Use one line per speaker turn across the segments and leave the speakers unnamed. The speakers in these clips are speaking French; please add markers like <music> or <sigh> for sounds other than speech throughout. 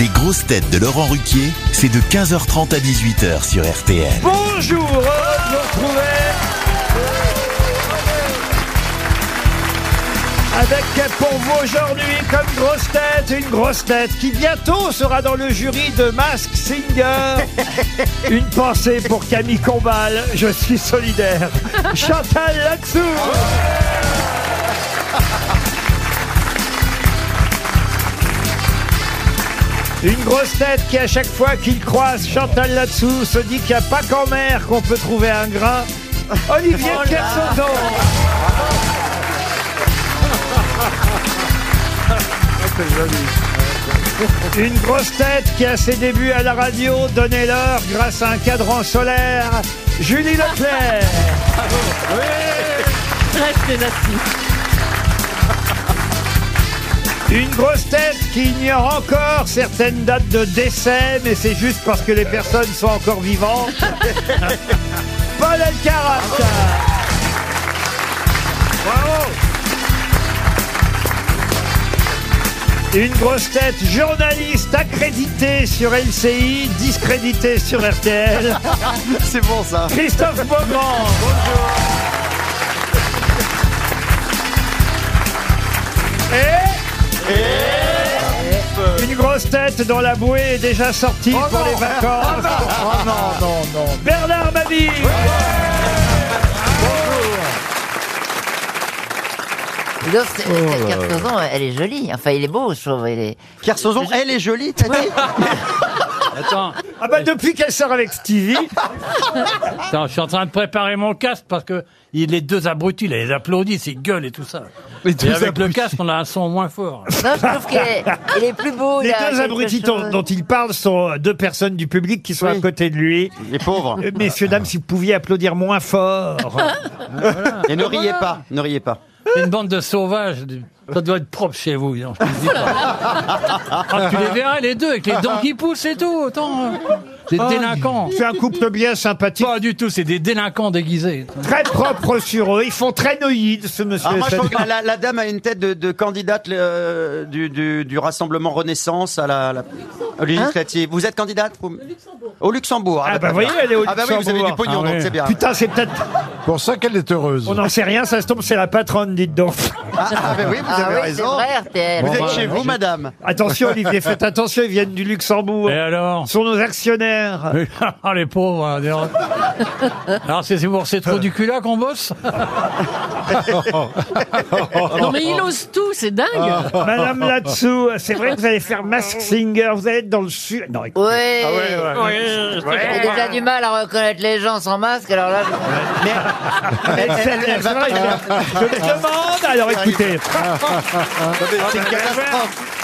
Les grosses têtes de Laurent Ruquier, c'est de 15h30 à 18h sur RTL.
Bonjour, heureux de vous retrouver Avec pour vous aujourd'hui comme grosse tête, une grosse tête qui bientôt sera dans le jury de Mask Singer. Une pensée pour Camille Combal, je suis solidaire. Chantal Latsou. Une grosse tête qui, à chaque fois qu'il croise Chantal Latsou, se dit qu'il n'y a pas qu'en mer qu'on peut trouver un grain. Olivier de Kersauzon. Une grosse tête qui, à ses débuts à la radio, donnait l'heure grâce à un cadran solaire, Julie Leclerc. Une grosse tête qui ignore encore certaines dates de décès, mais c'est juste parce que les personnes sont encore vivantes. Paul Elkarat. Bravo. Une grosse tête journaliste accréditée sur LCI, discréditée sur RTL.
C'est bon ça.
Christophe Beaugrand. Et... Une grosse tête dont la bouée est déjà sortie pour les vacances.
Oh non, non, non.
Bernard Mabille.
Dis donc, c'est-
Oh
Kersozon, elle est jolie. Enfin, il est beau, je trouve. Il est...
Kersozon, elle est jolie, t'as dit
Attends,
Ah bah depuis qu'elle sort avec Stevie,
attends, je suis en train de préparer mon casque parce que il- les deux abrutis, là, ils applaudissent, ils gueulent et tout ça. et avec le casque, on a un son moins fort.
Non, je trouve qu'il est, il est plus beau. il
les
a
deux
Oh quelque
abrutis
chose.
dont, dont il parle sont euh, deux personnes du public qui sont à côté de lui.
Les pauvres.
Euh, Messieurs, dames, si vous pouviez applaudir moins fort.
Et ne riez pas, ne riez pas.
Une bande de sauvages, du- ça doit être propre chez vous. dis donc, je te le dis pas. Ah, tu les verras les deux avec les dents qui poussent et tout. Attends, euh, des délinquants.
Ah, C'est un couple bien sympathique,
Pas du tout, c'est des délinquants déguisés.
très propre sur eux. Ils font très noïdes, ce monsieur.
Alors moi, je
et
trouve
cette
que la, la- la dame a une tête de, de candidate euh, du, du- du Rassemblement Renaissance à la, la- aux législatives. vous êtes candidate vous Au Luxembourg.
Hein Ah bah,
d'accord.
voyez, elle est au
Ah bah oui, vous avez
Luxembourg.
du pognon,
Ah
donc
ouais.
c'est bien.
Putain, c'est peut-être.
pour ça qu'elle est heureuse.
On n'en sait rien, ça se tombe, c'est la patronne, dites donc.
Ah, ah bah oui, vous
Ah
avez
oui, c'est
raison.
vrai, RTL.
Vous êtes
bah,
chez vous, madame.
Attention, Olivier, faites attention, ils viennent du Luxembourg.
Et alors
Ce sont nos actionnaires.
Mais- <laughs> ah, les pauvres. hein, dis donc. Alors, c'est c'est pour ces trous du cul là qu'on
<laughs>
bosse
Ah
Non mais il ose tout, c'est dingue.
<laughs>
Ah.
Madame Latsou, c'est vrai que vous allez faire Mask Singer, vous allez être dans le sud. Non, Ah écoute,
Oui. J'ai
ouais.
déjà du mal à reconnaître les gens sans masque, alors là. je-
elle, elle- elle- c'est vrai, je, je me demande, alors écoutez.
Ah.
C'est une catastrophe.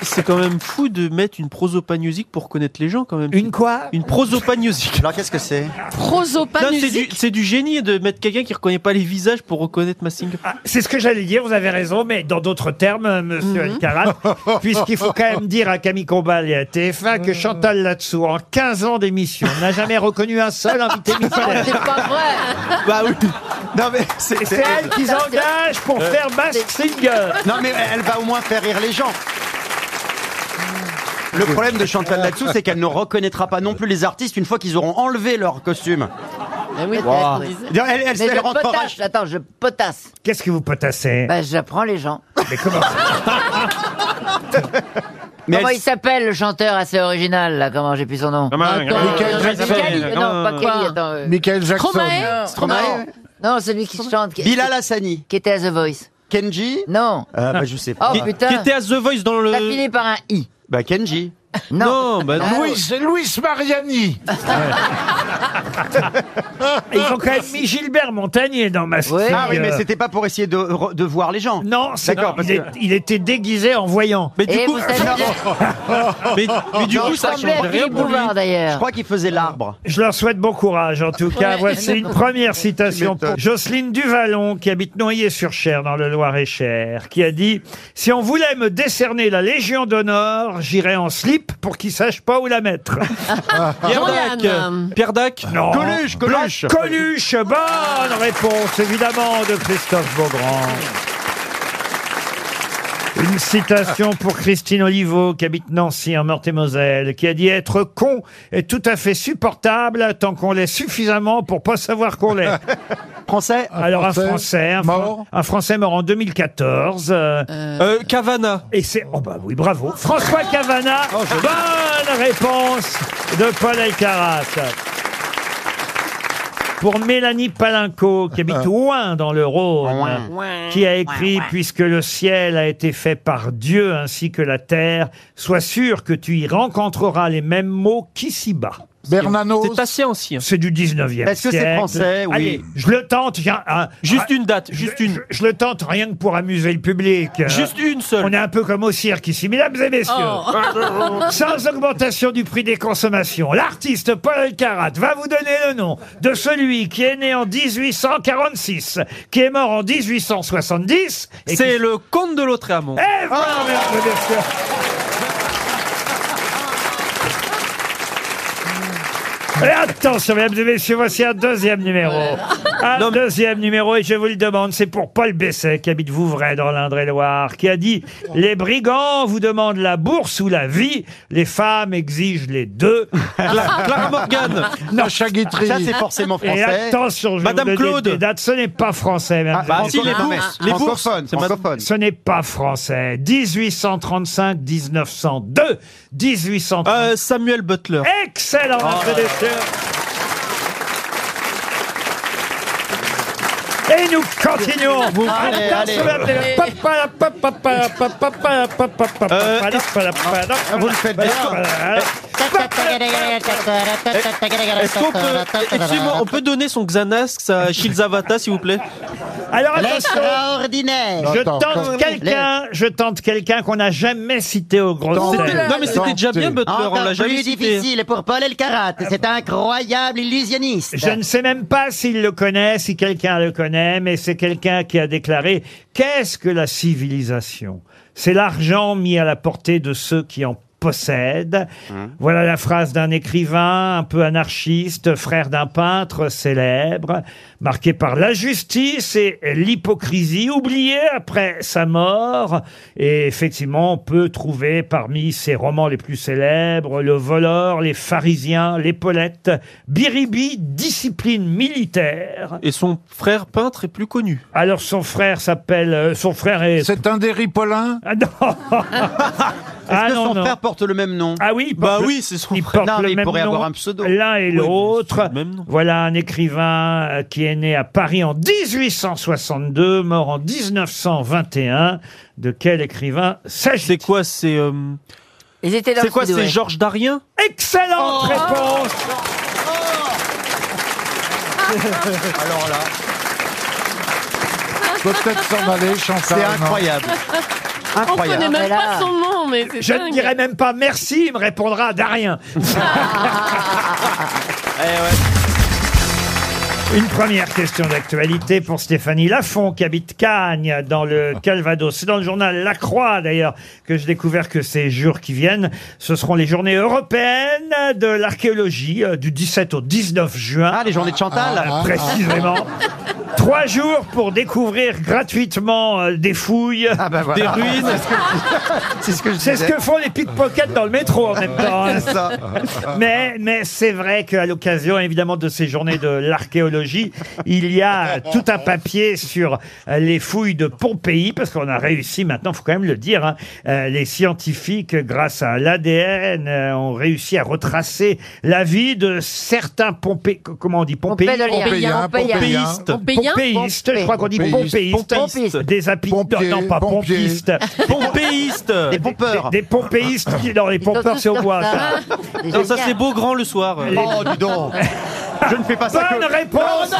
C'est quand même fou de mettre une prosopagnosique pour connaître les gens quand même.
Une quoi
Une prosopagnosique.
Alors qu'est-ce que c'est
Là, c'est
Prosopanusique.
du, c'est du génie de mettre quelqu'un qui reconnaît pas les visages pour reconnaître ma singer.
Ah, C'est ce que j'allais dire, vous avez raison, mais dans d'autres termes, euh, monsieur <laughs> Elkarat, puisqu'il faut quand même dire à Camille Combal et à TF1 que Chantal Latsou, en 15 ans d'émission, n'a jamais reconnu un seul <laughs> invité mystère.
C'est pas vrai.
Bah oui. Non mais c'est- Euh.
Et c'est elle qu'ils engagent pour faire Mask Singer.
Non, mais euh, elle va au moins faire rire les gens. Le problème de Chantal Latsou, c'est qu'elle ne reconnaîtra pas non plus les artistes une fois qu'ils auront enlevé leur costume.
Mais oui,
Wow.
peut-être, oui.
Elle, elle, elle,
Mais
elle
je
rentrera-
potasse, attends, je potasse.
Qu'est-ce que vous potassez
Bah, j'apprends les gens.
Mais comment
<laughs> Mais
comment
elle-
il s'appelle le chanteur assez original, là Comment j'ai plus son nom
Attends,
Michael
euh,
Jackson.
Michael-
Kelly, Non, pas Kelly,
Quoi
attends. euh,
Michael Jackson.
Stromae
Stromae,
non. Non, celui qui chante, qui,
Bilal Hassani,
qui était à The Voice.
Kenji.
Non.
Euh, bah, je sais pas.
Oh
Qui,
putain.
qui était à The Voice dans le.
Ça finit par un I.
Bah Kenji.
Non, bah non.
Louis, Louis Mariani.
Ah. Ils ont quand même mis Gilbert Montagnier dans Mask
Ouais.
Singer.
Ah oui, mais c'était pas pour essayer de, de voir les gens.
Non, c'est
D'accord,
il,
parce
est- il était déguisé en voyant.
Mais du
Et
coup,
Eh, vous savez,
<laughs>
mais, mais du coup, ça change rien
Philippe
pour lui.
Bouvard
Je
d'ailleurs.
crois qu'il faisait l'arbre.
Je leur souhaite bon courage, en tout cas.
Ouais.
Voici une première citation pour Jocelyne Duvalon, qui habite Noyer-sur-Cher, dans le Loir-et-Cher, qui a dit « Si on voulait me décerner la Légion d'honneur, j'irais en slip pour qu'ils sachent pas où la mettre.
Pierre
Jean-Yann.
Dac. euh, Pierre Dac. »
Non.
Coluche, Coluche.
Coluche, bonne réponse, évidemment, de Christophe Beaugrand. Une citation pour Christine Oliveau, qui habite Nancy en Meurthe-et-Moselle, qui a dit Être con est tout à fait supportable tant qu'on l'est suffisamment pour pas savoir qu'on l'est.
Français
Alors un Français, un, Fran-
mort
un Français mort en 2014. euh,
Euh, Cavana.
Et c'est. Oh bah oui, bravo. François Cavana. bonne réponse de Paul Aycarat. Pour Mélanie Palinco, qui habite Ouin dans le Rhône, qui a écrit Puisque le ciel a été fait par Dieu ainsi que la terre, sois sûr que tu y rencontreras les mêmes mots qu'ici-bas.
Bernanos.
C'est assez ancien.
C'est du 19e siècle.
Est-ce que c'est français Oui.
Allez, je le tente. j'ai un- un-
Juste
un-
une date, juste
je-
une.
Je, je le tente rien que pour amuser le public. euh.
Juste une
On
seule. Oh.
est un peu comme au cirque ici, mesdames et messieurs. <laughs> Sans augmentation du prix des consommations, l'artiste Paul Carat va vous donner le nom de celui qui est né en 1846, qui est mort en 1870. et qui-
C'est le comte de Lautréamont.
Eh, voilà,
Ah,
mesdames et messieurs. Et attention, mesdames et messieurs, voici un deuxième numéro. Un deuxième numéro, et je vous le demande, c'est pour Paul Besset, qui habite Vouvray dans l'Indre-et-Loire, qui a dit « Les brigands vous demandent la bourse ou la vie, les femmes exigent les deux.
<laughs> Cla- Clara
<laughs>
Morgan.
Sacha Guitry.
Ça, c'est forcément »
Et
français.
attention, je vais
Madame
vous donner
Claude.
des dates, ce n'est pas français. mesdames
Ah,
et
bah,
Si, les
francophone,
bourses,
mais-
les bourses.
francophone,
C'est madame-
francophone.
Ce n'est pas français. 1835, 1902, 1835.
Euh, Samuel Butler.
Eh, Excellent,
Ah.
monsieur Et nous continuons.
Allez,
Attention,
allez.
mesdames et messieurs. Papa, papa, papa, papa, papa, papa, papa,
Euh,
papa, papa, papa,
vous le faites bien.
papa.
Est-ce qu'on peut, excusez-moi, on peut donner son Xanax à Shilzavata, s'il vous plaît
Alors attention,
Extraordinaire
je
Attends,
tente
attends.
quelqu'un, je tente quelqu'un qu'on n'a jamais cité au gros
Attends.
C'était-
Ouais.
Non, mais c'était déjà bien Butler,
Ah,
on l'a
Encore
jamais
plus
cité. Ah.
difficile pour Paul Elkarat, c'est un incroyable illusionniste.
Je ne sais même pas s'il le connaît, si quelqu'un le connaît, mais c'est quelqu'un qui a déclaré Qu'est-ce que la civilisation C'est l'argent mis à la portée de ceux qui en possèdent.
Hein
Voilà la phrase d'un écrivain, un peu anarchiste, frère d'un peintre célèbre, marqué par l'injustice et l'hypocrisie, oublié après sa mort. Et effectivement, on peut trouver parmi ses romans les plus célèbres Le voleur, Les pharisiens, L'épaulette, Biribi, Discipline militaire.
Et son frère peintre est plus connu.
Alors son frère s'appelle... euh, son frère est...
C'est un des Ripollins
Ah non
Est-ce
Ah
que
non,
son
non.
frère porte le même nom
Ah oui, il porte
Bah
le-
oui, c'est son
il
frère.
porte
Non,
le
mais il
même
pourrait
nom,
avoir un pseudo.
L'un
mais
et
c'est
l'autre.
le même nom.
Voilà un écrivain euh, qui est né à Paris en 1862, mort en 1921. De quel écrivain
C'est
s'agit-il
quoi, c'est euh,
Ils étaient dans
c'est
le
quoi,
sud-ouest.
c'est Georges Darien
Eh, Excellente réponse
Alors là,
Faut peut-être s'en aller, Chantal.
c'est
non
incroyable.
On connaît
Incroyable.
même
Voilà.
pas son nom, mais c'est
Je ne
dingue.
dirai même pas merci, il me répondra
<laughs>
Darien.
Eh ouais.
Une première question d'actualité pour Stéphanie Lafont qui habite Cagnes dans le Calvados. C'est dans le journal La Croix d'ailleurs que j'ai découvert que ces jours qui viennent, ce seront les journées européennes de l'archéologie euh, du 17 au 19 juin.
Ah, les journées de Chantal
précisément.
<laughs>
Trois jours pour découvrir gratuitement euh, des fouilles.
Ah bah voilà.
Des ruines.
C'est ce que je
C'est ce
disais.
que font les pickpockets dans le métro en même temps.
<laughs>
hein.
Ça.
Mais, mais c'est vrai qu'à l'occasion, évidemment, de ces journées de l'archéologie, il y a euh, tout un papier sur euh, les fouilles de Pompéi, parce qu'on a réussi maintenant, faut quand même le dire, hein, euh, les scientifiques, grâce à l'ADN, euh, ont réussi à retracer la vie de certains Pompé... Comment on dit Pompéi
Pompédolien.
Pompéien,
Pompéien.
Pompéiste.
Pompéien
Pompéistes, je crois qu'on dit
Pompéiste.
pompéistes.
Pompéiste.
Des api-
Pompiers,
non, pas
pompiers.
pompistes.
Pompéiste
Des pompeurs.
Des pompéistes qui, non, les
Ils sont
pompeurs,
tous
c'est au
sur
bois, ça.
C'est
Non, ça
génial.
c'est Beaugrand le soir.
Oh, dis donc. Je ne fais pas ça
Bonne
que...
réponse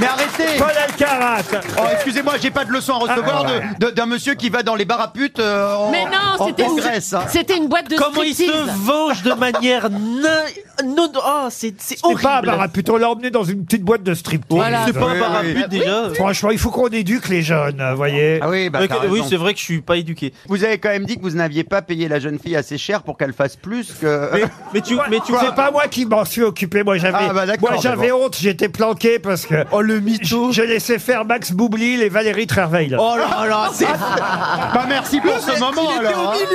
Mais arrêtez
Paul Alcarat
Oh, excusez-moi, j'ai pas de leçon à recevoir de- de- d'un monsieur qui va dans les bars à putes euh, en,
Mais
en-
non, c'était
en
une,
Grèce. hein.
c'était une boîte de
Comment il se
striptease.
venge de manière na- non, oh, c'est c'est
C'est pas un
horrible.
bar à pute, on l'a emmené dans une petite boîte de striptease.
C'est pas un
Oui,
bar à
Bah oui.
pute, déjà.
Franchement, il faut qu'on éduque les jeunes, vous voyez.
Ah oui, bah,
Ok,
t'as
Euh, oui,
raison.
c'est vrai que je suis pas éduqué.
Vous avez quand même dit que vous n'aviez pas payé la jeune fille assez cher pour qu'elle fasse plus que.
Mais, mais tu, mais tu
C'est
fais pas.
pas moi qui m'en suis occupé, moi j'avais
Ah, bah, d'accord,
moi j'avais honte, j'étais planqué parce que
Oh, le
le mytho.
J'ai laissé faire Max Boublil et Valérie Trerveil.
Oh là là, c'est. Bah merci pour ce moment alors. hein.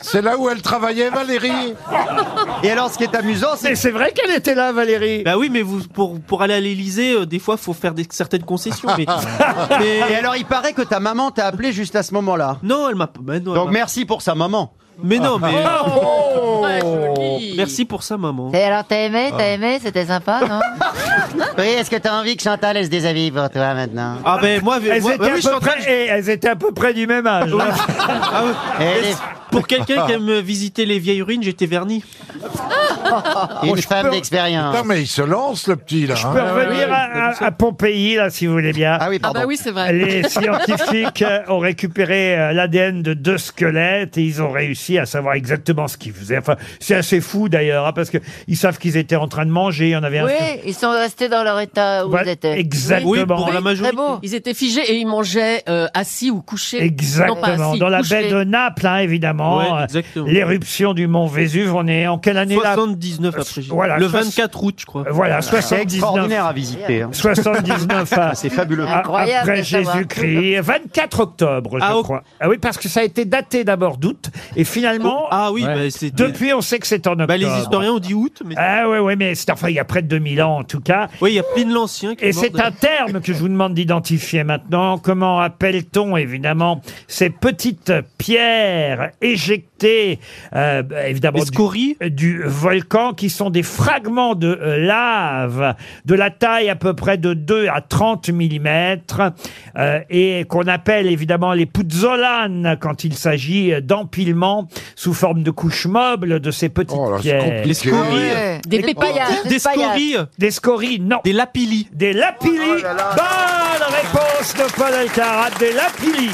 C'est là où elle travaillait, Valérie.
Et alors, ce qui est amusant, c'est.
Mais c'est vrai qu'elle était là, Valérie.
Bah oui, mais vous, pour, pour aller à l'Elysée, des fois, faut faire des, certaines concessions.
<laughs>
Mais, <laughs> mais-
Et alors, il paraît que ta maman t'a appelé juste à ce moment-là.
non, elle m'a. Mais non, elle
Donc
m'a-
merci pour ça, maman.
mais non, mais
Ah, oh
Ouais, joli.
merci pour ça, maman.
Et alors, t'as aimé,
Oh.
t'as aimé, c'était sympa, non
Oui, est-ce que t'as envie que Chantal elle se déshabille pour toi maintenant
Ah ben moi,
Elles,
moi-
étaient
bah oui,
à
je suis
peu
en train
près, et elles étaient à peu près du même âge. hein.
<laughs>
Elle est
de- pour quelqu'un qui aime visiter les vieilles ruines, j'étais verni.
<laughs>
Oh,
une femme
peux-
d'expérience.
Oh, Non, mais il se lance, le petit, là.
Je
hein.
peux revenir à, à- à Pompéi, là, si vous voulez bien.
Ah oui,
Ah
pardon.
bah oui, c'est vrai. <laughs>
Les scientifiques euh, ont récupéré euh, l'ADN de deux squelettes et ils ont réussi à savoir exactement ce qu'ils faisaient. Enfin, c'est assez fou d'ailleurs, hein, parce que ils savent qu'ils étaient en train de manger. Il y en avait un.
Oui, ils sont restés dans leur état où
Voilà,
ils étaient.
exactement.
Oui, pour la
Très
majorité.
beau.
Ils étaient figés et ils mangeaient euh, assis ou couchés. Non, pas
Exactement.
assis,
Dans la baie
couchés.
de Naples, hein, évidemment.
Ouais,
Euh,
exactement.
L'éruption du mont Vésuve. On est en quelle année là Euh,
79 après Jésus.
Voilà,
le
soix-
24 août, je crois.
Voilà,
C'est
79.
extraordinaire à visiter. hein. <laughs>
79 à-
C'est fabuleux.
à-
Incroyable
après
de savoir.
Jésus-Christ, 24 octobre, je
Ah, ok.
crois. Ah oui, parce que ça a été daté d'abord d'août, et finalement,
Ah oui,
Ouais.
bah, c'était-
depuis, on sait que c'est en octobre.
bah, les historiens ont dit août, mais
Ah ouais, ouais, mais c'est enfin il y a près de 2000 ans en tout cas.
oui, il y a Pline l'Ancien. qui
Et
est mort
c'est
de-
un terme que je vous demande d'identifier maintenant. Comment appelle-t-on évidemment ces petites pierres éjectées euh, bah, évidemment
Les
du-
scories
du volcan qui sont des fragments de euh, lave de la taille à peu près de 2 à 30 millimètres euh, et qu'on appelle évidemment les puzzolanes quand il s'agit euh, d'empilement sous forme de couches mobles de ces petites
Oh là, c'est
pierres.
compliqué.
Les scories,
Ouais.
Des pépites.
paillasses,
des
paillasses.
scories,
Des scories, non.
des lapillis.
Des lapillis.
Oh
Bonne réponse de Paul Alcarat. Des lapillis.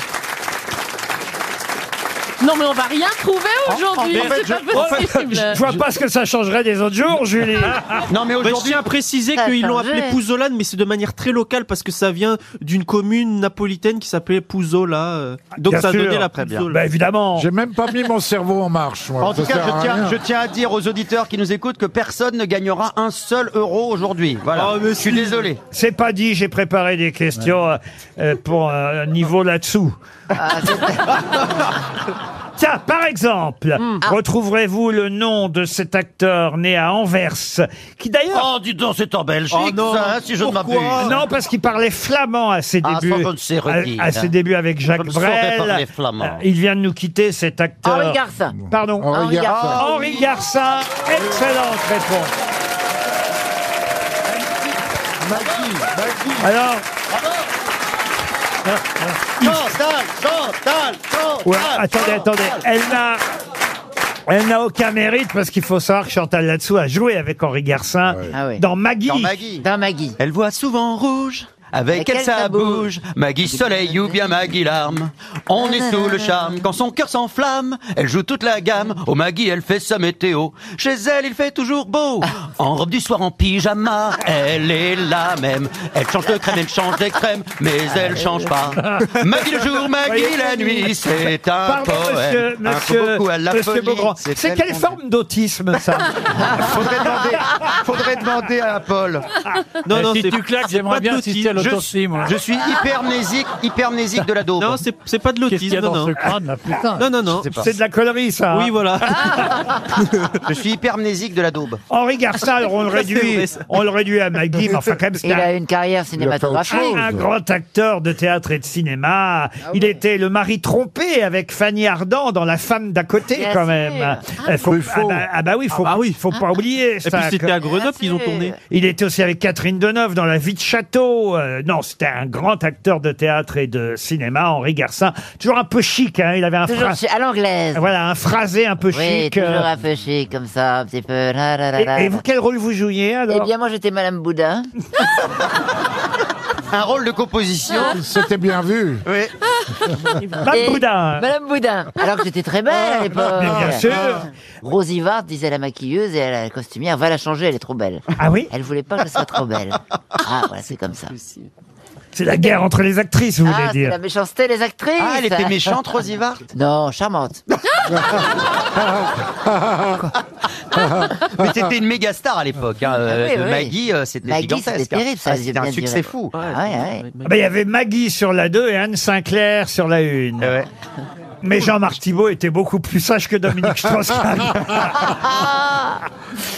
Non, mais on va rien trouver Ah, aujourd'hui.
en fait,
c'est
je-
pas
en fait,
possible.
Je vois pas ce que ça changerait des autres jours, Julie.
<laughs> Non, mais
Bah, je
aujourd'hui,
tiens à préciser
Ça a
qu'ils l'ont
changé.
appelé Pouzolane, mais c'est de manière très locale parce que ça vient d'une commune napolitaine qui s'appelait Pouzola. euh. Donc
Bien
ça a
sûr.
donné la
Très bien.
Pouzola.
bah évidemment.
J'ai même pas
<laughs>
mis mon cerveau en marche, moi.
en tout
Ça
cas,
sert à
je tiens,
rien.
je tiens à dire aux auditeurs qui nous écoutent que personne ne gagnera un seul euro aujourd'hui. Voilà.
Ah, mais
je suis
si.
désolé.
C'est pas dit, j'ai préparé des questions euh, euh, pour euh, un niveau là-dessous.
Ah,
Tiens, par exemple,
Hmm.
retrouverez-vous le nom de cet acteur né à Anvers, qui d'ailleurs...
Oh, dis donc, c'est en Belgique,
Oh non,
ça, hein, si je ne
pourquoi
m'abuse.
Non, parce qu'il parlait flamand à ses
Ah,
débuts.
ça, je ne sais
à-
redire.
à, ses débuts avec Jacques
Je ne saurais
Brel.
parler flamand. Ah,
Euh, Il vient de nous quitter, cet acteur.
Henri Garça.
Pardon.
Oh,
Henri
regarde
Garçon.
ça.
Henri Garcin, excellente réponse. Oh, Alors,
Chantal, Chantal, Chantal.
ouais, attendez, attendez. Elle n'a. Elle n'a aucun mérite parce qu'il faut savoir que Chantal là-dessous a joué avec Henri Garcin
Ah ouais.
dans Maggie.
Dans Maggie.
Dans Maggie.
Elle voit souvent rouge. Avec elle, ça bouge, Maggie Soleil ou bien Maggie Larme. On est sous le charme, quand son cœur s'enflamme, elle joue toute la gamme. Au Maggie, elle fait sa météo. Chez elle, il fait toujours beau. En robe du soir, en pyjama, elle est la même. Elle change de crème, elle change des crèmes, mais elle change pas.
<laughs>
Maggie le jour, Maggie la nuit, c'est un
Pardon,
poème.
monsieur,
Un fou
monsieur,
beaucoup à la
monsieur
folie,
Beaugrand.
c'est
C'est
elle
quelle
qu'on
forme d'autisme, ça
Faudrait demander, faudrait demander à Paul.
Non, non,
si
c'est-
tu claques,
c'est
j'aimerais
pas
bien
de
assister à
l'autisme.
l'autopsie, moi.
Je suis hypermnésique, hypermnésique de la daube.
Non, c'est c'est pas de
Qu'est-ce qu'il
l'autisme,
y a
non,
dans ce
non.
crâne, là, putain
Non, non, non.
Je sais pas.
C'est de la connerie, ça. hein.
Oui, voilà.
<laughs> Je suis hypermnésique de la daube.
Henri Garcin, alors on le
<laughs> Ça, c'est
réduit,
vrai, ça.
on le réduit à Maggie, mais enfin, quand même, c'est
Il
un-
a une
Il
carrière
a fait
cinématographique. Ah
autre
Un
Ah,
chose.
grand acteur de théâtre et de cinéma. Il était le mari trompé avec Fanny Ardant dans La femme d'à côté,
Bien
quand
sûr.
même. Euh, faut- ah,
Truffaut.
bah, ah bah oui, faut,
Ah bah oui.
faut pas oublier
Et
ça.
puis c'était à Grenoble qu'ils ont tourné.
Il était aussi avec Catherine Deneuve dans La vie de château. Euh, non, c'était un grand acteur de théâtre et de cinéma, Henri Garcin. Toujours un peu chic, hein, il avait un,
Toujours
phra-
chez- à l'anglaise.
voilà, un phrasé un peu
Oui,
chic. euh.
toujours un peu chic, comme ça, un petit peu. la, la, la,
Et-
la.
et, vous, quel rôle vous jouiez
Eh
alors
bien, moi, j'étais Madame Boudin.
Un rôle de composition.
C'était bien vu.
Oui.
<laughs> Madame
Et-
Boudin. Ah,
Madame Boudin. Alors que j'étais très belle à l'époque. Ah.
Mais bien sûr.
Rosie Vart disait à la maquilleuse et à la costumière, va la changer, elle est trop belle.
Ah oui
Elle voulait pas que je sois trop belle. Ah, voilà, c'est comme ça.
C'est la guerre entre les actrices, vous
Ah,
voulez
c'est la
dire.
méchanceté des actrices.
Ah, elle était méchante, Rosy Vart
Non,
<laughs>
charmante.
<laughs> Mais c'était une méga star à l'époque. Hein. euh,
Ah oui,
de
oui.
Maggie, euh, c'était
Maggie,
gigantesque.
c'était terrible, ça,
Ah,
j'ai
c'était un
bien
succès
duré.
fou.
Ah ouais, ouais.
Ah ben, Il y avait Maggie sur la 2 et Anne Sinclair sur la 1.
Eh ouais.
Mais Jean-Marc Thibault était beaucoup plus sage que
<laughs>
Dominique Strauss-Kahn.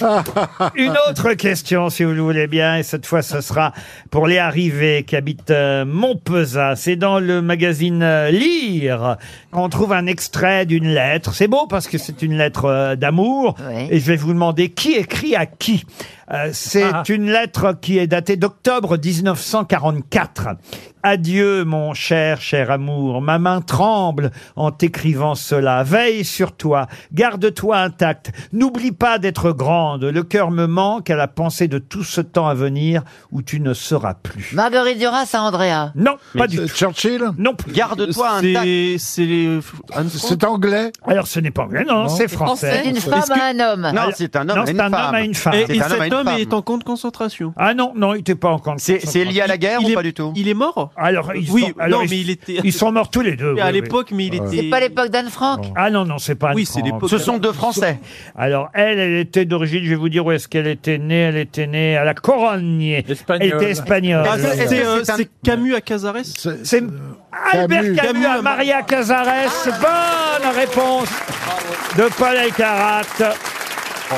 <laughs>
Une autre question, si vous le voulez bien, et cette fois, ce sera pour les arrivés qui habitent euh, Montpezat. C'est dans le magazine euh, Lire. On trouve un extrait d'une lettre. C'est beau parce que c'est une lettre euh, d'amour.
Oui.
Et je vais vous demander qui écrit à qui. Euh, c'est une lettre qui est datée d'octobre 1944. Adieu, mon cher, cher amour. Ma main tremble en t'écrivant cela. Veille sur toi. Garde-toi intact. N'oublie pas d'être grande. Le cœur me manque à la pensée de tout ce temps à venir où tu ne seras plus.
Marguerite Duras à Andrea.
Non, pas du
Euh,
tout.
Churchill
Non plus.
Garde-toi un tact.
C'est c'est les Anne Frank
C'est anglais
Alors, ce n'est pas anglais. Non,
Non.
c'est
français.
français.
D'une femme à un homme.
Non, c'est un homme
Non,
à
c'est
une
un homme
femme.
à une femme.
Et,
C'est
et
un homme à
cet
une
homme
femme.
est en camp de concentration.
Ah non, non, il n'était pas en camp de
C'est c'est
concentration.
lié à la guerre
Il
ou
est-
pas du tout
Il est mort
Alors, ils
Oui,
sont, alors,
non,
ils-
mais il était-
ils sont morts tous les deux.
à
oui, oui.
l'époque, mais il était.
C'est pas l'époque d'Anne Frank.
Ah non, non, c'est pas Anne
Oui, c'est
Frank.
l'époque.
Ce sont deux Français.
Alors, elle, elle était d'origine, je vais vous dire où est-ce qu'elle était née. Elle était née à la Corogne.
Espagnole.
Elle était espagnole.
Ah, c'est-
C'est euh,
c'est un-
c'est Camus à Casares
C'est Albert
Camus.
Camus,
Camus
à
euh,
à
Maria Casares.
Ah.
Bonne réponse de Paul Aycarat.
Oh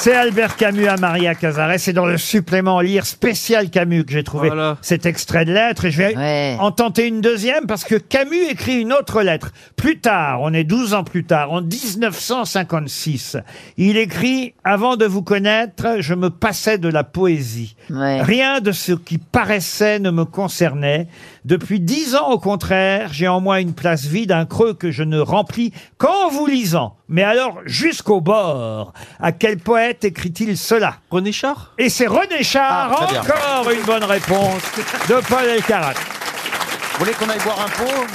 C'est Albert Camus à Maria Casares. C'est dans le supplément Lire spécial Camus que j'ai trouvé
Voilà.
cet extrait de lettre. Et je vais
Ouais.
en tenter une deuxième parce que Camus écrit une autre lettre. Plus tard, on est 12 ans plus tard, en 1956, il écrit « Avant de vous connaître, je me passais de la poésie.
Ouais.
Rien de ce qui paraissait ne me concernait. Depuis dix ans, au contraire, j'ai en moi une place vide, un creux que je ne remplis qu'en vous lisant. Mais alors, jusqu'au bord. À quel poète écrit-il cela
René Char
Et c'est René Char,
Ah, très bien.
encore une bonne réponse de Paul Elkarat.
Vous voulez qu'on aille boire un pot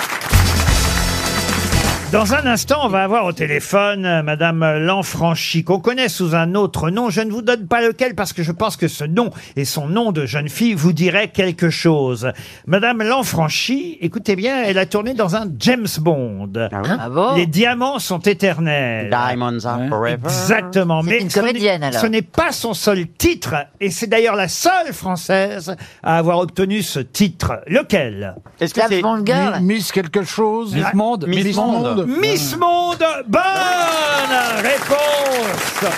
Dans un instant, on va avoir au téléphone euh, Madame Lanfranchi, qu'on connaît sous un autre nom. Je ne vous donne pas lequel parce que je pense que ce nom et son nom de jeune fille vous diraient quelque chose. Madame Lanfranchi, écoutez bien, elle a tourné dans un James Bond.
Ah bon
Les diamants sont éternels.
Diamonds hein. are forever.
Hein? Exactement.
C'est
mais
une
ce n'est-
comédienne, alors.
Ce n'est pas son seul titre, et c'est d'ailleurs la seule française à avoir obtenu ce titre. Lequel
Est-ce que
James
c'est
Bond Girl.
Mi- Miss quelque chose
Miss Monde.
Miss Monde.
Miss Monde, bonne réponse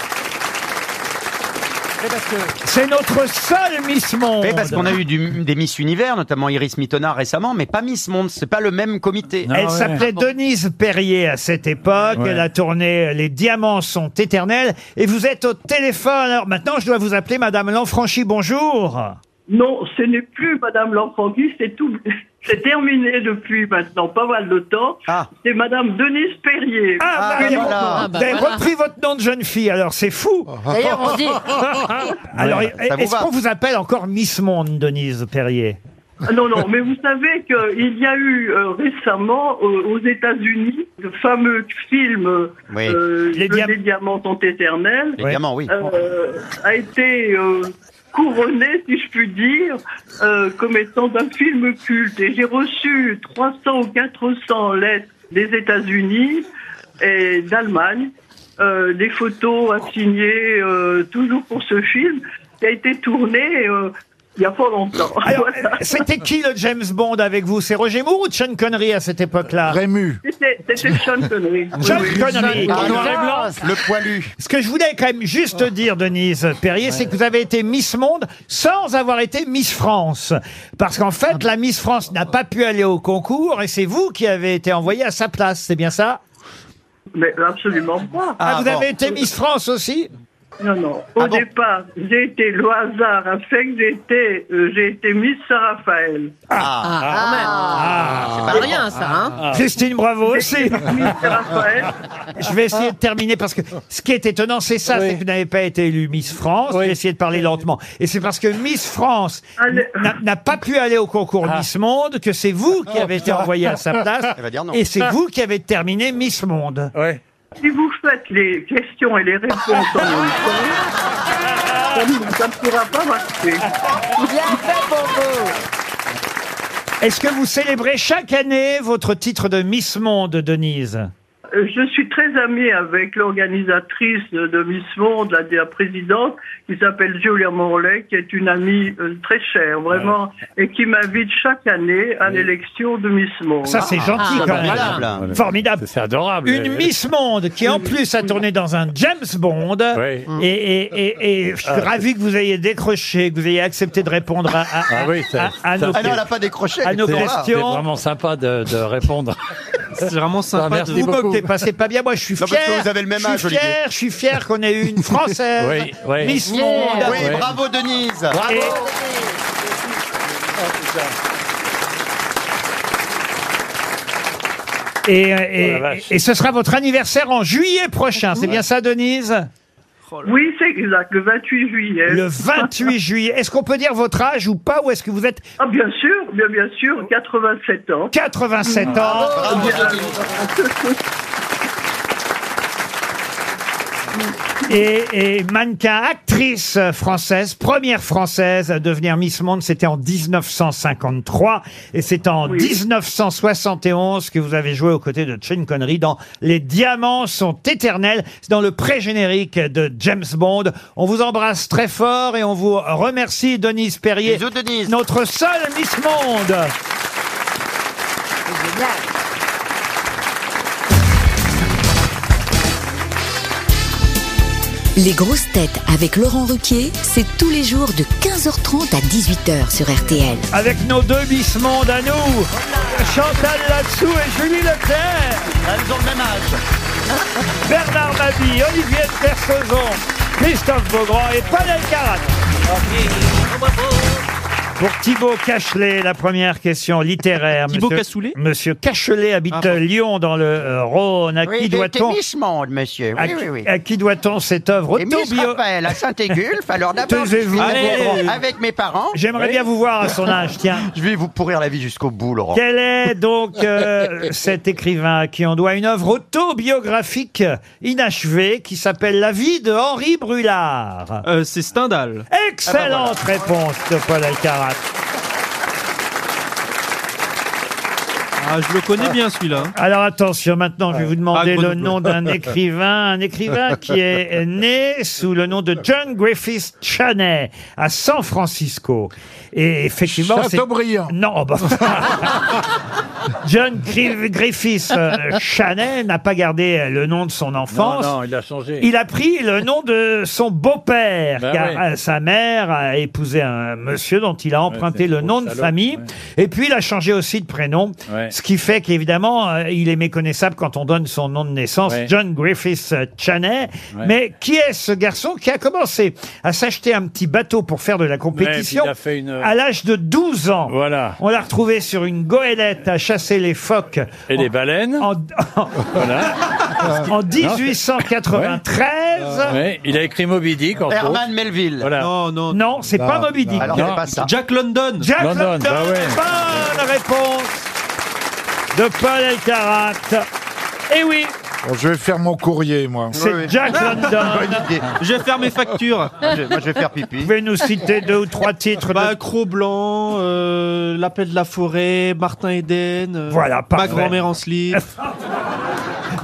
C'est notre seule Miss Monde
Oui, parce qu'on a eu du- des Miss Univers, notamment Iris Mitona récemment, mais pas Miss Monde, c'est pas le même comité.
Non. Ah
Elle
ouais.
s'appelait Denise Perrier à cette époque.
Ouais.
Elle a tourné Les Diamants sont éternels. Et vous êtes au téléphone. Alors maintenant, je dois vous appeler Madame Lanfranchi. Bonjour.
Non, ce n'est plus Madame L'Enfant-Guy, c'est tout.
Ah,
C'est terminé depuis maintenant pas mal de temps.
Ah.
C'est Madame Denise Perrier.
Ah,
Ah,
Marie-
voilà.
Ah, bah
Vous
ben,
avez
voilà.
repris votre nom de jeune fille. Alors c'est fou.
D'ailleurs, on se dit,
<laughs>
Ah, Alors
Ouais, ça vous
est-ce
va.
qu'on vous appelle encore Miss Monde, Denise Perrier
Ah Non, non, mais vous savez qu'il y a eu euh, récemment euh, aux États-Unis le fameux film euh,
Oui.
euh,
Les
Les,
diam-
diamants sont éternels
Les
Ouais.
diamants, oui.
euh, a été euh, couronné, si je puis dire, euh, comme étant d'un film culte. Et j'ai reçu 300 ou 400 lettres des États-Unis et d'Allemagne, euh, des photos assignées euh, toujours pour ce film qui a été tourné euh, il y a pas longtemps.
Alors,
<laughs>
euh,
Voilà.
c'était qui le James Bond avec vous C'est Roger Moore ou Sean Connery à cette
Euh,
époque-là
Rému.
C'était c'était Sean Connery. Oui,
Sean
oui.
Connery.
Ah,
en noir et
non.
blanc.
Le poilu. Ah.
Ce que je voulais quand même juste dire, Denise Perrier, c'est que vous avez été Miss Monde sans avoir été Miss France. Parce qu'en fait, la Miss France n'a pas pu aller au concours et c'est vous qui avez été envoyée à sa place, c'est bien ça
Mais absolument pas.
Ah,
Ah,
vous
bon.
avez été Miss France aussi
Non, non. Au
Ah bon
départ, j'ai été le hasard a fait que j'étais, euh, j'ai été Miss Saint-Raphaël.
Ah,
Ah, Pas rien, ça, hein
Ah. Christine
<laughs>
Bravo aussi
Miss Saint-Raphaël.
Je vais essayer de terminer parce que ce qui est étonnant, c'est ça, c'est que vous n'avez pas été élue Miss France. Je vais essayer de parler lentement. Et c'est parce que Miss France
Allez.
n'a- n'a pas pu aller au concours Miss Monde que c'est vous qui avez été envoyé à sa place.
Elle va dire non.
Et c'est vous qui avez terminé Miss Monde.
<laughs>
Si vous faites les questions et les réponses en même temps, Ça ne pourra pas marcher.
Est-ce que vous célébrez chaque année votre titre de Miss Monde, Denise
Euh, Je suis très amie avec l'organisatrice de de Miss Monde, la, la présidente, qui s'appelle Julia Morley, qui est une amie euh, très chère, vraiment, et qui m'invite chaque année à l'élection de Miss Monde. Ah.
Ça, c'est
Ah,
gentil quand même.
Formidable.
Formidable.
Ah, C'est adorable.
Une Miss Monde
<laughs>
qui, en plus, a tourné dans un James Bond.
Oui. Ah,
Et, et- et- et je suis ravi que vous ayez décroché, que vous ayez accepté de répondre à, à-
Ah oui, ça-
à- à nos,
Ah non, elle n'a pas décroché.
à nos
C'est c'est
questions.
vraiment sympa de, de répondre.
<laughs> C'est vraiment
Ah,
sympa.
merci.
de...
Vous
beaucoup.
moquez pas, c'est pas bien. Moi, je suis
Non, parce que
fier.
vous avez le même âge,
je suis fier, je suis fier qu'on ait eu
<laughs>
une Française,
Oui, oui.
Miss
Yeah.
Monde.
Oui,
Ouais.
bravo Denise.
Et- Et, et-
Oh la vache.
et ce sera votre anniversaire en juillet prochain, c'est bien ça, Denise
Oui, c'est exact, le 28 juillet.
Le 28 juillet. Est-ce qu'on peut dire votre âge ou pas Ou est-ce que vous êtes
Ah, bien sûr, bien, bien sûr, 87 ans.
87
Ah,
ans
Bravo Denise.
et, et mannequin, actrice française, première française à devenir Miss Monde, c'était en 1953. Et c'est en
Oui.
1971 que vous avez joué aux côtés de Sean Connery dans Les Diamants sont éternels. C'est dans le pré-générique de James Bond. On vous embrasse très fort et on vous remercie, Denise Perrier,
Bisous Denise.
notre seule Miss Monde.
Les grosses têtes avec Laurent Ruquier, c'est tous les jours de 15h30 à 18h sur RTL.
Avec nos deux Miss Monde à nous, Chantal Latsou et Julie Leclerc.
Elles ont le même âge.
Bernard Mabille, Olivier de Kersauzon, Christophe Beaugrand et Paul Elkarat. Pour Thibaut Cachelet, la première question littéraire.
Thibaut
Monsieur-
Cassoulet
Monsieur Cachelet habite
Ah, pardon.
Lyon dans le euh, Rhône. À qui
Oui, t'es
doit-on
Miss Monde, monsieur.
à,
Oui, oui, oui.
à qui doit-on cette œuvre
Et Miss
autobio-
Raphaël à Saint-Égulphe. Alors d'abord, je
Taisez-vous.
suis avec-
Allez.
avec mes parents.
J'aimerais bien vous voir à son âge, tiens.
<laughs> Je vais vous pourrir la vie jusqu'au bout, Laurent.
Quel est donc euh, <laughs> cet écrivain à qui on doit une œuvre autobiographique inachevée qui s'appelle La vie de Henri Brulard
Euh, c'est
Ah, bah,
Stendhal.
Excellente réponse de Paul Alcarat.
Ah, je le connais bien celui-là. hein.
Alors attention, maintenant je vais vous demander
Ah,
le
Grenoble.
nom d'un écrivain, un écrivain qui est né sous le nom de John Griffith Chaney à San Francisco. Et effectivement, c'est
Chateaubriand.
non. oh bah. John Gri- Griffith euh, Chaney n'a pas gardé euh, le nom de son
Non,
enfance.
non, il a changé.
Il a pris le nom de son beau-père,
Ben
car
oui.
euh, sa mère a épousé un monsieur dont il a emprunté
c'est
le
un
nom
gros
de
salaud,
famille. Et puis, il a changé aussi de prénom,
Ouais.
ce qui fait qu'évidemment, euh, il est méconnaissable quand on donne son nom de naissance,
Ouais.
John Griffith euh, Chaney. Mais qui est ce garçon qui a commencé à s'acheter un petit bateau pour faire de la compétition
puis il a fait une-
à l'âge de 12 ans
Euh, Voilà.
On l'a retrouvé sur une goélette à chasser les phoques
Et les baleines.
en,
<laughs> Voilà.
<laughs> en 1893.
Ouais, euh, Il a écrit Moby Dick, entre autres.
Herman Melville.
Voilà.
Non, non.
Non, c'est pas Moby Dick.
Alors,
Non.
c'est pas ça.
Jack London.
Jack
London,
London,
bah ouais.
bonne réponse de Paul Elkarat. Eh oui,
Bon, je vais faire mon courrier, moi.
c'est
oui. Ah, <laughs>
Jack London.
Bonne idée.
Je vais faire mes factures.
Moi, je, moi, je vais faire
Vous
pipi.
pouvez nous citer deux ou trois titres de-
Bah, Cro-Blanc, euh, L'appel de la forêt, Martin Eden. euh,
Voilà,
Ma
parfait.
grand-mère en slip.
<laughs>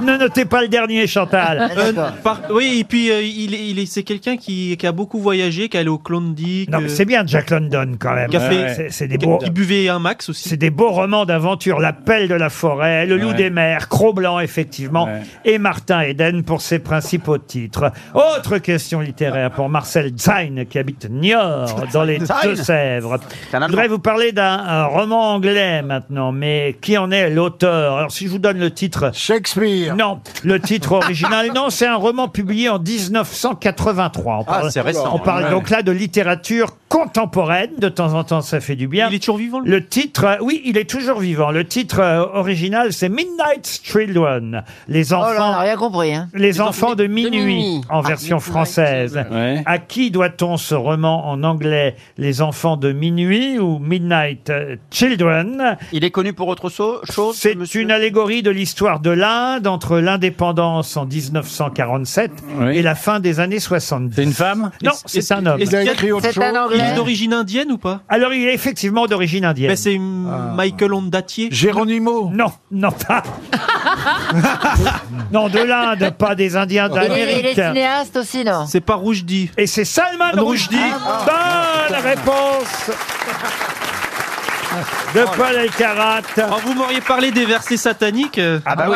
Ne notez pas le dernier, Chantal.
Euh, par- Oui, et puis euh, il, est- il est- c'est quelqu'un qui, qui a beaucoup voyagé, qui est allé au Klondike,
Non, mais
euh,
c'est bien Jack London quand même.
Café.
C'est- C'est des
qui,
beaux.
qui buvait un max aussi.
C'est des beaux romans d'aventure, L'appel de la forêt, Le loup
Ouais.
des mers, Cro-Blanc, effectivement,
Ouais.
et Martin Eden pour ses principaux titres. Autre question littéraire pour Marcel Zayn, qui habite Niort, dans les Deux-Sèvres.
un
Je
Allemand.
voudrais vous parler d'un un roman anglais maintenant, mais qui en est l'auteur Alors, si je vous donne le titre...
Shakespeare.
Non, le titre original, non, c'est un roman publié en 1983. On parle,
c'est récent,
on parle
ouais.
donc là de littérature contemporaine, de temps en temps ça fait du bien.
Il est toujours vivant, lui
Le titre, euh, oui, il est toujours vivant. Le titre euh, original, c'est Midnight Children, les
Oh là, on n'a
enfants,
rien compris. Hein.
les enfants de minuit,
minuit.
en version française.
Ouais.
À qui doit-on ce roman en anglais, les enfants de minuit ou Midnight euh, Children
Il est connu pour autre so- chose
C'est
monsieur
une allégorie de l'histoire de l'Inde entre l'indépendance en 1947 et la fin des années 70. C'est une femme Non,
Est-ce-
c'est
est-ce-
un homme.
est-ce qu'il y a- C'est un Anglais. Il est d'origine
indienne ou pas Alors, il est effectivement d'origine indienne.
Mais c'est,
Michael Ondatier Géronimo Non, non, pas. <laughs> non, de l'Inde, pas des Indiens
Il est, il est
d'Amérique.
cinéaste aussi, non
C'est pas Roujdi. Et c'est Salman Roujdi.
Ah,
Bonne réponse de Paul Elkarat.
Oh, vous m'auriez parlé des versets sataniques. euh.
Ah, bah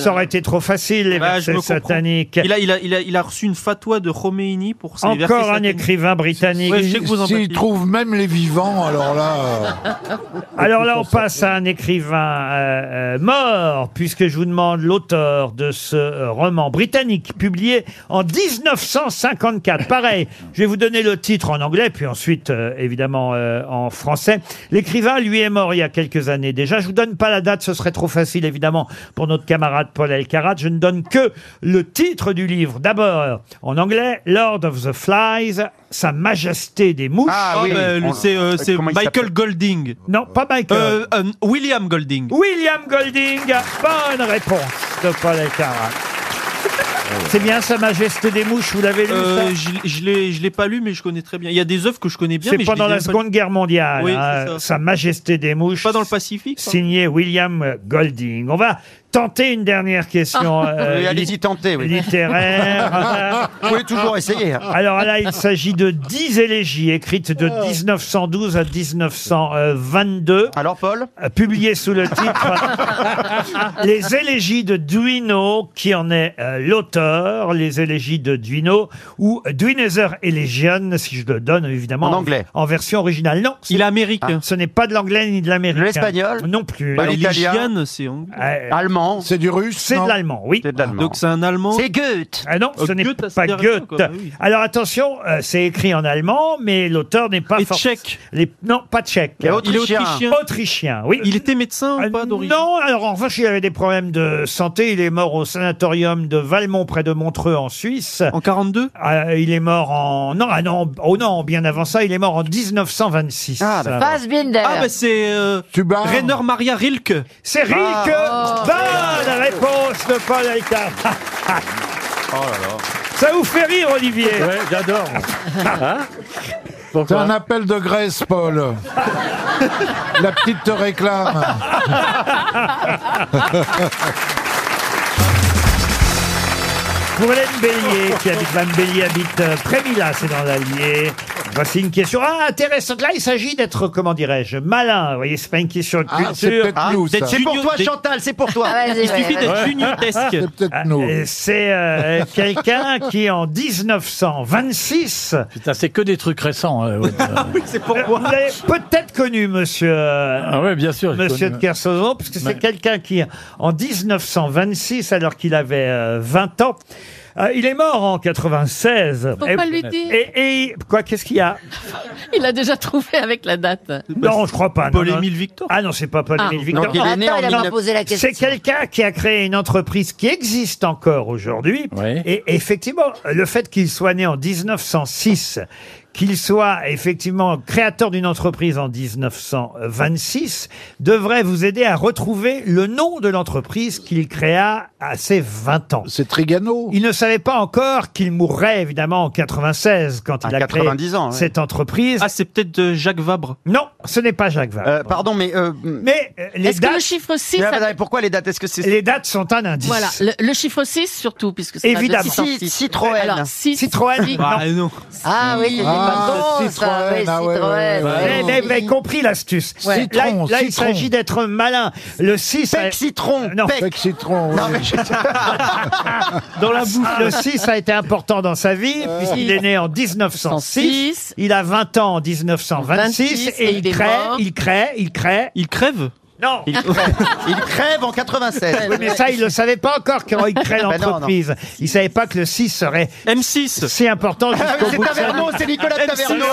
Ça aurait été trop facile, les
Bah, je
versets
me comprends.
sataniques.
Il a, il, a, il, a, il a reçu une fatwa de Khomeini pour ses versets
Encore un
sataniques.
écrivain britannique.
Ouais, je sais que vous en
S'ils
parlez.
trouvent même les vivants, alors là... euh,
Alors là, on passe à un écrivain euh, euh, mort, puisque je vous demande l'auteur de ce euh, roman britannique publié en 1954. Pareil, je vais vous donner le titre en anglais, puis ensuite, euh, évidemment, euh, en français. L'écrivain, lui, est mort il y a quelques années déjà. Je vous donne pas la date, ce serait trop facile, évidemment, pour notre camarade Paul Elkarat. Je ne donne que le titre du livre. D'abord, en anglais, Lord of the Flies, Sa Majesté des Mouches.
Ah oui, bah, le- c'est, euh, c'est Michael Golding.
Non, pas Michael.
Euh, euh, William Golding.
William Golding, bonne réponse de
<laughs>
Paul Elkarat. C'est bien Sa Majesté des Mouches, vous l'avez lu
Euh,
ça
je je l'ai, je l'ai pas lu, mais je connais très bien. Il y a des œuvres que je connais bien.
C'est
mais je les
pendant
ai
la
même pas
Seconde
lues.
Guerre mondiale,
Oui,
hein,
c'est ça.
Sa Majesté des Mouches. Pas dans le
Pacifique.
Signé William Golding. On va tenter une dernière
<laughs>
question. euh,
Ah. Oui, allez-y,
lit-
tentez, oui.
Littéraire.
<laughs> Vous pouvez toujours essayer. hein.
Alors là, il s'agit de 10 élégies écrites de
Ah.
1912 à 1922.
Alors, Paul
Euh, Publiées sous le
<laughs>
titre Les élégies de Duino, qui en est euh, l'auteur, les élégies de Duino, ou Duinezer Elegion, si je le donne évidemment.
En anglais.
En version originale. Non. Il est américain. Ce n'est pas de l'anglais ni de l'américain.
l'espagnol
Non plus.
Bah, l'italien. L'Italien,
c'est anglais.
Allemand.
C'est du russe Euh, C'est
non
de l'allemand, oui.
C'est de l'allemand.
Donc c'est un allemand.
C'est Goethe.
Ah non,
Euh,
ce n'est
Goethe, ça se
pas
dit rien,
Goethe.
quoi, bah oui.
Alors attention, euh, c'est écrit en allemand, mais l'auteur n'est pas
Et
forc-
tchèque.
Les... Non, pas tchèque.
Il est autrichien. Il est autrichien.
Autrichien, oui.
Il était médecin ou pas d'origine
Non, alors en revanche, il avait des problèmes de santé. Il est mort au sanatorium de Valmont, près de Montreux, en Suisse. En
42
Il est mort en... Non, ah non, oh non, bien avant ça, il est mort en 1926. Ah,
Fassbinder.
Ah, bah c'est. Euh, Rainer Maria Rilke.
C'est Rilke
Ah.
Bonne
Oh.
réponse de Paul Alcarat.
Oh
Ça vous fait rire, Olivier
Ouais,
j'adore.
Hein
C'est un appel de Grèce,
<laughs>
Paul. La petite te réclame.
<laughs> <laughs> Pour Hélène Bélier, qui habite, Mme Bélier habite euh, Prémila, c'est dans l'Allier. Voici une question ah, intéressante. Là, il s'agit d'être, comment dirais-je, malin. Vous voyez, c'est pas une question de
Ah,
culture.
c'est peut-être Ah, nous, c'est- ça. c'est pour toi, Chantal, c'est pour toi. Ah, vas-y, Il vas-y, suffit d'être vas-y. juniotesque. C'est peut-être nous.
Euh, C'est euh, quelqu'un qui, en 1926...
Putain, c'est que des trucs récents. euh, ouais.
Ah oui, c'est pour Vous l'avez peut-être connu, monsieur... euh,
ah ouais, bien sûr. je
Monsieur
connais.
de Kersauzon, parce que c'est
Ouais.
quelqu'un qui, en 1926, alors qu'il avait euh, 20 ans, euh, il est mort en 96.
Faut
Et-
pas lui dire.
Et, et- Eh, quoi, qu'est-ce qu'il y a
Il a déjà trouvé avec la date.
Non, je crois pas.
Paul
Émile Victor. Ah non, c'est pas Paul
Ah.
Émile
Non,
Victor.
qu'il est né Attends, en il a pas 19. posé la question.
C'est quelqu'un qui a créé une entreprise qui existe encore aujourd'hui. Et effectivement, le fait qu'il soit né en 1906, qu'il soit effectivement créateur d'une entreprise en 1926, devrait vous aider à retrouver le nom de l'entreprise qu'il créa à ses 20 ans.
C'est Trigano.
Il ne savait pas encore qu'il mourrait évidemment en 96 quand il a créé
90 ans, ouais.
cette entreprise.
Ah, c'est peut-être euh, Jacques Vabre.
Non, ce n'est pas Jacques Vabre.
Euh, pardon, mais. euh,
Mais euh, les
Est-ce que
dates,
le chiffre 6
mais attendez, pourquoi les dates Est-ce que c'est.
les dates sont un indice. <laughs>
Voilà, le, le chiffre 6 surtout, puisque c'est
Évidemment. Ci-
Citroën. Alors, 6,
Citroën,
Ah, non.
Ah oui, c'était
Ah,
pas con, ça. Oui,
Citroën, ah ouais,
Citroën.
ouais, ouais.
Eh ben, vous avez compris l'astuce.
Ouais.
Là,
Citron,
là, il
citron.
s'agit d'être malin. Le 6 a...
citron.
Non.
Avec citron.
Non,
oui. <laughs>
mais je-
Dans la bouche. Le 6 a été important dans sa vie,
Euh.
puisqu'il est né en 1906.
1906.
Il a 20 ans en 1926.
26,
et
et
il
il est
crée,
mort.
il crée, il crée.
Il crève
Non <laughs>
Il crève. <laughs> Il crève en 96.
Oui, mais ça, il ne le savait pas encore quand il crée
<laughs> Ben non, non.
l'entreprise. Il ne savait pas que le 6 serait
M6.
si important
Ah, mais
jusqu'au
c'est
bout de sa vie.
Taverneau, c'est Nicolas
<laughs>
Taverneau.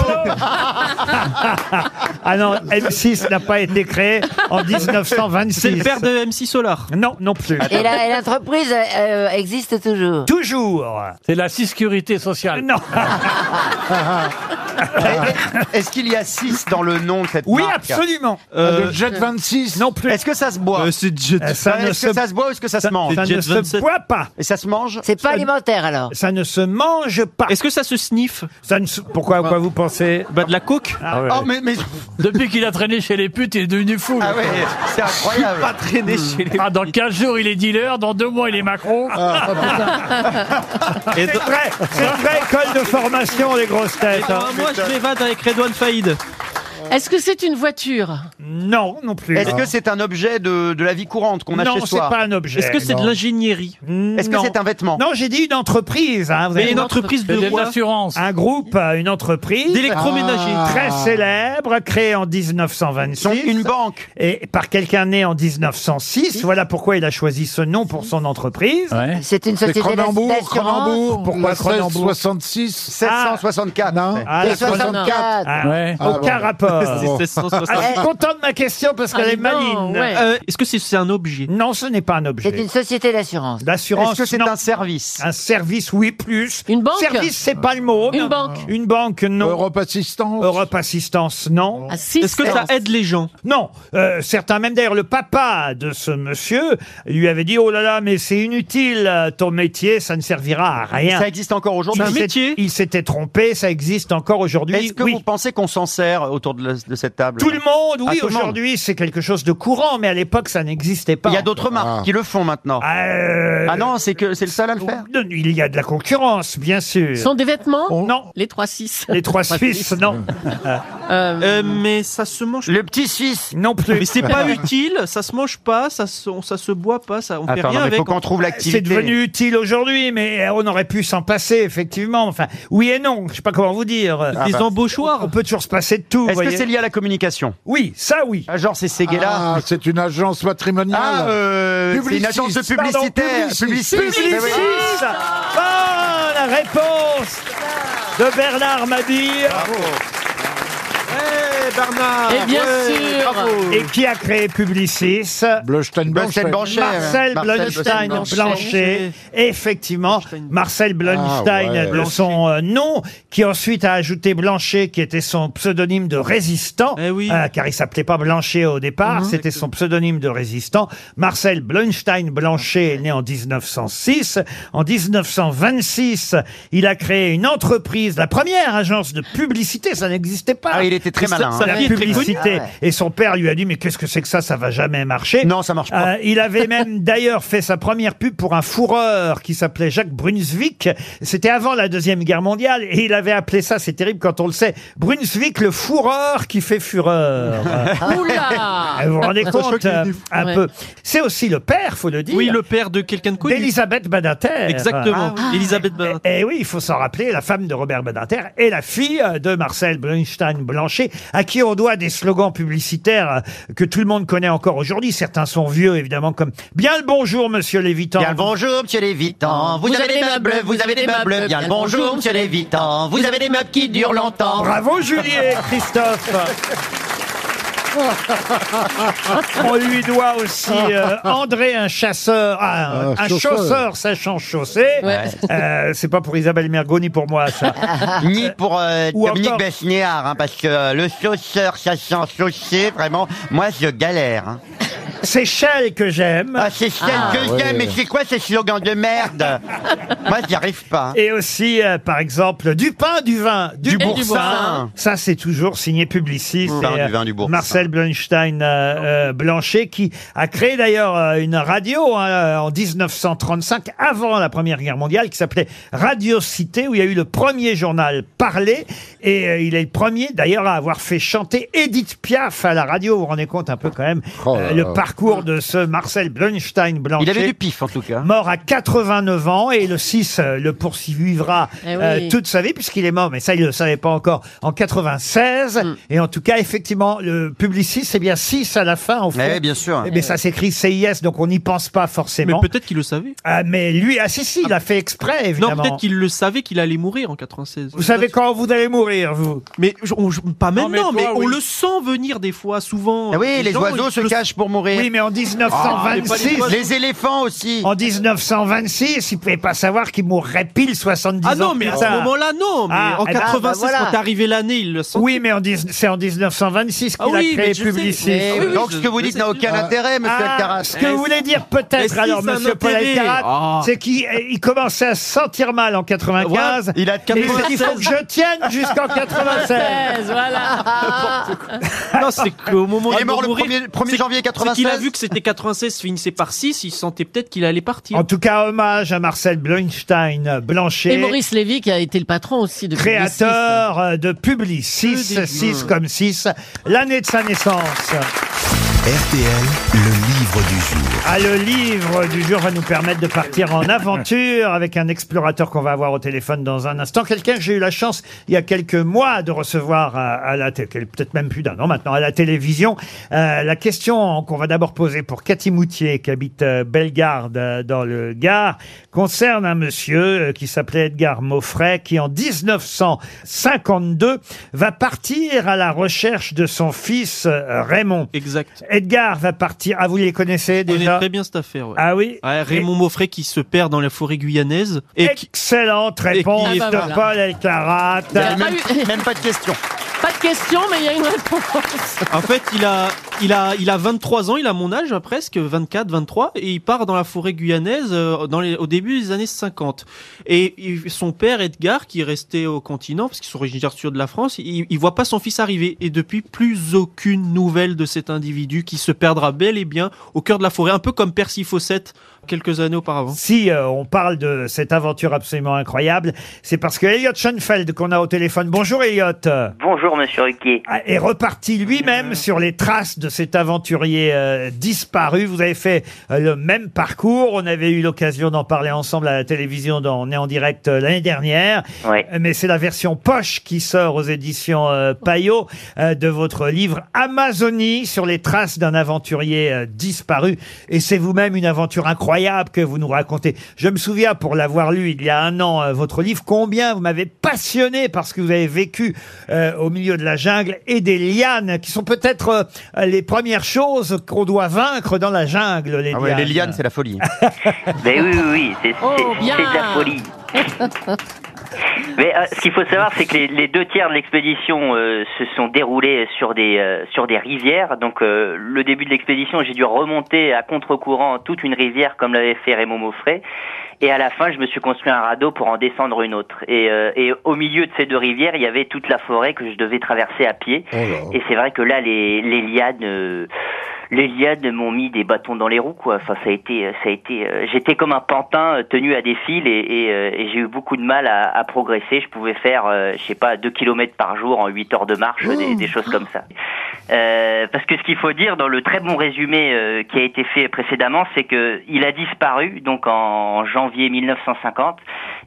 Ah non, M6 n'a pas été créé
<laughs>
en 1926.
C'est le père de MC Solar.
Non, non plus.
Et la- et l'entreprise euh, euh, existe toujours.
Toujours
Ah C'est la sécurité sociale.
Non
Est-ce qu'il y a 6 dans le nom de cette
Oui,
marque
absolument.
Euh,
Le Jet 26 Non plus.
Est-ce que ça se boit
Euh, c'est Jet-
Est-ce
Ça ne
que
se-
ça se boit ou est-ce que ça, se mange
Ça ne se boit pas.
Et ça se mange
C'est pas alimentaire alors.
Ça ne se mange pas.
Est-ce que ça se sniffe
Ça ne se- Pourquoi à quoi vous pensez Ah
Bah de la coke
Oh, mais, mais...
Depuis qu'il a traîné chez les putes, il est devenu fou.
Ah ouais, c'est incroyable.
Pas traîner chez les.
Ah, dans 15 jours, il est dealer, dans 2 mois, il est Macron. Ah.
<laughs>
Et
C'est vrai, c'est une vraie école de formation, les grosses têtes. hein.
moi je m'évade avec Redouane Faïd.
Est-ce que c'est une voiture
Non, non plus.
Est-ce que c'est un objet de, de la vie courante qu'on a
Non,
chez
c'est
soi
pas un objet.
Est-ce que c'est de l'ingénierie
Est-ce que
Non.
c'est un vêtement
Non, j'ai dit une entreprise.
Ah,
hein, vous
Mais
avez-
une entreprise
C'est
de
des
quoi
assurances.
Un groupe, euh, une entreprise.
D'électroménager.
Très célèbre, créée en
Son-
1926.
Une banque
Et par quelqu'un né en 1906. Voilà pourquoi il a choisi ce nom pour son entreprise.
Ouais.
C'est une
C'est
société
Cronenbourg,
d'assurance.
Cronenbourg,
Pourquoi
pourquoi
Cronenbourg
66
764.
Non
Ah,
Et
la-
64.
ah,
Ouais.
Ah,
Aucun
bon.
rapport.
bon.
C'est 160.
Ah, je suis content de ma question parce
Ah,
qu'elle est
mais non,
maligne.
ouais.
Euh, Est-ce que c'est c'est un objet
Non, ce n'est pas un
C'est
objet.
une société d'assurance.
D'assurance,
Est-ce que c'est
non.
un service
Un service, oui, plus.
Une banque
Service, c'est pas le mot.
Une
non.
banque.
Une banque, non.
Europe
Europe,
Assistance
Assistance, non.
Ah, si,
Est-ce que ça aide les gens
Non. Euh, certains, même d'ailleurs, le papa de ce monsieur lui avait dit, oh là là, mais c'est inutile, euh, ton métier, ça ne servira à rien.
Ça existe encore aujourd'hui
Il s'est-
métier
Il s'était trompé, ça existe encore aujourd'hui.
Est-ce que
oui.
vous pensez qu'on s'en sert autour de, la- de cette table Ah,
Tout le monde, oui,
tout le monde.
aujourd'hui, c'est quelque chose de courant, mais à l'époque, ça n'existait pas.
Il y a d'autres marques
Ah.
qui le font maintenant. Ah,
Euh,
non, c'est que c'est le seul à le faire
non, Il y a de la concurrence, bien sûr.
Ce sont des vêtements
Non.
Les 3-6.
Les trois Suisses, non.
Euh, Mais ça se mange.
Le petit Suisse
Non plus.
Mais c'est
<laughs>
pas utile, ça se mange pas, ça se, on- ça se boit pas, ça, on fait rien
Attends, non, Ah, mais
avec.
faut qu'on trouve l'activité.
C'est devenu utile aujourd'hui, mais on aurait pu s'en passer, effectivement. Enfin, oui et non, je sais pas comment vous dire.
Des
Des- On
embauchoirs.
peut toujours se passer de tout,
Ah,
vous
bah. Est-ce que
voyez.
c'est lié à la communication
Oui, ça oui.
Ah, Genre, c'est Seguela
Ah, c'est une agence matrimoniale.
Ah, euh, c'est une
Publicis,
agence de
pardon,
publicitaire.
publicis.
Publicis,
Publicis
mais oui.
Ah, la réponse de Bernard Mabille,
Eh, Bernard
Et bien sûr.
et qui a créé Publicis.
Bleustein
Marcel
Blanchet.
Blanchet.
Marcel Blunstein
Blanchet.
Blanchet, effectivement, Marcel Blunstein
Ah ouais.
de son euh, nom, qui ensuite a ajouté Blanchet, qui était son pseudonyme de résistant,
Eh oui. Mhm.
euh, car il s'appelait pas Blanchet au départ, c'était son pseudonyme de résistant. Marcel Blunstein Blanchet est né en 1906. En 1926, il a créé une entreprise, la première agence de publicité, ça n'existait pas.
Ah, il était très
Ça-
malin.
ça-
hein.
la
fille est très
publicité.
connue. Ah ouais.
Et son père lui a dit, mais qu'est-ce que c'est que ça, ça va jamais marcher.
Non, ça marche pas.
Euh, il
<laughs>
avait même d'ailleurs fait sa première pub pour un fourreur qui s'appelait Jacques Brunswick. C'était avant la Deuxième Guerre mondiale et il avait appelé ça, c'est terrible quand on le sait, Brunswick le fourreur qui
<laughs>
fait fureur.
Oula
Euh, vous vous rendez compte euh, un
Ouais.
peu C'est aussi le père, faut le dire,
Oui, le père de quelqu'un de connu.
d'Elisabeth Badinter. Ah,
Exactement. Elisabeth Badinter.
Et Eh, oui, il faut s'en rappeler, la femme de Robert Badinter et la fille euh, de Marcel Blunstein Blanchet, à qui on doit des slogans publicitaires euh, que tout le monde connaît encore aujourd'hui. Certains sont vieux, évidemment, comme Bien le bonjour, monsieur Lévitant.
Bien le bonjour, monsieur Lévitan. Vous, avez des meubles, vous avez des meubles. Bien le bonjour, monsieur Lévitan. Vous avez des meubles qui durent longtemps.
Bravo Julie et Christophe <laughs> On lui doit aussi euh, André, un chasseur, ah, un,
Un
un
chausseur.
chausseur sachant chausser.
Ouais.
Euh, c'est pas pour Isabelle Mergo ni pour moi ça.
<laughs> <laughs> Ni pour euh,
Ou
Dominique
encore-
Besnéard, hein, parce que euh, le sauceur, ça sent saucer, vraiment, moi je galère. hein.
C'est Shell que j'aime.
Ah, c'est celle que
ouais.
j'aime, mais c'est quoi ces slogans de
<laughs>
merde Moi j'y arrive pas.
Et aussi, euh, par exemple, du pain, du vin, du,
Du
boursin.
boursin.
Ça, c'est toujours signé Publicis.
Du pain,
Et,
du vin, du boursin.
Marcel Blunstein euh, euh, Blanchet, qui a créé d'ailleurs euh, une radio hein, en 1935, avant la Première Guerre mondiale, qui s'appelait Radio Cité, où il y a eu le premier journal parlé. Et euh, il est le premier, d'ailleurs, à avoir fait chanter Edith Piaf à la radio. Vous vous rendez compte un peu quand même
Oh là
euh, le
là.
parcours de ce Marcel Blunstein Blanchet
Il avait du pif en tout cas.
mort à 89 ans et le 6 euh, le poursuivra
Eh
euh,
oui.
toute sa vie puisqu'il est mort, mais ça il ne le savait pas encore, en 96.
Hmm.
Et en tout cas, effectivement, le publiciste, c'est bien 6 à la fin, au fond.
Eh, bien sûr.
Mais ben, ça s'écrit CIS, donc on n'y pense pas
Mais
forcément.
peut-être qu'il le savait.
Ah, mais lui, ah si, si, il a fait exprès, évidemment.
Non, peut-être qu'il le savait qu'il allait mourir en 96.
Vous savez quand vous allez mourir, vous
Mais je- on- je- pas
Non, mais
maintenant, mais,
toi,
on
oui.
le sent venir des fois, souvent.
Ah oui, les
gens,
oiseaux
ils
se
le- Ah,
cachent pour mourir. Ah,
Oui, Oui, mais en 1926.
Les éléphants aussi.
En 1926, il ne pouvait pas savoir qu'il mourrait pile 70 ans.
Ah non, mais à
plus
ce
tard.
moment-là, non. Mais
Ah,
en
eh ben,
96,
bah voilà.
quand est arrivée l'année, il le sent.
Oui, mais en dix- c'est en 1926 qu'il
Ah oui,
a créé
mais je sais.
Publicis.
Mais oui, oui,
Donc ce que vous dites n'a aucun intérêt, monsieur
Ah,
Alcaraz.
Ce que vous voulez dire peut-être
Mais si,
alors,
c'est un
monsieur Paul
intérêt.
Alcaraz,
Ah.
c'est qu'il euh, il commençait à se sentir mal en 95.
Il a de
Et il s'est dit, il faut que je tienne jusqu'en 96.
<laughs>
16,
<laughs>
voilà.
Non, c'est qu'au moment
Il est
de
mort le
mourir,
1er, 1er janvier
c'est qu'il a
96.
vu que c'était 96, finissait par 6, il sentait peut-être qu'il allait partir.
En tout cas, hommage à Marcel Blunstein Blanchet.
Et Maurice Lévy qui a été le patron aussi de Publicis.
Créateur euh, de Publicis, 6 comme 6, l'année de sa naissance.
RTL, le livre du jour.
Ah, le livre du jour va nous permettre de partir en aventure avec un explorateur qu'on va avoir au téléphone dans un instant. Quelqu'un que j'ai eu la chance il y a quelques mois de recevoir à, à la télé, peut-être même plus d'un an maintenant, à la télévision. Euh, la question qu'on va d'abord poser pour Cathy Moutier qui habite euh, Bellegarde euh, dans le Gard concerne un monsieur euh, qui s'appelait Edgar Moffret qui en 1952 va partir à la recherche de son fils euh, Raymond.
Exact.
Edgar va partir. Ah, vous les connaissez
On est
déjà
très bien cette affaire. ouais.
Ah oui
Ouais, Raymond Moffret qui se perd dans la forêt guyanaise et qui-
Excellente
et qui-
réponse
Ah bah
de
voilà.
Paul Elkarat.
Il n'y a pas, eu-
Même pas de question.
pas de question, mais il y a une réponse.
En fait, il a, il a, il a 23 ans, il a mon âge hein, presque, 24, 23, et il part dans la forêt guyanaise euh, dans les, au début des années 50. Et il- son père Edgar, qui est resté au continent, parce qu'ils sont originaires du sud de la France, il, il voit pas son fils arriver. Et depuis, plus aucune nouvelle de cet individu qui se perdra bel et bien au cœur de la forêt, un peu comme Percy Fawcett quelques années auparavant.
Si euh, on parle de cette aventure absolument incroyable, c'est parce que Elliot Schoenfeld qu'on a au téléphone. Bonjour Elliot. euh,
Bonjour, monsieur Ruquier.
Est reparti lui-même sur les traces de cet aventurier euh, disparu. Vous avez fait euh, le même parcours. On avait eu l'occasion d'en parler ensemble à la télévision dans On est en direct euh, l'année dernière. Euh,
Ouais.
Mais c'est la version poche qui sort aux éditions euh, Payot euh, de votre livre Amazonie sur les traces d'un aventurier euh, disparu. Et c'est vous-même une aventure incroyable que vous nous racontez. Je me souviens, pour l'avoir lu il y a un an, euh, votre livre, combien vous m'avez passionné parce que vous avez vécu euh, au milieu de la jungle et des lianes qui sont peut-être euh, les premières choses qu'on doit vaincre dans la jungle. Les
Ah ouais, les lianes, c'est la folie.
Ben oui, oui, oui, c'est
Oh,
c'est-
bien.
c'est de la folie. Mais euh, ce qu'il faut savoir, c'est que les, les deux tiers de l'expédition euh, se sont déroulés sur des euh, sur des rivières. Donc euh, le début de l'expédition, j'ai dû remonter à contre-courant toute une rivière comme l'avait fait Raymond Moffret. Et à la fin, je me suis construit un radeau pour en descendre une autre. Et, euh, et au milieu de ces deux rivières, il y avait toute la forêt que je devais traverser à pied. Et c'est vrai que là, les, les liades, euh, les liades m'ont mis des bâtons dans les roues, quoi. Enfin, ça a été, euh, ça a été, euh, j'étais comme un pantin euh, tenu à des fils et, et, euh, et j'ai eu beaucoup de mal à, à progresser. Je pouvais faire, euh, je sais pas, deux kilomètres par jour en 8 heures de marche, des, des choses comme ça. Euh, parce que ce qu'il faut dire dans le très bon résumé euh, qui a été fait précédemment, c'est que il a disparu donc en janvier 1950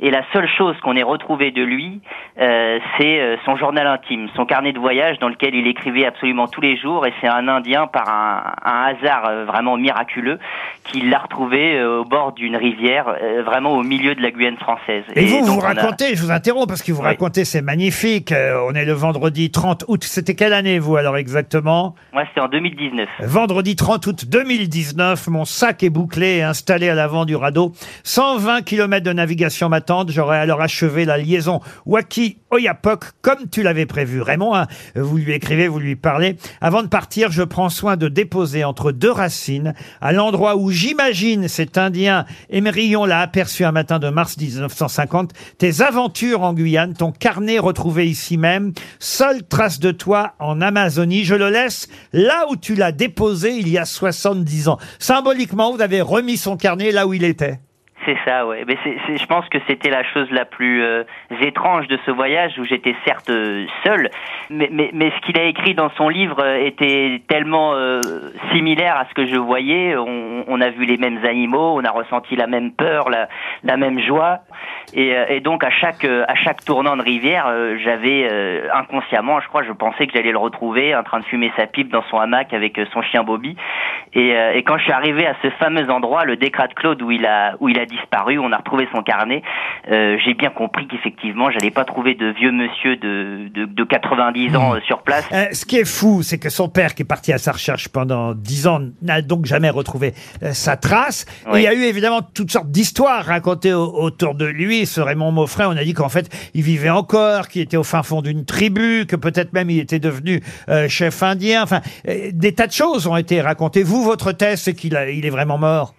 et la seule chose qu'on ait retrouvée de lui, euh, c'est euh, son journal intime, son carnet de voyage dans lequel il écrivait absolument tous les jours. Et c'est un Indien par un, un hasard euh, vraiment miraculeux qui l'a retrouvé euh, au bord d'une rivière, euh, vraiment au milieu de la Guyane française.
Et, vous, vous
donc, on a-
racontez, je vous interromps parce que vous
Oui.
racontez, c'est magnifique. Euh, on est le vendredi 30 août. C'était quelle année, vous, alors exactement
Moi, c'était en 2019.
Vendredi 30 août 2019, mon sac est bouclé et installé à l'avant du radeau. 120 km de navigation m'attendent. J'aurai alors achevé la liaison Waki-Oyapok comme tu l'avais prévu. Raymond, hein, vous lui écrivez, vous lui parlez. Avant de partir, je prends soin de déposer entre deux racines, à l'endroit où j'imagine cet Indien Émerillon l'a aperçu un matin de mars 1950, tes aventures en Guyane, ton carnet retrouvé ici même, seule trace de toi en Amazonie, je le laisse là où tu l'as déposé il y a 70 ans. Symboliquement, vous avez remis son carnet là où il était.
C'est ça, ouais. Mais c'est, c'est- je pense que c'était la chose la plus euh, étrange de ce voyage où j'étais certes euh, seul, mais, mais, mais ce qu'il a écrit dans son livre euh, était tellement euh, similaire à ce que je voyais. On, on a vu les mêmes animaux, on a ressenti la même peur, la, la même joie, et, euh, et donc à chaque euh, à chaque tournant de rivière, euh, j'avais euh, inconsciemment, je crois, je pensais que j'allais le retrouver en train de fumer sa pipe dans son hamac avec euh, son chien Bobby. Et, euh, et quand je suis arrivé à ce fameux endroit, le décrat de Claude où il a où il a disparu, on a retrouvé son carnet. euh, j'ai bien compris qu'effectivement, j'allais pas trouver de vieux monsieur de de, de 90 ans euh, sur place.
Euh, ce qui est fou, c'est que son père, qui est parti à sa recherche pendant dix ans, n'a donc jamais retrouvé euh, sa trace. Et il y a eu évidemment toutes sortes d'histoires racontées au- autour de lui. Ce Raymond Moffret, on a dit qu'en fait, il vivait encore, qu'il était au fin fond d'une tribu, que peut-être même il était devenu euh, chef indien. Enfin, euh, des tas de choses ont été racontées. Vous, votre thèse, c'est qu'il a- il est vraiment mort.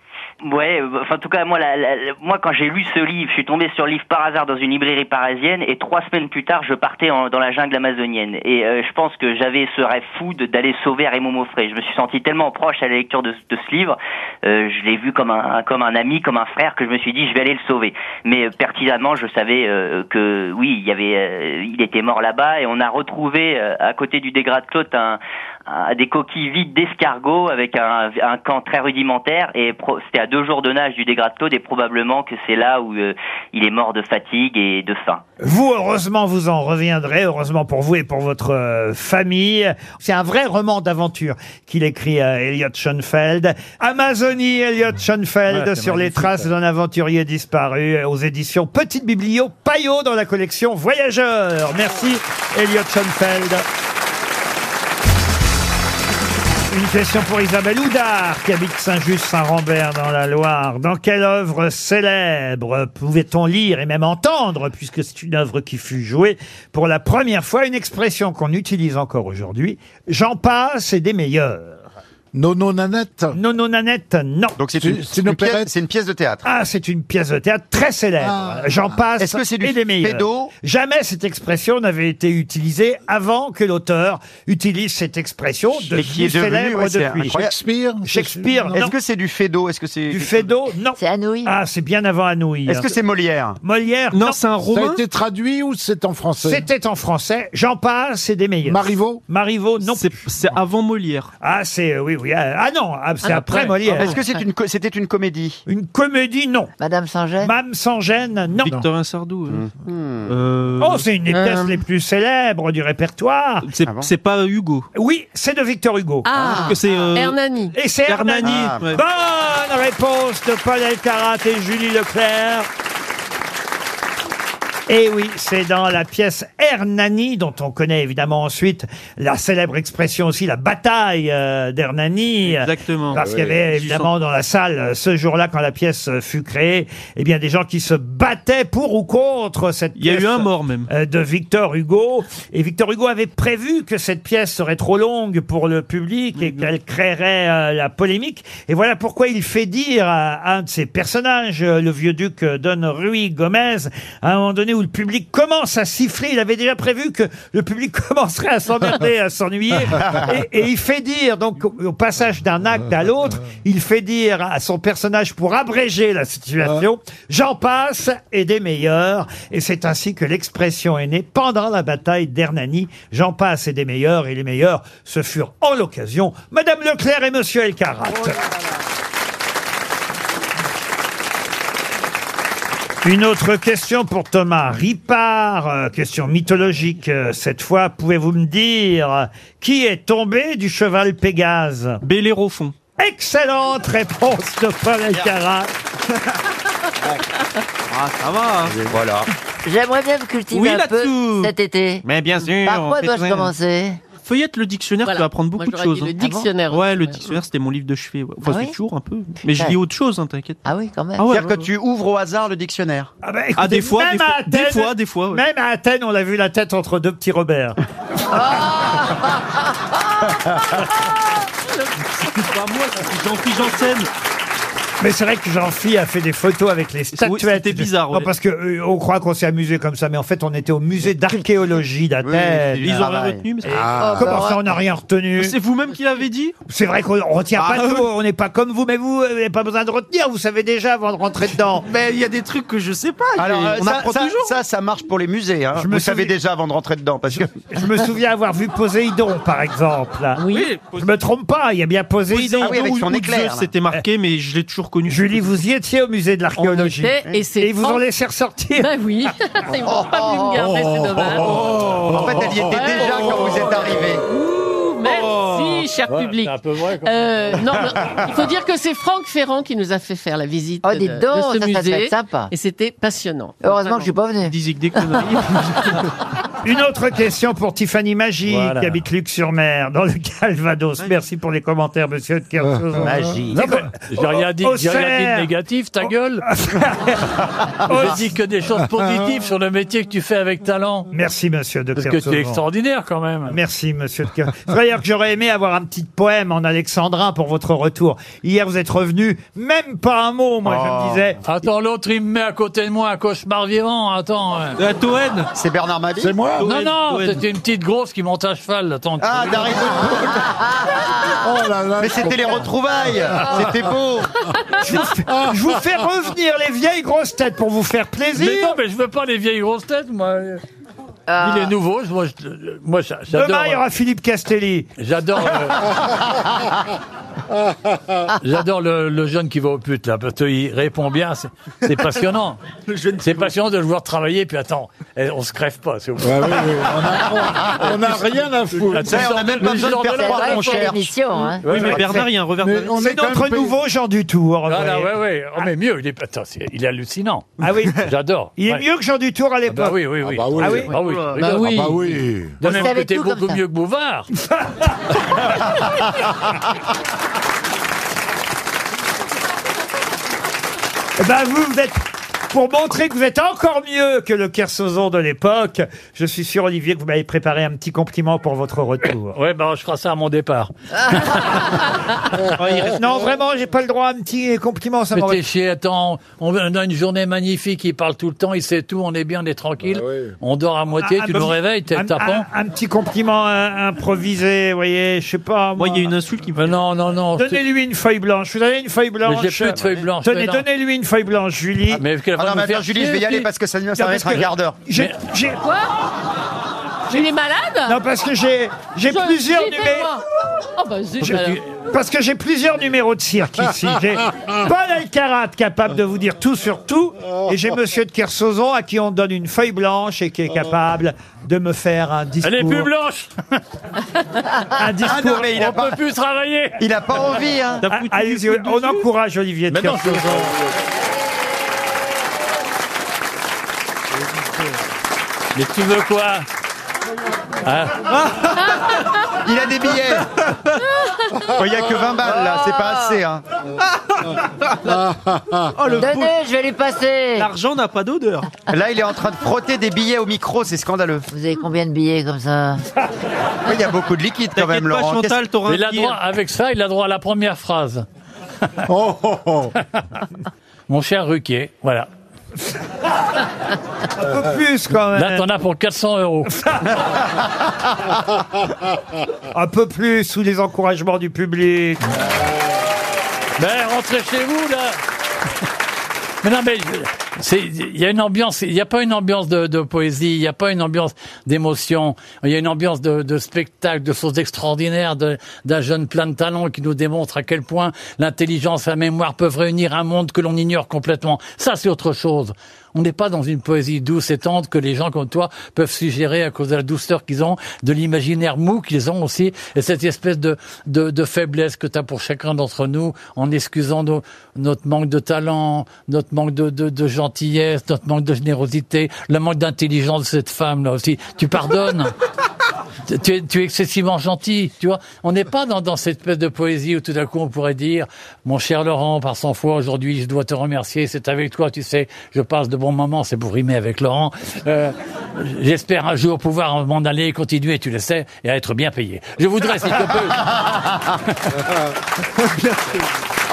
Ouais, euh, enfin, en tout cas, moi, la, la- la- moi, quand j'ai lu ce livre, je suis tombé sur le livre par hasard dans une librairie parisienne, et trois semaines plus tard, je partais en- dans la jungle amazonienne. Et euh, je pense que j'avais ce rêve fou de- d'aller sauver Raymond Moffret. Je me suis senti tellement proche à la lecture de, ce- de ce livre, euh, je l'ai vu comme un, comme un ami, comme un frère, que je me suis dit, je vais aller le sauver. Mais euh, pertinemment, je savais euh, que oui, il y avait, euh, il était mort là-bas, et on a retrouvé euh, à côté du dégrat de Claude un, à des coquilles vides d'escargots avec un, un camp très rudimentaire et pro- c'était à deux jours de nage du dégrat de Claude et probablement que c'est là où euh, il est mort de fatigue et de faim.
Vous, heureusement, vous en reviendrez, heureusement pour vous et pour votre euh, famille. C'est un vrai roman d'aventure qu'il écrit à Elliot Schoenfeld. Amazonie, Elliot Schoenfeld,
Ouais, c'est
sur les
magnifique,
traces d'un aventurier disparu, euh, aux éditions Petite Biblio Payot dans la collection Voyageurs. Merci, Elliot Schoenfeld. Une question pour Isabelle Houdard, qui habite Saint-Just-Saint-Rambert dans la Loire. Dans quelle œuvre célèbre pouvait-on lire et même entendre, puisque c'est une œuvre qui fut jouée pour la première fois, une expression qu'on utilise encore aujourd'hui J'en passe et des meilleurs. Nono Nanette Nono Nanette, non.
Donc c'est une, c'est une pièce, c'est une pièce de théâtre.
Ah, c'est une pièce de théâtre très célèbre.
Ah.
J'en passe.
Est-ce que c'est du
et des meilleurs.
Feydeau
Jamais cette expression n'avait été utilisée avant que l'auteur utilise cette expression
Et
devenue
qui est devenu,
célèbre
ouais, c'est
depuis.
incroyable. Shakespeare
Shakespeare.
Est-ce que
c'est du Fédo Est-ce que c'est du Fédo Non. C'est Anouilh. Ah, c'est bien avant Anouilh.
Est-ce que c'est Molière
Molière
Non, c'est un roman.
Ça a été traduit ou c'est en français
C'était en français. J'en passe, c'est des meilleurs. Marivaux Marivaux, non. C'est avant Molière. Ah, c'est euh, oui, oui. Ah ah non, <laughs> ah, c'est
Ah,
après
après.
Molière.
Est-ce que c'est une co-
c'était une comédie Une comédie, non. Madame Sangène. Madame Sangène, non.
Victorin Sardou. euh.
Hmm.
Oh, c'est une des pièces les plus célèbres du répertoire.
C'est
Ah
c'est pas Hugo.
Oui, c'est de Victor Hugo.
Ah. Que c'est, euh, Hernani.
Et c'est Hernani.
Hernani, Ah, ouais.
Ah, Bonne réponse de Paul Elkarat et Julie Leclerc. Et oui, c'est dans la pièce Hernani, dont on connaît évidemment ensuite la célèbre expression aussi, la bataille euh, d'Hernani.
Exactement.
Parce qu'il y
Ouais.
avait évidemment dans la salle, euh, ce jour-là, quand la pièce euh, fut créée, eh bien, des gens qui se battaient pour ou contre cette
Il y a eu
pièce,
un mort, même.
euh, De Victor Hugo. Et Victor Hugo avait prévu que cette pièce serait trop longue pour le public et qu'elle créerait euh, la polémique. Et voilà pourquoi il fait dire à, à un de ses personnages, euh, le vieux duc euh, Don Ruy Gomez, à un moment donné où le public commence à siffler, il avait déjà prévu que le public <laughs> commencerait à s'emmerder,
<laughs>
à s'ennuyer. Et, et il fait dire, donc, au au passage d'un acte à l'autre, il fait dire à son personnage pour abréger la situation, j'en passe et des meilleurs. Et c'est ainsi que l'expression est née pendant la bataille d'Hernani. J'en passe et des meilleurs. Et les meilleurs, ce furent en l'occasion Madame Leclerc et Monsieur Elkarat. Une autre question pour Thomas Ripard, euh, question mythologique euh, cette fois. Pouvez-vous me dire euh, qui est tombé du cheval Pégase Bélérophon. Excellente réponse de Paul Alcarat.
Ah, ça va.
hein.
Voilà.
J'aimerais bien me cultiver
Oui,
un peu
là-dessous.
cet été.
Mais bien sûr.
Par
on
quoi
fait
dois-je
tout.
commencer
Feuillette le dictionnaire,
Voilà.
tu vas apprendre
Moi,
beaucoup de
j'aurais
choses.
dit le
hein.
dictionnaire
Ouais, le dictionnaire, c'était mon livre de chevet. ouais. Enfin,
Ah
c'est
oui
toujours un peu. Mais je
Ouais.
lis autre chose, hein, t'inquiète.
Ah oui, quand même.
Ah ouais,
C'est-à-dire
ouais,
que
ouais.
tu ouvres au hasard le dictionnaire.
Ah bah,
Ah, des fois,
même
des
à
fois, des
Athènes-
fois, des fois, ouais.
Même à Athènes, on a vu la tête entre deux petits <laughs> Robert.
C'est pas Ah, moi, c'est Jean-Philippe Janssen.
Mais c'est vrai que Jean-Phi a fait des photos avec les statuettes. C'était bizarre. Non, parce que euh, on croit qu'on s'est amusé comme ça, mais en fait, on était au musée d'archéologie d'Athènes.
Eh, Ils ont rien retenu. mais c'est-
Ah. Comment ça, on n'a rien retenu
C'est vous-même qui l'avez dit
C'est vrai qu'on on retient
Ah,
pas
oui.
tout, on n'est pas comme vous, mais vous, vous n'avez pas besoin de retenir, vous savez déjà avant de rentrer dedans.
<laughs> Mais il y a des trucs que je sais pas.
Ah,
Alors, euh,
on
ça,
apprend
ça,
toujours.
ça, ça marche pour les musées. Hein.
Je me
Vous savez
souviens-
déjà avant de rentrer dedans, parce que
Je me souviens avoir vu Poséidon, par exemple.
Oui.
Je me trompe pas, il y a bien Poséidon.
Poséidon, ou- ou Zeus, C'était marqué, mais je l'ai toujours connu.
Julie, vous y étiez au musée de l'archéologie.
On y était, et c'est
ils vous
en-
ont laissé ressortir.
Bah
<laughs>
oui, ils m'ont pas voulu me
Oh.
garder, c'est dommage.
En fait, elle y était déjà quand vous êtes arrivé.
Oh.
Ouh, merci, cher
Ouais,
public.
c'est un peu vrai, quand
Euh,
même.
non, mais il faut dire que c'est Franck Ferrand qui nous a fait faire la visite
Oh,
de,
dis
de
donc, ça, ça
ce
devait
musée.
être sympa.
Et c'était passionnant.
Heureusement que je suis pas venu.
des conneries.
<laughs> Une autre question pour Tiffany Magie,
Voilà.
qui habite Luc-sur-Mer, dans le Calvados. Merci pour les commentaires, monsieur de Kersauzon.
Magie.
Non, mais-
J'ai rien dit, j'ai rien dit de
Auxerre.
négatif, ta
<laughs>
gueule. J'ai dit que des choses positives sur le métier que tu fais avec talent.
Merci, monsieur de
Parce que
Kersauzon.
tu es extraordinaire quand même.
Merci, monsieur de Kersauzon. C'est vrai, d'ailleurs, que j'aurais aimé avoir un petit poème en alexandrin pour votre retour. Hier, vous êtes revenu, même pas un mot, moi, je me disais.
Attends, l'autre, il me met à côté de moi un cauchemar vivant. Attends.
Euh,
La Touraine
C'est Bernard Mabie
C'est moi Non,
Touraine,
non,
Touraine.
c'était une petite grosse qui monte à cheval. Attends.
Ah, Darry
Oh
Mais c'était les retrouvailles C'était beau
Je vous fais- je vous fais revenir les vieilles grosses têtes pour vous faire plaisir.
Mais non, mais je veux pas les vieilles grosses têtes, moi.
Ah.
Il est nouveau, je- moi, je- moi j'a- j'adore. hein.
Demain, il y aura Philippe Castelli.
J'adore. euh, J'adore le, le jeune qui va au pute, là, parce qu'il répond bien, c'est c'est passionnant. C'est passionnant de le voir travailler, puis attends, eh, on se crève pas, c'est
Ouais, oui, oui, on a- on a rien à foutre.
Ah,
Attends,
Ouais, on a même pas besoin
Ah, le
de
genre
faire
là,
croire
on
qu'on
cherche.
cherche.
L'émission, hein.
Ouais, ouais.
Mais on C'est est quand notre même payé. nouveau Jean du Tour.
Ah, là,
vous
ouais,
voyez.
ouais. Oh, mais mieux, il est, attends, c'est- il est hallucinant.
Ah oui.
J'adore.
Il est
Ouais.
mieux que Jean du Tour à
Ah bah
l'époque.
oui, oui, oui.
Ah bah oui.
Ah oui. Ah
Ah bah oui.
bah De
Vous
même
savez
que t'es
tout comme
beaucoup
ça.
mieux que
<laughs>
Bouvard.
Eh ben vous, vous êtes. Pour montrer que vous êtes encore mieux que le Kersozon de l'époque, je suis sûr, Olivier, que vous m'avez préparé un petit compliment pour votre retour.
Ouais, bah, je ferai ça à mon départ.
non, vraiment, j'ai pas le droit à un petit compliment, ça
Mais
m'aurait-
t'es chier, attends, on on a une journée magnifique, il parle tout le temps, il sait tout, on est bien, on est tranquille. On dort à moitié,
Un-
tu
un
nous
petit-
réveilles, t'es
un,
tapant.
un- un petit compliment euh, improvisé, vous voyez, je sais pas. Moi, Euh, il y a une
insulte qui
me. Non, non, non.
Donnez-lui une feuille blanche. Vous avez une feuille blanche.
Mais j'ai plus de feuille blanche, mais
Tenez,
non.
donnez-lui une feuille blanche, Julie.
mais qu'elle va Ah non, nous mais faire attends, Julie, je vais y chier, aller puis- parce que ça- ça
Non,
va
parce
être un
que
quart d'heure.
j'ai-
Mais-
j'ai-
Quoi Il est malade
Non, parce que j'ai j'ai
Je-
plusieurs
j'y vais,
numéros.
moi. Oh, bah, zut,
j'ai-
alors.
Parce que j'ai plusieurs numéros de cirque ici. <laughs> J'ai Paul Alcarat capable de vous dire tout sur tout. Et j'ai Monsieur de Kersozon à qui on donne une feuille blanche et qui est capable de me faire un discours.
Elle est plus <laughs> blanche
Un discours.
Ah non, mais il a
On
pas-
peut plus travailler
Il a pas envie, hein
Ah, allez-y, on encourage Olivier de
Mais non,
Kersozon.
Mais tu veux quoi Ah.
Il a des
<laughs>
<laughs>
billets Oh, Il y a que 20 balles, là, c'est pas assez, hein
Donnez, je vais lui passer.
euh, L'argent n'a pas d'odeur.
Là, il est en train de frotter des billets au micro, c'est scandaleux.
Vous avez combien de billets comme ça
Ouais, Il y a beaucoup de liquide, <laughs> quand même, Laurent. Qu'est-ce-
Il a droit, avec ça, il a droit à la
<laughs>
première phrase.
Oh,
Mon cher Ruquier, voilà.
Un peu plus quand même.
Là, t'en as pour 400
<laughs>
euros.
Un peu plus sous les encouragements du public.
Ben, rentrez chez vous, là Mais non, mais c'est- il y a une ambiance, il n'y a pas une ambiance de, de poésie, il n'y a pas une ambiance d'émotion, il y a une ambiance de, de spectacle, de choses extraordinaires, de- d'un jeune plein de talent qui nous démontre à quel point l'intelligence et la mémoire peuvent réunir un monde que l'on ignore complètement. Ça, c'est autre chose. On n'est pas dans une poésie douce et tendre que les gens comme toi peuvent suggérer à cause de la douceur qu'ils ont, de l'imaginaire mou qu'ils ont aussi, et cette espèce de, de, de faiblesse que tu as pour chacun d'entre nous en excusant nos- notre manque de talent, notre manque de, de, de gentillesse, notre manque de générosité, le manque d'intelligence de cette femme-là aussi. Tu pardonnes tu es, tu es excessivement gentil, tu vois. On n'est pas dans, dans cette espèce de poésie où tout à coup on pourrait dire, mon cher Laurent, par 100 fois aujourd'hui, je dois te remercier, c'est avec toi, tu sais, je passe de bons moments, c'est pour rimer avec Laurent. Euh, J'espère un jour pouvoir m'en aller et continuer, tu le sais, et à être bien payé. Je voudrais, s'il te <laughs> plaît.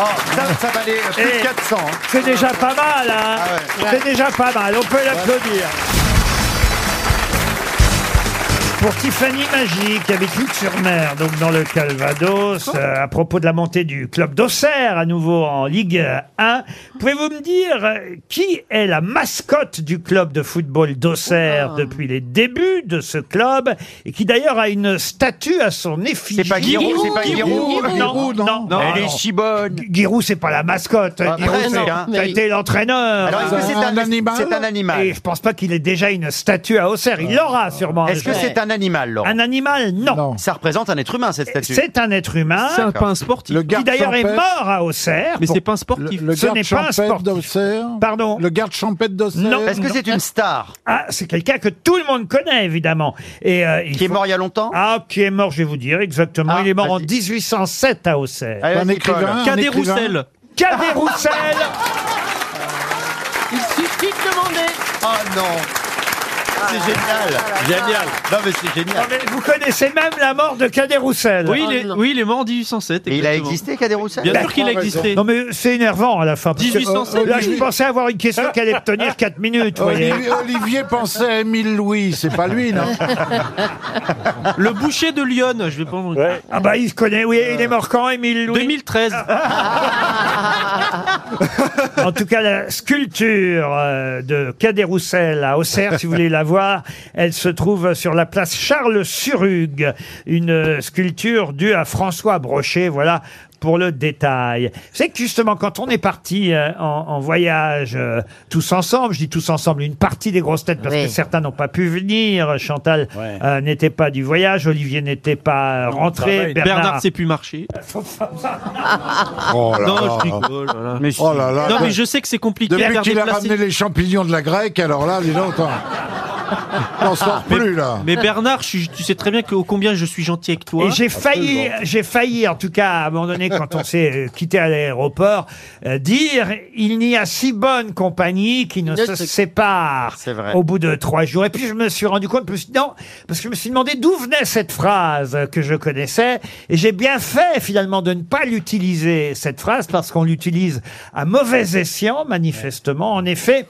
Oh, ça, ça valait plus de
Eh.
400. hein.
C'est déjà pas mal, hein
Ah
C'est déjà pas mal, on peut l'applaudir. Pour Tiffany Magie, qui habite Luc-sur-Mer, donc dans le Calvados,
Oh.
euh, à propos de la montée du club d'Auxerre, à nouveau en Ligue 1, pouvez-vous me dire euh, qui est la mascotte du club de football d'Auxerre
Ah.
depuis les débuts de ce club, et qui d'ailleurs a une statue à son effigie
C'est pas Giroud, c'est pas Giroud.
Non, non, non.
Elle est si bonne.
Giroud, c'est pas la mascotte.
Ah,
Giroud,
presque,
c'est-
hein.
ça a été l'entraîneur.
Alors, est-ce que c'est un,
animal
C'est un animal.
Et je pense pas qu'il ait déjà une statue à Auxerre. Il l'aura sûrement. un
Est-ce que
jour.
c'est un
animal, Laurent.
Un animal, non.
Ça représente un être humain, cette statue.
C'est un être humain.
C'est un
D'accord.
pain sportif. Le
qui
garde
d'ailleurs est
champêtre.
mort à Auxerre.
Mais
Bon.
c'est pas un sportif.
Le
Ce
garde
n'est pas un
champêtre
sportif.
d'Auxerre
Pardon
Le garde champêtre d'Auxerre
Non.
star
Ah, c'est quelqu'un que tout le monde connaît, évidemment. Et, qui est
mort il y a longtemps
Ah, qui est mort, je vais vous dire exactement.
Ah,
il est mort en 1807 à Auxerre.
Eh,
Allez, Un vas-y, écrivain, Paul. un Cadet écrivain. Roussel.
Cadet
<laughs>
Roussel
Il suffit de demander.
Ah
Oh,
non. C'est génial.
Génial.
Non, mais c'est génial.
Non, mais Vous connaissez même la mort de Cadet Roussel
Oui, il
Oh,
est, oui, il est mort en 1807.
Et il a
exactement.
existé, Cadet Roussel
Bien sûr qu'il a existé.
Non mais c'est énervant à la fin. parce que, euh,
1807.
Là, je pensais avoir une <laughs> question qui allait me tenir 4 minutes, vous voyez.
Olivier, Olivier pensait à Émile Louis, c'est pas lui, non
Le boucher de Lyon, je vais pas vous dire.
Ah bah il se connaît, oui, il est mort quand, Émile Louis
2013.
En tout cas, la sculpture euh, de Cadet Roussel à Auxerre, si vous voulez la voir, elle se trouve sur la place Charles Surugue, une euh, sculpture due à François Brochet, voilà. Pour le détail. C'est que justement, quand on est parti euh, en, en voyage euh, tous ensemble, je dis tous ensemble, une partie des grosses têtes, parce
Oui.
que certains n'ont pas pu venir, Chantal euh, n'était pas du voyage, Olivier n'était pas rentré,
Bernard, c'est plus marché.
Oh
non, je rigole. voilà.
Oh là là.
Non, mais je sais que c'est compliqué à
Depuis
faire
qu'il a
déplacer.
ramené les champignons de la grecque, alors là, hein. les gens, attends. On sort
Ah, mais,
plus, là.
mais Bernard, je suis- tu sais très bien que, ô combien je suis gentil avec toi.
Et j'ai failli, j'ai failli, en tout cas, à un moment donné, quand on s'est euh, quitté à l'aéroport, euh, dire il n'y a si bonne compagnie qui ne
Ne
se
se-
sépare
C'est vrai.
au bout de trois jours. Et puis je me suis rendu compte, je me suis dit, non, parce que je me suis demandé d'où venait cette phrase euh, que je connaissais. Et j'ai bien fait, finalement, de ne pas l'utiliser, cette phrase, parce qu'on l'utilise à mauvais escient, manifestement. En effet,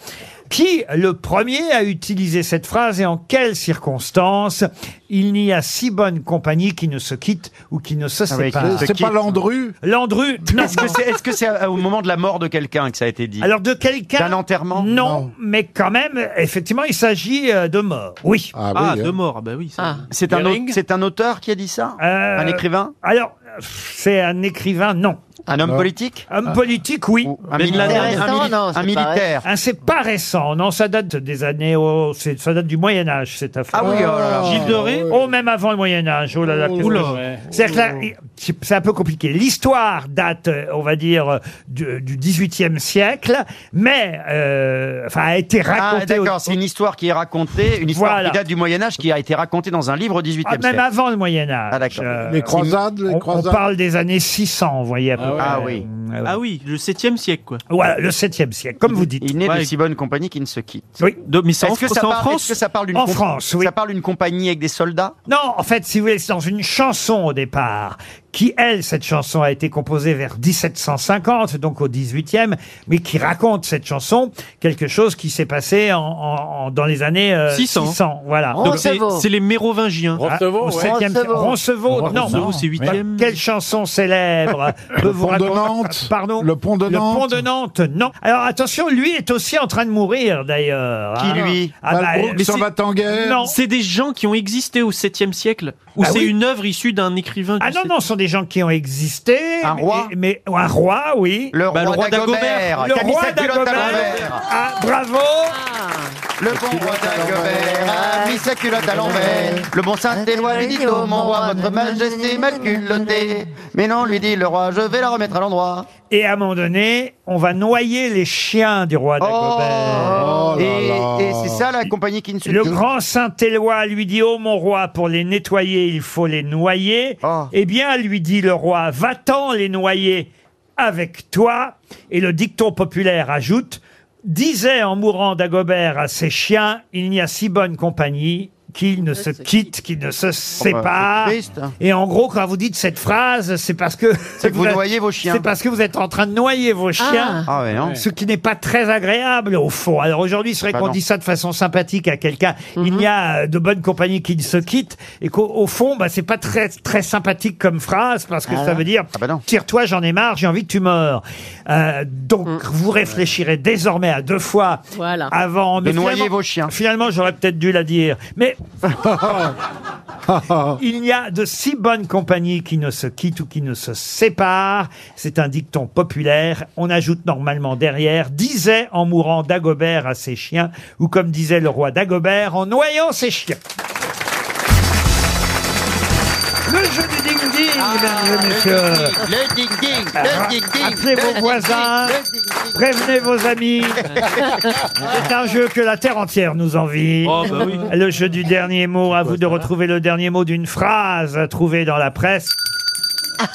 qui, le premier, a utilisé cette phrase et en quelles circonstances Il n'y a si bonne compagnie qui ne se quitte ou qui ne se
Ah oui,
sépare.
qui ne se C'est pas quitte.
Landru Landru, non.
Est-ce que c'est est-ce que c'est euh, au moment de la mort de quelqu'un que ça a été dit
Alors de quelqu'un.
D'un enterrement
non, mais quand même, effectivement, il s'agit euh, de mort. Oui. hein.
Ah,
Ah, deux morts, bah oui. ça-
C'est un, au- c'est un auteur qui a dit ça
Ah. Euh,
Un écrivain
Alors, pff, c'est un écrivain, non.
Un homme politique
Homme politique, oui.
un Ben militaire, Laden, un mili- non, c'est un pas militaire.
Ah, c'est pas récent. Non, ça date des années. oh, c'est- ça date du Moyen Âge, cette affaire.
Ah oui, oh là là.
Gilles Doré
Oh, même avant le Moyen Âge. Oh là là. qu'est-ce que
Oula.
je- C'est-à-dire que là, c'est- c'est un peu compliqué. L'histoire date, euh, on va dire, euh, du, du 18e siècle, mais euh, enfin a été
Ah
racontée. au-
d'accord, c'est une histoire qui est racontée, une histoire
Voilà.
qui date du Moyen Âge qui a été racontée dans un livre au 18e
Ah, même
siècle.
avant le Moyen Âge. euh,
Ah d'accord.
Les croisades, les
on, on
croisades.
parle des années 600, vous voyez à peu près.
Ah oui.
Euh,
Ah oui, le 7e siècle, quoi.
Voilà, le 7e siècle, comme vous dites.
Il n'est
Ouais.
de si bonne compagnie qui ne se quitte.
Oui.
De- mais c'est en,
Est-ce que
c'est
ça
en
parle-
France
est-ce que ça parle d'une
En
comp-
France, oui.
Ça parle d'une compagnie avec des soldats
Non, en fait, si vous voulez, c'est dans une chanson au départ, qui, elle, cette chanson a été composée vers 1750, donc au 18e, mais qui raconte cette chanson quelque chose qui s'est passé en, en- en- dans les années euh,
600.
600. Voilà.
Donc, c'est
Roncevaux.
c'est les Mérovingiens.
Ah, au
Roncevaux, ouais.
septième-
Roncevaux.
Roncevaux, non.
Roncevaux, c'est huitième.
Quelle
<laughs>
chanson célèbre peut
Le
Eh, vous
pont de
raconter
Nantes.
Pardon
Le pont de
Le
Nantes.
pont de Nantes, non. Alors attention, lui est aussi en train de mourir d'ailleurs.
Qui, lui
ah, bah,
Malbrook
mais
s'en
c'est-
va en guerre.
Non.
C'est des gens qui ont existé au 7e siècle, ou
Bah
c'est
oui.
une œuvre issue d'un écrivain. du
Ah non,
7e.
non, ce sont des gens qui ont existé.
Un
mais-
roi
mais, ou Un roi, oui.
Le
Bah, le
roi
roi
d'Agobert,
d'Agobert.
Le
qui a mis
roi
sa culotte à
d'Agobert.
l'envers.
Ah, bravo
Le bon roi d'Agobert a mis sa culotte à l'envers. Le bon Saint-Éloi lui dit Oh mon roi, votre majesté m'a culotté. Mais non, lui dit le roi, je vais la remettre à l'endroit.
Et à un moment donné, on va noyer les chiens du roi d'Agobert.
Oh,
Oh là
et
là.
et c'est ça la compagnie qui ne se
Le
quitte.
grand Saint-Éloi lui dit Ô mon roi, pour les nettoyer, il faut les noyer.
Oh.
Eh bien, lui dit le roi, va-t'en les noyer avec toi. Et le dicton populaire ajoute Disait en mourant d'Agobert à ses chiens Il n'y a si bonne compagnie qu'ils ne se quittent, qu'ils ne se séparent.
triste. hein.
Et en gros, quand vous dites cette phrase, c'est parce que.
C'est que vous
<laughs> êtes-
noyez vos chiens.
C'est parce que vous êtes en train de noyer vos chiens.
Ah ouais, non.
Ce qui n'est pas très agréable au fond. Alors aujourd'hui, c'est vrai
Bah
qu'on
non.
dit ça de façon sympathique à quelqu'un. Il y a euh, de bonnes compagnies qui se quittent et qu'au au fond, bah, c'est pas très très sympathique comme phrase parce que ça veut dire
Ah bah non.
tire-toi, j'en ai marre, j'ai envie que tu meurs. Euh, donc vous réfléchirez désormais à deux fois
Voilà.
avant
De noyer
finalement-
vos chiens.
Finalement, j'aurais peut-être dû la dire,
<laughs>
mais il n'y a de si bonne compagnie qui ne se quitte ou qui ne se sépare. C'est un dicton populaire. On ajoute normalement derrière, disait en mourant d'Agobert à ses chiens, ou comme disait le roi d'Agobert, en noyant ses chiens. le jeu du ding-ding, mesdames et messieurs.
Le ding-ding,
Ah,
Ah, le ding-ding.
Appelez
le
vos
ding-ding,
voisins,
le ding-ding.
prévenez vos amis. C'est un jeu que la terre entière nous envie.
Oh, bah oui.
Le jeu du dernier mot. À vous de retrouver le dernier mot d'une phrase trouvée dans la presse.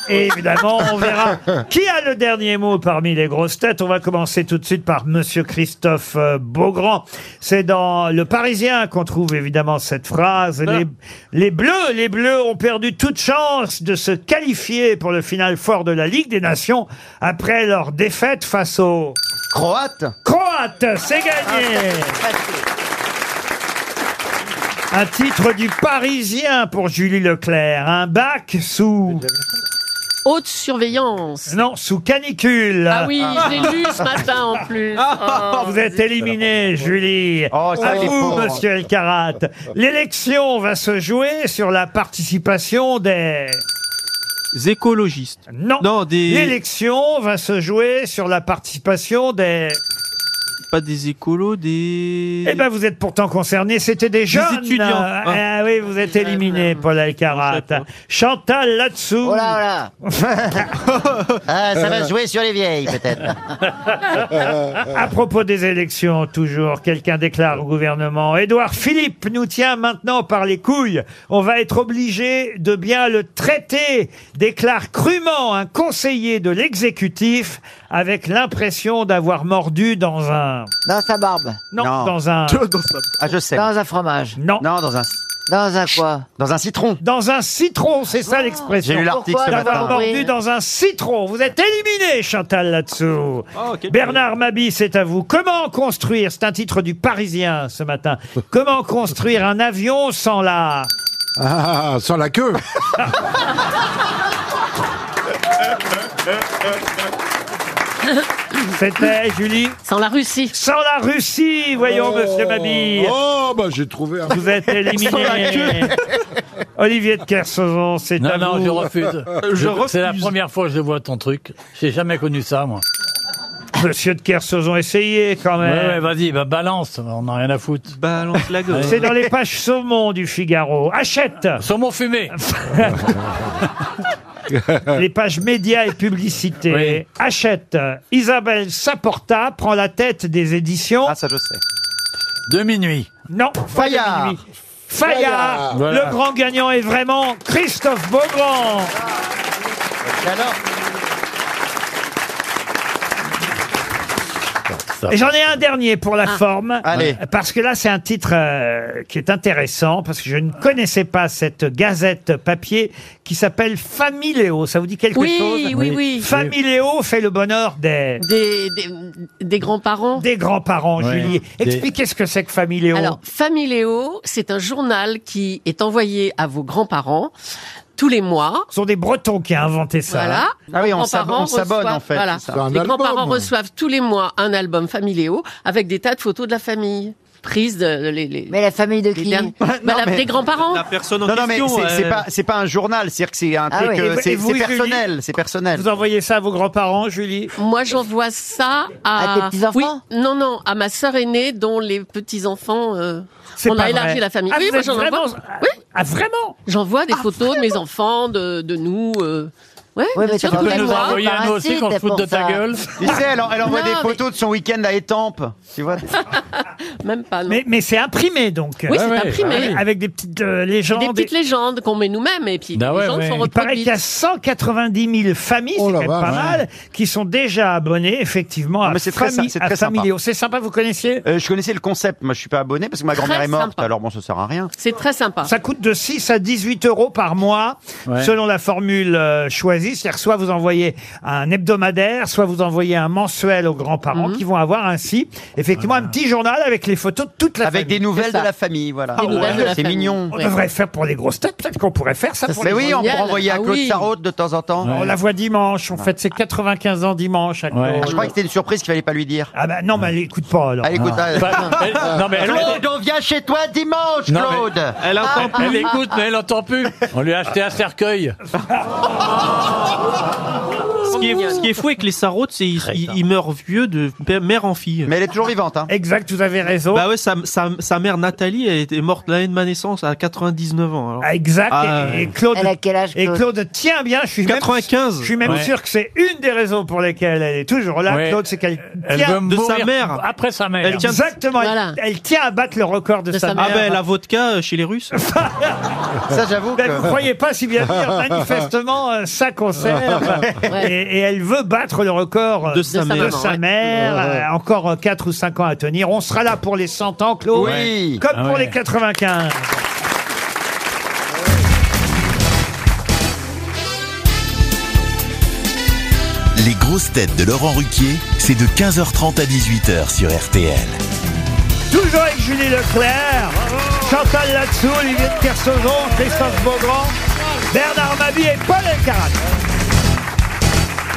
Et évidemment, on verra qui a le dernier mot parmi les grosses têtes. On va commencer tout de suite par Monsieur Christophe euh, Beaugrand. C'est dans Le Parisien qu'on trouve évidemment cette phrase. Les, les Bleus, les Bleus ont perdu toute chance de se qualifier pour le final fort de la Ligue des Nations après leur défaite face aux Croates. Croates, c'est gagné. Un titre du Parisien pour Julie Leclerc. Un bac sous.
Haute surveillance.
Non, sous canicule.
Ah oui, je l'ai lu ce matin en plus. Oh.
<laughs> Ah, Vous êtes éliminé, Julie.
ça,
à
il est
vous,
pauvre.
monsieur Elkarat. L'élection va se jouer sur la participation des... écologistes. Non.
des-
L'élection va se jouer sur la participation des...
Pas des écolos, des...
Eh ben, vous êtes pourtant concerné. C'était des jeunes.
étudiants.
Ah, ah euh, oui, vous êtes éliminé, Paul Elkarat. Chantal là-dessous.
Oh là, oh là Ah, ça va se jouer sur les vieilles,
<laughs>
peut-être.
<laughs> À propos des élections, toujours, quelqu'un déclare au gouvernement Édouard Philippe nous tient maintenant par les couilles. On va être obligé de bien le traiter, déclare crûment un conseiller de l'exécutif avec l'impression d'avoir mordu dans un.
Dans sa barbe.
Non, <laughs> dans un.
Ah, je sais.
Dans un fromage.
Non.
Non, dans un.
Dans un quoi Ah.
Dans un citron.
Dans un citron, c'est ça l'expression.
J'ai lu l'article ce
D'avoir
matin.
mordu dans un citron. Vous êtes éliminé, Chantal, là-dessous. Bernard Mabi, c'est à vous. Comment construire, c'est un titre du Parisien
<laughs>
ce matin, comment construire un avion sans la...
Ah, sans la queue.
C'était, Julie Sans la Russie. Sans la Russie, voyons, monsieur Mabi.
Oh, bah j'ai trouvé un. <laughs>
Vous êtes éliminé. Olivier de Kersauzon, c'est
Non,
à vous.
non,
<laughs>
je refuse. Je- C'est la première fois que je vois ton truc. J'ai jamais connu ça, moi.
Monsieur de Kersauzon, essayez quand
Ouais,
même.
ouais, vas-y, bah, balance. On n'a rien à foutre.
Balance la
C'est dans les pages saumon du Figaro. Achète
Saumon fumé
<laughs> Les pages médias et publicités. Achète Isabelle Saporta prend la tête des éditions. Ah, ça je sais.
De minuit.
Non,
Fayard.
Fayard. Fayard.
Fayard. Voilà.
Le grand gagnant est vraiment Christophe Beaugrand. Et j'en ai un dernier pour la
Ah.
forme.
Allez.
Parce que là, c'est un titre euh, qui est intéressant, parce que je ne connaissais pas cette gazette papier qui s'appelle Familéo. Ça vous dit quelque
Oui,
chose
oui, Oui. oui.
Familéo fait le bonheur des...
Des, des- des grands-parents.
Des grands-parents,
Ouais.
Julie.
Des-
Expliquez ce que c'est que Familéo.
Alors, Familéo, c'est un journal qui est envoyé à vos grands-parents tous les mois.
Ce sont des Bretons qui ont inventé ça. hein.
Voilà.
Ah oui, on
Grands-parents
s'abonne- on s'abonne,
reçoivent-
en fait,
Voilà.
c'est ça. Un
Les
album.
grands-parents reçoivent tous les mois un album Familéo avec des tas de photos de la famille prises de, de- les, Mais
la famille de qui
<laughs>
Bah, la- Des grands-parents.
personne non, non, mais
question,
c'est- c'est
euh.
pas, c'est pas un journal, c'est-à-dire que c'est un
Ah
truc,
ouais.
euh,
Et- et
c'est
vous,
c'est
Julie
personnel, c'est personnel.
Vous envoyez ça à vos grands-parents, Julie
Moi, j'envoie ça à...
À tes petits-enfants
Oui, non, non, à ma sœur aînée dont les petits-enfants... euh,
C'est
on
pas
a élargi
vrai.
la famille.
Ah,
oui,
vous
moi,
êtes
j'en
vraiment-
envoie. Oui.
Ah, vraiment
J'envoie
Ah,
des photos de mes enfants, de, de nous... euh, Ouais,
Ouais,
bien
mais
sûr,
t'as
tous
pas
les
besoin de
mois.
envoyer à nous aussi qu'on se foute de ta gueule. Tu sais, elle, en- elle envoie
Non,
des
mais-
photos de son week-end à Étampes. Tu vois
Même pas, non.
Mais, mais c'est imprimé, donc.
Oui, c'est
Ah ouais,
imprimé.
ah ouais. Avec des petites euh, légendes.
Des petites
et-
légendes qu'on met nous-mêmes et puis les légendes sont
Il paraît qu'il
reproduites.
y a 190 000 familles, c'est quand même pas
vache.
mal, qui sont déjà abonnées, effectivement, à,
Ah, mais c'est très
Fami-
sy- c'est
à
très sympa.
Familio. C'est sympa, vous connaissiez
Euh, je connaissais le concept, moi je suis pas abonné parce que ma
Très
grand-mère est morte,
sympa.
alors bon, ça sert à rien.
C'est très sympa.
Ça coûte de 6 à 18 euros par mois,
Ouais.
selon la formule euh, choisie. C'est-à-dire, soit vous envoyez un hebdomadaire, soit vous envoyez un mensuel aux grands-parents
Mhm.
qui vont avoir ainsi, effectivement, un petit journal avec les photos de toute la famille.
Avec des nouvelles
C'est ça.
de la famille, voilà.
Ah ouais,
c'est mignon.
On devrait faire pour les grosses têtes, peut-être qu'on pourrait faire ça, pour
Mais
les
oui,
grosses
on peut
têtes.
Ah
envoyer à Claude Sarraute de temps en temps.
On la voit dimanche, on fête ses 95 ans dimanche à Claude.
Je crois que c'était une surprise qu'il fallait pas lui dire.
Ah bah non, mais elle écoute pas alors.
Elle écoute.
Ah.
elle- <laughs>
elle- non, mais elle-
Claude, on vient chez toi dimanche,
Non, mais-
Claude. Ah.
Elle entend plus. Elle <laughs> écoute, mais elle entend plus. On lui a acheté un cercueil.
Oh,
ce, qui est, ce qui est fou avec les sarrautes, c'est qu'ils ils- ils meurent vieux de père- mère en fille.
Mais elle est toujours vivante. hein.
Exact, vous avez raison.
Bah ouais, sa, sa- sa mère Nathalie, elle était morte l'année de ma naissance à 99 ans. alors.
Exact.
Ah,
et, et
ouais.
Claude,
Elle a quel âge,
et
Claude
Claude tient bien. Je suis 95. Même, je suis même
Ouais.
sûr que c'est une des raisons pour lesquelles elle est toujours là.
Ouais.
Claude, c'est qu'elle
Elle
tient
veut mourir Après sa mère.
Elle tient exactement. elle-
Voilà.
Elle, tient à battre le record de,
De
sa,
sa
mère.
Ah ben la vodka euh, chez les Russes.
Ça, j'avoue
Ben,
que-
vous <laughs> croyez pas si bien dire, manifestement, euh, ça conserve.
Ouais.
Et, et elle veut battre le record euh,
De sa mère.
sa
ouais.
mère.
Ouais.
Euh, Encore 4 ou 5 ans à tenir. On sera là pour les 100 ans, Claude.
Oui.
Comme
Ah
pour
ouais.
les 95.
Les grosses têtes de Laurent Ruquier, c'est de 15h30 à 18h sur RTL.
Toujours avec Julie Leclerc, Chantal Latsou, Olivier de Kersauzon, Christophe Beaugrand, Ben, Bernard Mabie et Paul Elkarat.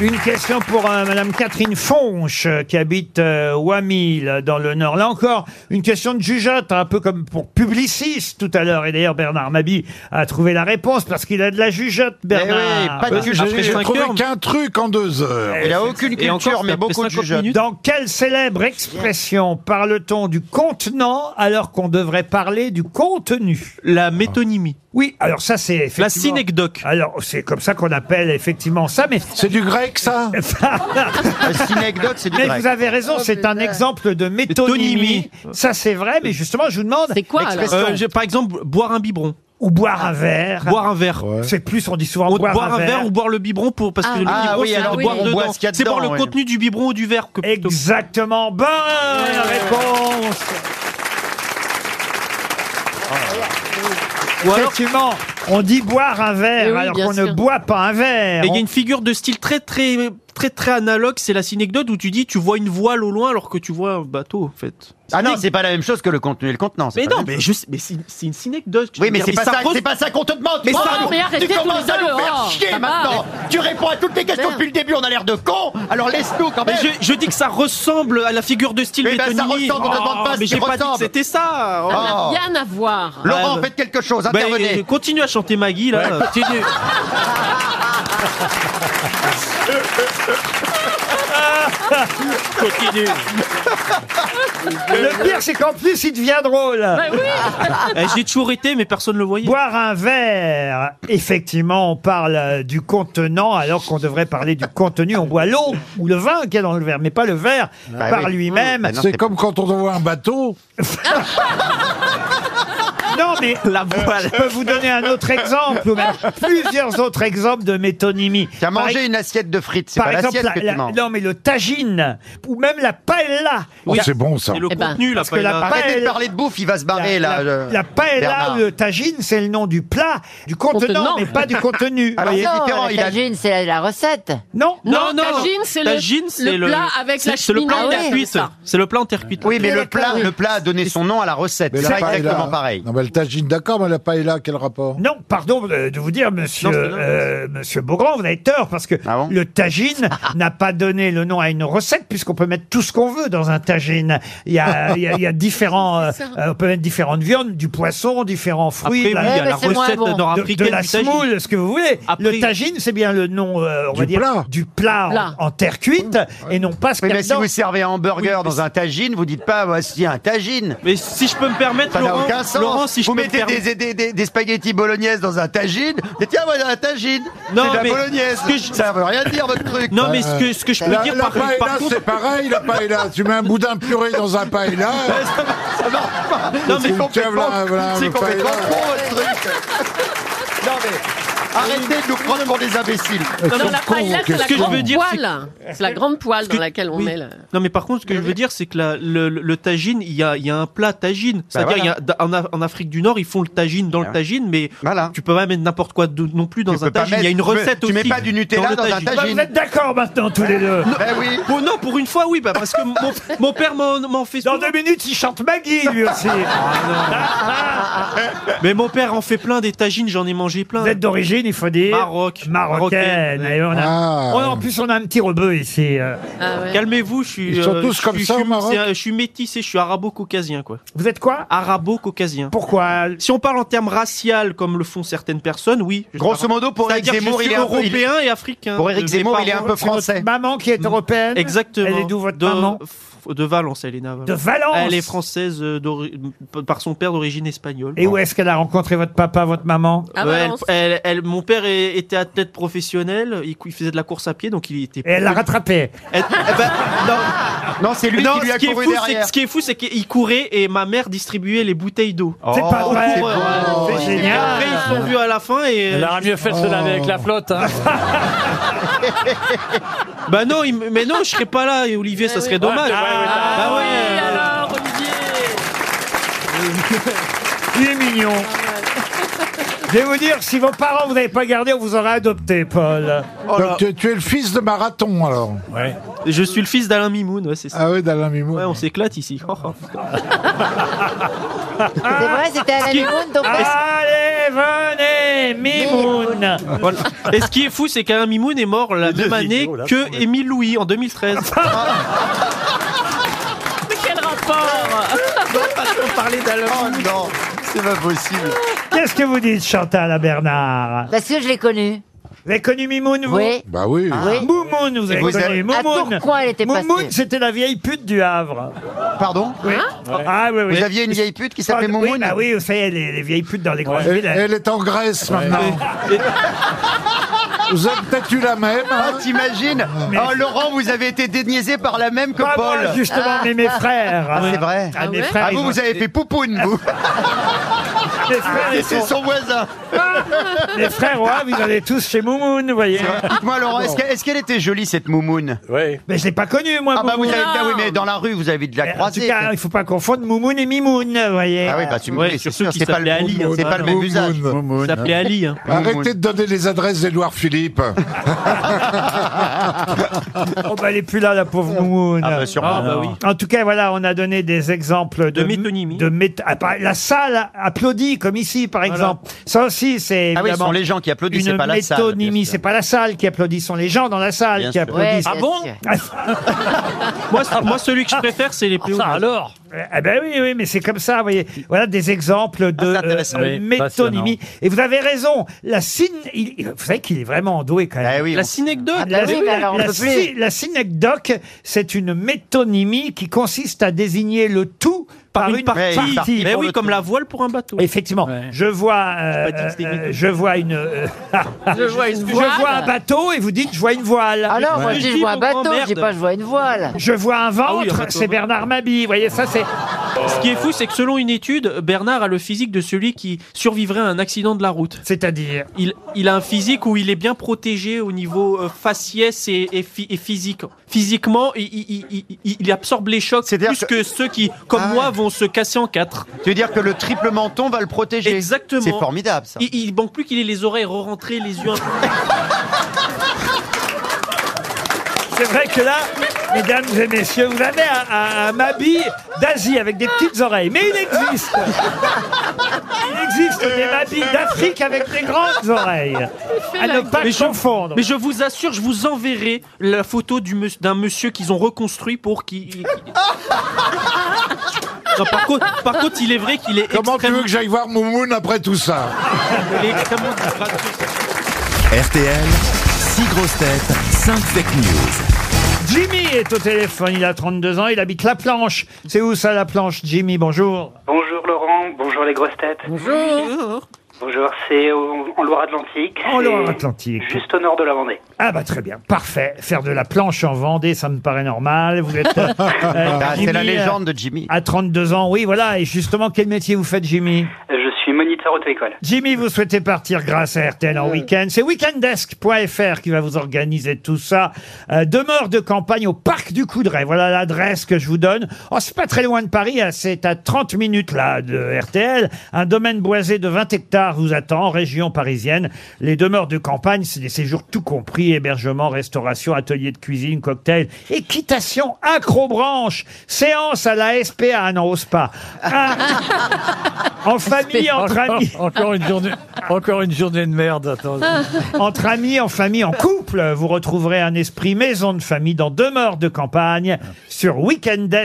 Une question pour euh, Madame Catherine Fonche euh, qui habite euh, Wamil dans le Nord. Là encore, une question de jugeote, un peu comme pour Publicis tout à l'heure. Et d'ailleurs, Bernard Mabie a trouvé la réponse parce qu'il a de la jugeote,
Eh
Eh
Bernard.
pas de jugeote.
J'ai
cinq
trouvé
heures-
qu'un truc en deux heures.
Il a aucune
Et encore,
culture,
ça
mais
fait
beaucoup de
50
jugeotes.
minutes.
Dans quelle célèbre expression parle-t-on du contenant alors qu'on devrait parler du contenu Ah.
La métonymie.
Oui, alors ça c'est
La
effectivement...
synecdoque.
Alors, c'est comme ça qu'on appelle effectivement ça, mais,
C'est du grec,
<laughs>
ça
C'est une anecdote, c'est du
mais
grec.
vous avez raison, c'est un exemple de métonymie.
Métonymie.
Ça, c'est vrai, mais justement, je vous demande,
C'est quoi alors
Expression.
Euh, j'ai- par exemple, boire un biberon.
ou boire un verre.
Boire un verre.
Ouais.
C'est plus, on dit souvent
Ou
boire, un verre.
ou boire le biberon pour parce
Ah.
que le
Ah
biberon
oui,
c'est
alors
de
oui,
boire
on
boit
dedans.
ce qu'il y a
C'est boire
dedans,
le
ouais.
contenu du biberon ou du verre que plutôt-
Exactement, bonne réponse
Ou alors-
Effectivement, on dit boire un verre
Eh oui,
alors
bien
qu'on ne
sûr.
boit pas un verre.
Et il y
On-
a une figure de style très très très très analogue, c'est la synecdote où tu dis tu vois une voile au loin alors que tu vois un bateau en fait.
Ah non, c'est pas la même chose que le contenu et le contenant. c'est
Mais
pas la
non,
même
mais
chose.
je sais- mais c'est c'est une synecdote. je
Oui,
veux
mais
dire.
c'est pas, ça-
re-
c'est pas ça qu'on te demande.
Mais
toi.
ça-
mais arrêtez
tu
tous
commences
les
à
deux,
nous faire
oh,
chier
ça
maintenant. Tu réponds à toutes les questions depuis le début. On a l'air de cons. Alors laisse-nous quand
mais
même.
je, je dis que ça ressemble à la figure de style
Oui, bah, ça
métonymie.
ressemble, on te demande pas ce
mais
qui
j'ai pas dit que
ressemble.
c'était ça.
Ça n'a
Ah,
Oh.
rien à voir.
Laurent,
Ouais,
faites quelque chose.
Bah,
Intervenez.
euh, continue à chanter Maggie là.
Continue. Continue.
Le pire, c'est qu'en plus, il devient drôle.
Bah oui,
<laughs> Eh, je l'ai toujours été, mais personne le voyait.
Boire un verre. Effectivement, on parle euh, du contenant alors qu'on devrait parler du contenu. On boit l'eau ou le vin qu'il y a dans le verre, mais pas le verre
Bah
par
oui.
lui-même.
Bah non,
C'est comme quand on voit un bateau.
<laughs> Non, mais la voile. Je peux vous donner un autre exemple ou même plusieurs autres exemples de métonymie.
Tu as
Par
mangé une assiette de frites. C'est pas l'assiette
la-
que
la-
tu manges.
non mais le tagine ou même la paella.
Oh,
La-
c'est bon, ça.
Et le
Eh ben,
contenu là.
que
pas-
la
là.
Arrêtez
paella-
de parler de bouffe, il va se barrer
la,
là.
la-
je-
la paella
Bernard.
ou le tagine, c'est le nom du plat, du contenant,
Contenant.
mais pas
<laughs>
du contenu.
Ah,
voyez.
c'est
Non,
différent,
la
il a-
tagine, c'est la, la recette.
Non,
Non, non,
la tagine, c'est le-
tagine,
le
c'est
plat avec
c'est-
la
C'est le plat en
cheminée.
terre
Ah ouais,
cuite.
c'est ça.
C'est le plat en terre cuite.
Oui, mais le
d'accord,
plat,
oui.
le plat a donné son nom à la recette.
Mais
C'est
la paella-
exactement pareil.
Non, mais le tagine, d'accord, mais la paella, quel rapport
Non, pardon euh, de vous dire, monsieur,
Non, c'est l'inverse.
euh, monsieur Beaugrand, vous avez tort, parce que
Ah bon <laughs>
le tagine n'a pas donné le nom à une recette, puisqu'on peut mettre tout ce qu'on veut dans un tagine. Il y a, il y a- il y a différents...
<laughs>
euh,
C'est ça.
euh, on peut mettre différentes viandes, du poisson, différents
Après, oui,
fruits, de
il y
la-
Ouais,
a
mais
la
c'est moins
recette
bon.
de, de
nord-africaine
la
du tagine.
semoule, ce que vous voulez.
Après-
le tagine, c'est bien le nom, euh, on va
Du
dire,
plat.
du plat, en-
Plat.
En, terre cuite, et non pas ce
Oui,
qu'il y a
mais si
dedans.
vous servez un hamburger
Oui, mais
dans un tagine, vous dites pas voici un tagine.
Mais si je peux me permettre,
Ça n'a
Laurent,
aucun sens.
Laurent, si je
vous
peux me
mettez
permettre.
des, des, des, des spaghettis bolognaises dans un tagine, et tiens, voilà un tagine.
Non,
c'est de la
mais
bolognaise.
ce que je-
Ça veut rien dire, votre truc.
Non, mais ce que, ce que je peux
La,
dire
la
par, par
paella,
contre.
c'est pareil, la paella. tu mets un boudin puré dans un
<laughs>
paella.
Non, mais
tu me tiens, voilà, hein, voilà,
c'est
le Oh.
complètement
paella.
con,
hein.
votre truc. non, mais arrêtez de nous prendre pour des imbéciles.
non,
Non, la
Con,
paella,
qu'est-ce
c'est la
que je veux
grande
dire,
poêle. C'est la grande poêle
ce que-
dans laquelle on
oui.
met le...
Non, mais par contre, ce que je veux dire, c'est que la- le, le- le tagine, il y a, il y a un plat tagine.
Bah
C'est-à-dire, il y a- en, Af- en Afrique du Nord, ils font le tagine dans le
Ouais.
tagine, mais
Voilà.
tu peux pas mettre n'importe quoi de- non plus dans
Tu
un
peux pas
tagine. il y a
mettre-
une
tu peux-
recette
tu
aussi.
mets pas du Nutella
le
dans un
Bah, vous
tagine.
êtes d'accord maintenant, tous les deux
Ah,
Ben oui.
Bon, non, pour une fois, oui, bah, parce que mon, mon père m'en m'en fait
Dans
souvent. Ah,
deux minutes, il chante Maggie, lui aussi.
Mais mon père en fait plein des tagines, j'en ai mangé plein.
Vous êtes d'origine d'origine, il faut dire.
Maroc. Marocaine,
Marocaine. Ah, Et on a-
Ah.
on- en plus, on a un petit rebeu ici. euh.
Calmez-vous, je suis.
Ils sont
euh,
tous
je
comme
suis-
ça au
je suis-
Maroc
c'est un- Je suis métissé, je suis arabo-caucasien, quoi.
Vous êtes quoi
Arabo-caucasien.
Pourquoi
Si on parle en termes racial, comme le font certaines personnes, oui. je suis
Grosso
arabo.
modo, pour Eric
C'est-à-dire que
Zemmour,
je suis
il est un peu- il-
européen et africain.
Pour Eric
Mes
Zemmour, il est un
parents-
peu C'est votre français.
maman qui est européenne
Mm. Exactement.
Elle est d'où votre
de,
maman
f- De Valence, Elena.
De Valence
Elle est française euh, d'ori- p- par son père d'origine espagnole.
Et où est-ce qu'elle a rencontré votre papa, votre maman
Ouais, elle- elle- elle- mon père est- était athlète professionnel, il, cou- il faisait de la course à pied, donc il était.
Et elle l'a rattrapé.
Elle- eh ben,
<laughs>
non,
c'est lui qui lui a
ce qui est
couru
fou,
derrière.
c'est que- Ce qui est fou, c'est qu'il courait et ma mère distribuait les bouteilles d'eau.
C'est pas
Oh,
Au
vrai.
coureur.
C'est beau.
Et
C'est génial.
Après, ils sont vus à la fin et.
Elle aurait mieux fait de se laver avec la flotte. hein.
<laughs> Bah non, il m- mais non, je serais pas là, et Olivier, ça serait dommage. Bah ouais.
alors, Olivier
Il est mignon. Je vais vous dire, si vos parents vous n'avez pas gardé, on vous aura adopté, Paul.
Donc, tu, tu es le fils de Marathon, alors
Oh Je suis le fils d'Alain Mimoun, ouais, c'est ça.
Ah oui, d'Alain Mimoun.
Ouais, on s'éclate ici. Oh, oh, putain.
C'est vrai, c'était à la Mimoun, ton père
Ah. Allez, venez, Mimoun.
Voilà. Et ce qui est fou, c'est qu'Alain Mimoun est mort la même année
vidéos, là, quand
que Émile Louis en <laughs> 2013.
Quel rapport
parlait d'Alain Mimoun.
Oh, Non, c'est pas possible.
Qu'est-ce que vous dites, Chantal à Bernard
Parce que je l'ai connu.
Vous avez connu Mimoun, vous
Oui. Ah.
Bah oui.
Oui.
Moumoun, Ah. vous avez
Vous
connu.
avez-
À
Moumoun.
Tourcoing, Ah, elle était passée.
Moumoun, c'était la vieille pute du Havre.
Pardon
Oui. Ah oui, oui.
Vous aviez une vieille pute qui s'appelait
Pardon, oui,
Moumoun
bah oui, vous savez, les, les vieilles putes dans les grandes
Elle,
villes. elles-
elle est en Grèce maintenant. Vous avez peut-être eu la même.
Ah,
hein
t'imagines Oh, Laurent, vous avez été déniaisé par la même que
Pas moi,
Paul.
justement, mais mes frères.
Ah, c'est vrai.
Ah, mes
ouais
frères,
Ah,
ils
vous,
ont-
vous avez fait poupoune, vous.
mes frères, ils
Ah, C'est
sont-
son
<laughs>
voisin.
mes frères, ouais, vous allez tous chez Moumoun, vous voyez.
Dites-moi, Laurent, est-ce que- est-ce qu'elle était jolie, cette Moumoune
Mais je l'ai pas connu, moi,
Ah, bah, vous
Moumoun.
avez. Ah, oui, mais dans la rue, vous avez de la
En tout
croisée.
cas, il faut pas confondre Moumoun et Mimoun, vous voyez.
Ah oui, bah tu me
Ouais,
dis, c'est
surtout
sûr,
qu'il
c'est pas le
s'appelait Ali, hein.
c'est pas le même
Moumoun.
usage.
Il s'appelait Ali. hein.
Arrêtez de donner les adresses d'Édouard Philippe.
<laughs> Oh, bah, elle est plus là, la pauvre Moumoun.
Ah, bah, sûrement.
Ah, bah oui.
En tout cas, voilà, on a donné des exemples de,
De métonymie.
de méta- ah, bah, la salle applaudit, comme ici, par exemple. Ça aussi, c'est
Ah oui, ce
évidemment
sont les gens qui applaudissent,
une
c'est pas la salle, bien
métonymie.
sûr.
C'est pas la salle qui applaudit, ce sont les gens dans la salle
Bien
qui
sûr.
Ouais,
applaudissent.
bien
Ah bon
sûr.
<laughs> Moi, c- moi, celui que je préfère, c'est les
Ah, ça,
pléonasmes.
alors
Eh ben oui, oui, mais c'est comme ça, vous voyez. Voilà des exemples de
c'est intéressant.
euh,
Oui,
métonymie. Et vous avez raison, la signe, vous savez qu'il est vraiment doué quand même.
Ah oui,
La
on-
synecdote.
Ah, bah oui, mais alors on
la,
peut
sy-
plus.
la synecdoque, c'est une métonymie qui consiste à désigner le tout par, une, partie.
Ouais, une partie.
Mais
pour
oui,
le
comme
tout.
la voile pour un bateau.
Effectivement,
Ouais.
je vois, euh,
J'ai pas dit que c'était
euh,
métonymie.
je vois une, euh,
Je vois une
<laughs> je
voile.
vois un bateau et vous dites je vois une voile.
Ah non, moi
Ouais.
je dis je vois un bateau, je dis
Merde.
pas je vois une voile.
Je vois un ventre,
Ah oui, un bateau.
c'est Bernard Mabie. Vous voyez, ça c'est.
Ce qui est fou, c'est que selon une étude, Bernard a le physique de celui qui survivrait à un accident de la route.
C'est-à-dire.
Il, il a un physique où il est bien protégé au niveau euh, faciès et, et phy- et physique. Physiquement, il, il- il- il- il absorbe les chocs
C'est-à-dire
plus que...
que
ceux qui, comme
Ah ouais.
moi, vont se casser en quatre.
Tu veux dire que le triple menton va le protéger
Exactement.
C'est formidable, ça.
Il, il manque plus qu'il ait les oreilles re-rentrées, les yeux. un-
<laughs>
C'est vrai que là, mesdames et messieurs, vous avez un, un- un Mabi d'Asie avec des petites oreilles. Mais il existe Il existe des Mabis d'Afrique avec des grandes oreilles. À ne pas
Mais je-
confondre.
Mais je vous assure, je vous enverrai la photo du mus- d'un monsieur qu'ils ont reconstruit pour qu'il. qu'il- Non, par, contre, par contre, il est vrai qu'il est
Comment tu
extrêmement.
veux que j'aille voir Moumoun après tout ça
il est extrêmement disgracieux.
RTL, 6 grosses têtes, 5 fake news.
Jimmy est au téléphone, il a 32 ans, il habite La Planche. C'est où ça, La Planche, Jimmy Bonjour.
Bonjour Laurent, bonjour les grosses têtes.
Bonjour.
Bonjour, c'est au- en Loire-Atlantique.
En
c'est
Loire-Atlantique.
Juste au nord de la Vendée.
Ah bah très bien, parfait. Faire de la planche en Vendée, ça me paraît normal. Vous
<laughs>
êtes... euh, euh,
Ah, c'est la
Jimmy, euh,
légende de Jimmy.
À 32 ans, oui, voilà. Et justement, quel métier vous faites, Jimmy
Euh, Je suis moniteur auto-école.
Jimmy, vous souhaitez partir grâce à RTL en week-end. C'est weekendesk.fr qui va vous organiser tout ça. Euh, demeure de campagne au parc du Coudray. Voilà l'adresse que je vous donne. Oh, c'est pas très loin de Paris. hein, C'est à 30 minutes là de RTL. Un domaine boisé de 20 hectares vous attend en région parisienne. Les demeures de campagne, c'est des séjours tout compris. Hébergement, restauration, atelier de cuisine, cocktail, équitation, acrobranche, séance à la SPA. Ah non, au spa. Un- En famille, entre amis.
Encore une journée, encore une journée de merde. Attends.
<laughs> Entre amis, en famille, en couple, vous retrouverez un esprit maison de famille dans Demeure de campagne sur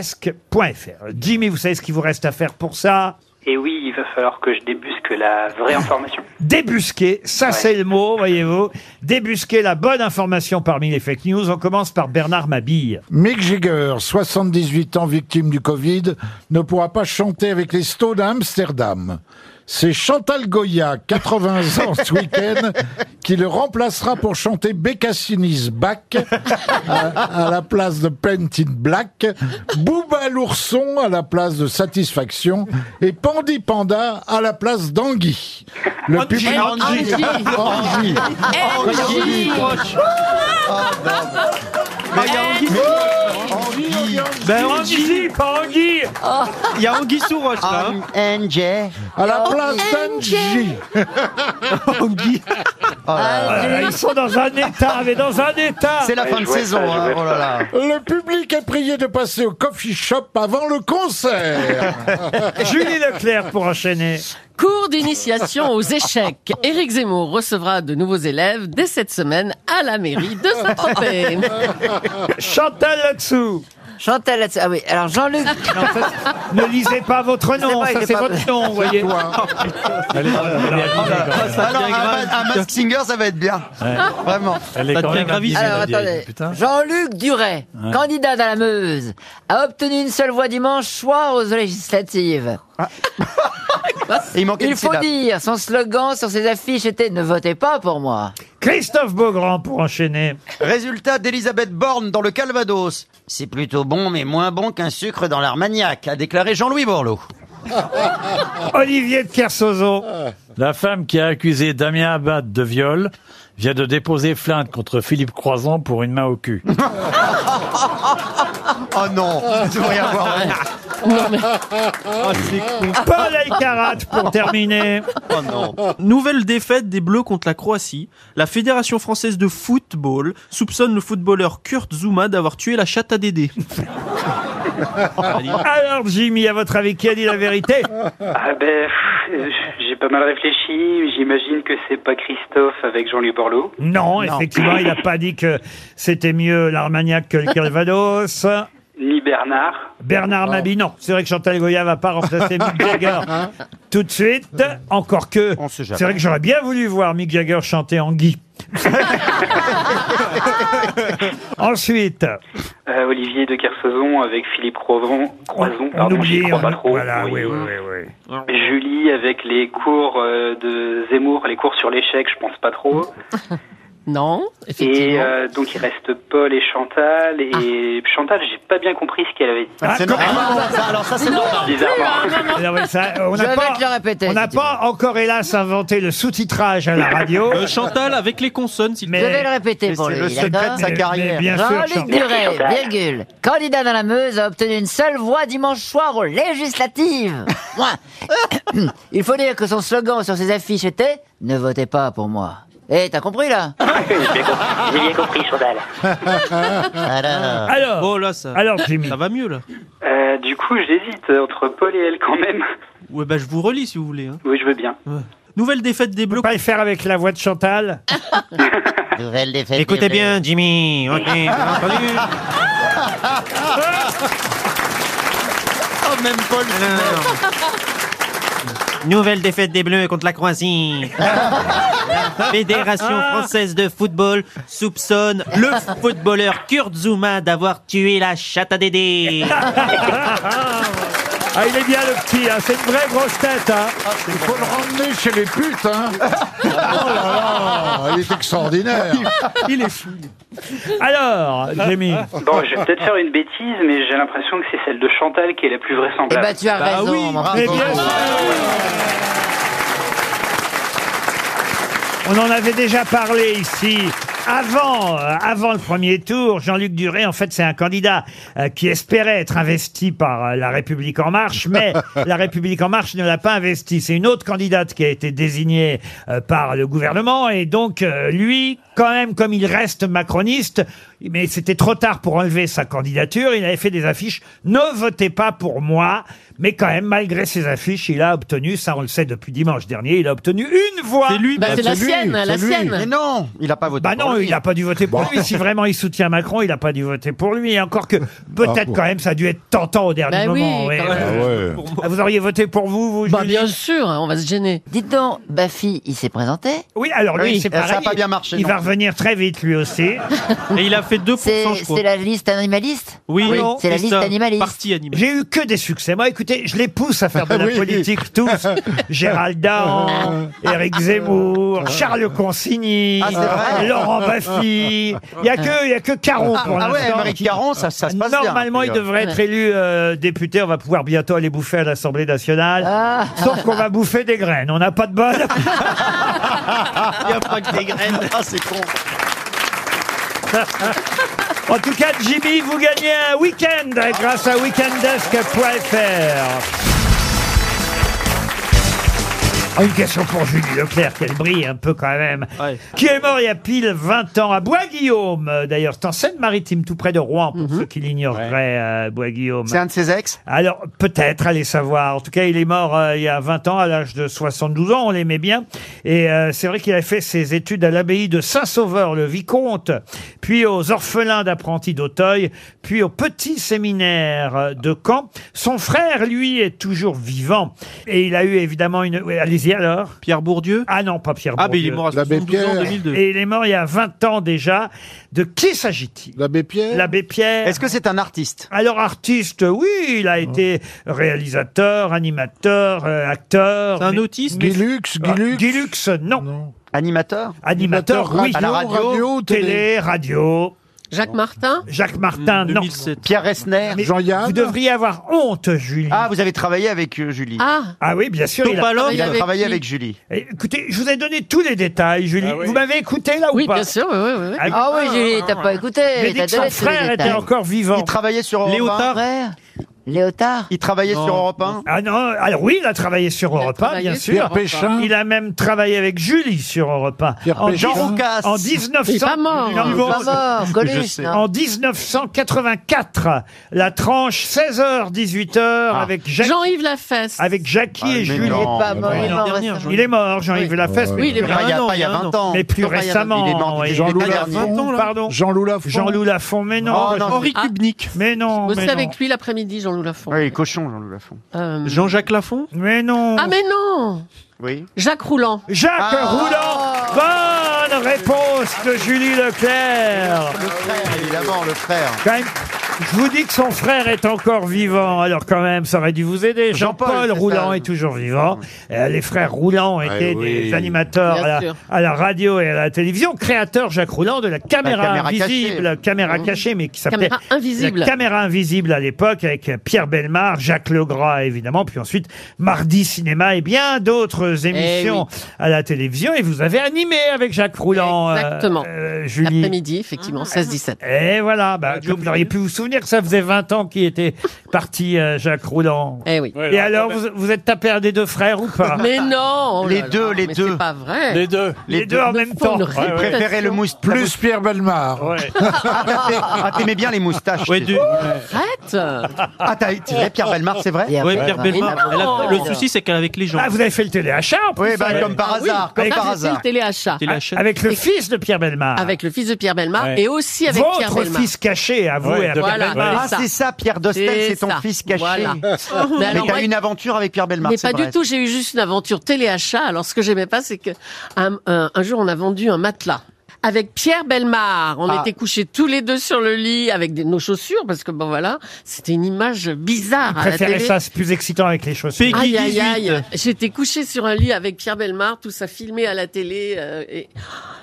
weekendesk.fr. Jimmy, vous savez ce qu'il vous reste à faire pour ça
Et oui, il va falloir que je débusque la vraie
<laughs>
information.
Débusquer, ça c'est le mot, voyez-vous. Débusquer la bonne information parmi les fake news. On commence par Bernard Mabille.
Mick Jagger, 78 ans, victime du Covid, ne pourra pas chanter avec les Stones à Amsterdam. C'est Chantal Goya, 80 ans ce week-end, qui le remplacera pour chanter Beccassinis Back à, à la place de Painted Black, Booba l'ourson à la place de Satisfaction et Pandy Panda à la place d'Anguille. Le public-
Angie.
Angie.
Angie.
Ben, Angie, pas Anguille
Il y a Anguille sous roche, là. hein.
À la place d'Angie.
Anguille.
Oh,
Ah, Ils sont dans un état, mais dans un état
C'est la fin de saison, hein, oh là là.
Le public est prié de passer au coffee shop avant le concert.
<laughs> Julie Leclerc pour enchaîner.
Cours d'initiation aux
<laughs>
échecs. Éric Zemmour recevra de nouveaux élèves dès cette semaine à la mairie de
<laughs>
Saint-Tropez.
Chantal là-dessous
Chantal là-dessous. Ah oui, alors Jean-Luc. <laughs>
Ne lisez pas votre nom,
vrai,
ça
il est
c'est
pas- hein.
votre nom, vous voyez. <laughs>
Ah,
Alors, un,
euh, ah,
ma- un Mask Singer, ça va être bien. Vraiment.
Elle est
Ça
quand
devient
même
gravissime.
Alors
la vieille,
attendez,
putain.
Jean-Luc Duret,
Ouais.
candidat dans la Meuse, a obtenu une seule voix dimanche soir aux législatives.
Il manquait
Il
une
faut
syllabe.
dire, son slogan sur ses affiches était Ne votez pas pour moi.
Christophe Beaugrand pour enchaîner.
Résultat d'Elisabeth Borne dans le Calvados. C'est plutôt bon, mais moins bon qu'un sucre dans l'Armagnac, a déclaré Jean-Louis Borloo.
Olivier de Kersozo.
La femme qui a accusé Damien Abad de viol vient de déposer plainte contre Philippe Croison pour une main au cul.
Oh non, je veux rien voir. Ah,
Oh,
Ah,
Paul Elkarat pour terminer.
Oh non.
Nouvelle défaite des Bleus contre la Croatie. La Fédération française de football soupçonne le footballeur Kurt Zouma d'avoir tué la chatte à
<laughs>
Dédé.
Alors Jimmy, à votre avis, qui a dit la vérité
Ah ben, pff, euh, j'ai pas mal réfléchi. J'imagine que c'est pas Christophe avec Jean-Louis Borloo.
Non, effectivement, il n'a pas dit que c'était mieux l'Armagnac
<laughs>
que le Calvados.
Ni Bernard.
Bernard
Oh.
Mabi, non. C'est vrai que Chantal Goya va pas
<laughs>
remplacer Mick <laughs> Jagger
Bah,
tout de suite. Encore que,
sait jamais.
c'est vrai que j'aurais bien voulu voir Mick Jagger chanter
<laughs>
Anguille. Ensuite,
Euh, Olivier de Kersauzon avec Philippe Croison. Croison,
on
pardon, j'y
oublie.
crois
on-
pas trop.
voilà, oui, oui, oui, oui.
Julie avec les cours euh, de Zemmour, les cours sur l'échec, je pense pas trop.
Non,
Et
effectivement.
euh, donc il reste Paul et Chantal.
Ah.
Et Chantal, j'ai pas bien compris ce qu'elle avait dit.
Ah, comment-
alors ça, c'est normal.
Bizarrement.
Non, mais ça, on
Je
n'a
vais
pas,
te le répéter.
on n'a
si tu veux.
pas encore, hélas, inventé le sous-titrage à la radio.
Euh,
<laughs>
Chantal avec les consonnes, s'il te
Je vais
Mais,
le répéter
mais
pour
c'est
lui.
le secret de
d'accord
sa carrière.
bien sûr,
Jean-Luc
Chantal.
Duret, virgule, candidat dans la Meuse, a obtenu une seule voix dimanche soir aux
<laughs>
législatives. Mouin. <coughs> Il faut dire que son slogan sur ses affiches était Ne votez pas pour moi. Eh, t'as compris
<laughs>
là
J'ai bien compris. Ah, J'ai bien compris, Chantal.
Ah.
Alors,
Alors,
Oh là, ça,
alors Jimmy,
ça va mieux là.
Euh, du coup, j'hésite entre Paul et elle quand même.
Ouais, bah je vous relis si vous voulez. hein.
Oui, je veux bien.
Nouvelle défaite des Bleus.
pas le faire avec la voix de Chantal
nouvelle défaite.
Écoutez
des Bleus.
bien, Jimmy. Ok, bien entendu.
Oh, même Paul.
Euh,
Nouvelle défaite des Bleus contre la
<laughs>
Croatie. La Fédération française de football soupçonne le footballeur Kurt Zouma d'avoir tué la chatte à Dédé.
<laughs> Ah, il est bien le petit, hein, c'est une vraie grosse tête. Hein.
Ah, Il faut le ramener chez les putes,
<laughs>
hein. Oh là là, il est extraordinaire.
Alors,
<laughs>
Jimmy,
<laughs> Bon, je vais peut-être faire une bêtise, mais j'ai l'impression que c'est celle de Chantal qui est la plus
Eh
vraisemblable.
ben, tu as raison, mon bravo.
eh bien sûr. On en avait déjà parlé ici. Avant, euh, avant le premier tour, Jean-Luc Duré, en fait, c'est un candidat euh, qui espérait être investi par euh, La République En Marche,
<laughs>
mais La République En Marche ne l'a pas investi. C'est une autre candidate qui a été désignée euh, par le gouvernement, et donc, euh, lui, quand même, comme il reste macroniste, mais c'était trop tard pour enlever sa candidature. Il avait fait des affiches Ne votez pas pour moi. Mais quand même, malgré ces affiches, il a obtenu, ça on le sait depuis dimanche dernier, il a obtenu une voix.
C'est lui, Bah, bah, c'est la c'est lui, sienne, la c'est lui. sienne. Mais
non, il n'a pas voté bah non, il n'a pas dû voter pour lui. Si vraiment il soutient Macron, il n'a pas dû voter pour lui. Et encore que,
Ah,
peut-être
bon.
quand même, ça a dû être tentant au dernier
Bah oui,
moment.
quand
ouais,
même.
ouais. Ah, Vous auriez voté pour vous, vous Julie
Bah, Bien sûr, hein, on va se gêner.
Dites donc, Bafi, il s'est présenté
Oui, alors lui, c'est pareil. Il va revenir très vite, lui aussi.
Et il a fait 2%,
C'est
je crois.
c'est la liste animaliste
Oui, non,
c'est la
c'est
liste
ça,
animaliste.
parti animaliste.
J'ai eu que des succès. Moi, écoutez, je les pousse à faire <laughs> de la
Oui.
politique <laughs> tous. Gérald Dahan, Éric Zemmour, Charles Consigny,
Ah, c'est vrai.
Laurent Baffy. Il n'y a que, il y a que Caron
Ah,
pour
ah ouais,
l'instant.
Émeric Caron, ça- ça se passe bien.
Normalement, il
Ouais.
devrait être élu euh, député. On va pouvoir bientôt aller bouffer à l'Assemblée nationale. Sauf qu'on va bouffer des graines. On n'a pas de bol.
Il n'y a pas que des graines. Ah, c'est con.
<laughs> En tout cas, Jimmy, vous gagnez un week-end euh, grâce à weekendesk.fr. Ah, Une question pour Julie Leclerc, qu'elle brille un peu quand même. Qui est mort il y a pile 20 ans à Bois-Guillaume, euh, d'ailleurs. C'est en Seine-Maritime, tout près de Rouen, pour ceux qui l'ignoreraient, euh, Bois-Guillaume. Mhm. C'est un de ses ex Alors, peut-être, allez savoir. En tout cas, il est mort euh, il y a 20 ans, à l'âge de 72 ans, on l'aimait bien. Et euh, c'est vrai qu'il a fait ses études à l'abbaye de Saint-Sauveur, le vicomte, puis aux orphelins d'apprentis d'Auteuil, puis au petit séminaire euh, de Caen. Son frère, lui, est toujours vivant. Et il a eu évidemment une... ouais, Allez-y alors.
Pierre Bourdieu
Ah non, pas Pierre
Ah, mais
Bourdieu.
il est mort à L'abbé 72 ans, Pierre. 2002.
Et il est mort il y a 20 ans déjà. De qui s'agit-il
L'abbé Pierre
L'abbé Pierre. Est-ce que c'est un artiste Alors artiste, oui, il
Ah.
a été réalisateur, animateur, euh, acteur.
C'est un
mais-
autiste
mais-
Guilux,
Ah,
Guilux
Guilux, non. Animateur Animateur, oui.
À la radio, radio,
télé,
télé.
radio.
Jacques Martin
Jacques Martin, non.
Pierre Resner.
Mais Vous devriez avoir honte, Julie.
Ah, vous avez travaillé avec euh, Julie.
Ah.
Ah oui, bien sûr.
il a, il a travaillé avec
Julie.
Julie.
Eh, Écoutez, je vous ai donné tous les détails, Julie. Vous m'avez écouté là
Oui,
ou pas
bien sûr, oui, oui, oui.
Ah,
Ah oui, Julie, t'as pas écouté.
J'ai dit
t'as
que son
donné tous les
frère était
détails.
encore vivant.
Il travaillait sur Europe
Léotard.
1.
Frère Léotard
Il travaillait sur Europe 1.
Ah non, alors oui, il a travaillé sur Europe 1,
travaillé
bien
sur
sûr.
Europe 1. Péchin.
Il a même travaillé avec Julie sur Europe 1. En,
Péchin. Jean Roucas.
en 1900
Il est pas mort,
Non,
il est
bon,
pas mort,
c'est-
Coluche, Je sais. non.
En 1984, la tranche 16h 18h avec Jacques-
Jean-Yves Lafesse.
Avec Jackie et Julie.
non, Il est pas Ah. mais mort, non. il est mort
Il est
récemment.
mort, Jean-Yves Lafesse.
Oui,
mais
il est
plus-
mort il y a pas- il y a 20 ans.
Mais plus
Non, pas il y a 20 ans.
récemment.
Il est mort
oui.
Jean-Loup Lafont, là.
Pardon.
Jean-Loup Lafont.
Jean-Loup Lafont, mais non.
Oh, non,
Henri Ah.
Kubnik. Mais non.
Vous
mais
savez
non.
avec lui l'après-midi, Jean-Loup Lafont.
Oui, il est cochon, Jean-Loup Lafont.
Euh,
Jean-Jacques Lafont
Mais non.
Ah, mais non
Oui.
Jacques Roulant.
Jacques Roulant. Bonne réponse de Julie Leclerc.
Le frère, évidemment, le frère.
Quand même, je vous dis que son frère est encore vivant. Alors quand même, ça aurait dû vous aider.
Jean-Paul,
Jean-Paul
c'est
Roulant
ça.
est toujours vivant. Euh, les frères Roulant étaient
Ah oui.
des animateurs
Bien
à la,
sûr.
à la radio et à la télévision. Créateur Jacques Roulant de la caméra,
caméra
invisible,
cachée. Mmh.
caméra cachée, mais qui s'appelait
Caméra invisible.
la caméra invisible à l'époque avec Pierre Belmar, Jacques Legras évidemment, puis ensuite Mardi Cinéma et bien
Eh
d'autres émissions à la télévision. Et vous avez animé avec Jacques Roulant, euh,
Exactement.
euh, Julie.
L'après-midi,
Ah,
effectivement, 16-17.
Et voilà, bah, vous auriez pu vous souvenir que ça faisait 20 ans qu'il était parti, euh, Jacques Roulant.
Eh oui.
Et alors, vous, vous êtes tapé un des deux frères ou pas
Mais non oh là là, mais C'est pas vrai.
deux. Les, deux, en même
font
temps.
une
Ouais, ouais.
réputation.
Préférait le mousse.
Plus Pierre Belmar.
Ah, t'as fait- ah, t'aimais bien les moustaches.
Ouais,
t'es-
du-
Arrête
Ah, t'as tu dirais Pierre Belmar, <laughs> c'est vrai
Oui, Pierre Belmar. Elle a- Le souci, c'est qu'elle est avec les gens.
Ah, vous avez fait le téléachat en plus
Oui, bah,
alors.
comme par
Ah oui,
hasard. Comme
ça,
par
j'ai fait
hasard.
le téléachat.
Téléachat.
Avec le fils de Pierre Belmar.
Avec le fils de Pierre Belmar
Ouais.
et aussi avec
Votre
Pierre Belmar.
fils caché, à vous
Ouais,
et à
de
Pierre
Voilà,
Belmar.
Ah, c'est ça, Pierre Dostel,
C'est
c'est ton
ça.
fils caché.
Voilà.
Mais
Mais alors,
t'as
moi,
eu une aventure avec Pierre Belmar.
Mais
c'est
pas du
vrai.
tout, j'ai eu juste une aventure téléachat. Alors ce que j'aimais pas, c'est que un, un- un jour on a vendu un matelas. Avec Pierre Belmar, on
Ah.
était couchés tous les deux sur le lit avec des- nos chaussures parce que bon voilà, c'était une image bizarre à la
Préférez
télé.
ça, c'est plus excitant avec les chaussures.
Aïe aïe aïe, j'étais couchée sur un lit avec Pierre Belmar, tout ça filmé à la télé euh, et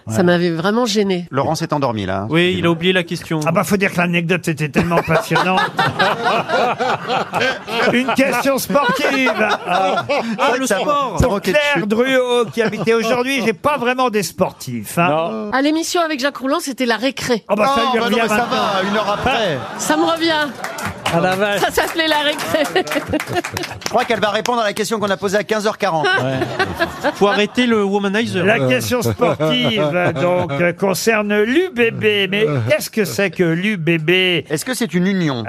ça m'avait vraiment gênée.
Laurent s'est endormi là. hein.
Oui, il a oublié la question.
Ah bah faut dire que l'anecdote était tellement passionnante. Une question sportive. Ah,
Ah, le sport
Pour Claire Druot qui habitait aujourd'hui, j'ai pas vraiment des sportifs. hein.
À l'émission avec Jacques Roulant, c'était la récré.
Ah bah ça, il
Oh, bah non,
revient
mais ça
maintenant.
va, une heure après.
Ça me revient.
Ah la vache.
Ça s'appelait
<laughs>
la récré.
Je crois qu'elle va répondre à la question qu'on a posée à 15h40.
<laughs> Faut arrêter le womanizer.
La question <laughs> sportive, donc, euh, concerne l'UBB. Mais qu'est-ce que c'est que l'UBB Est-ce que c'est Euh, une union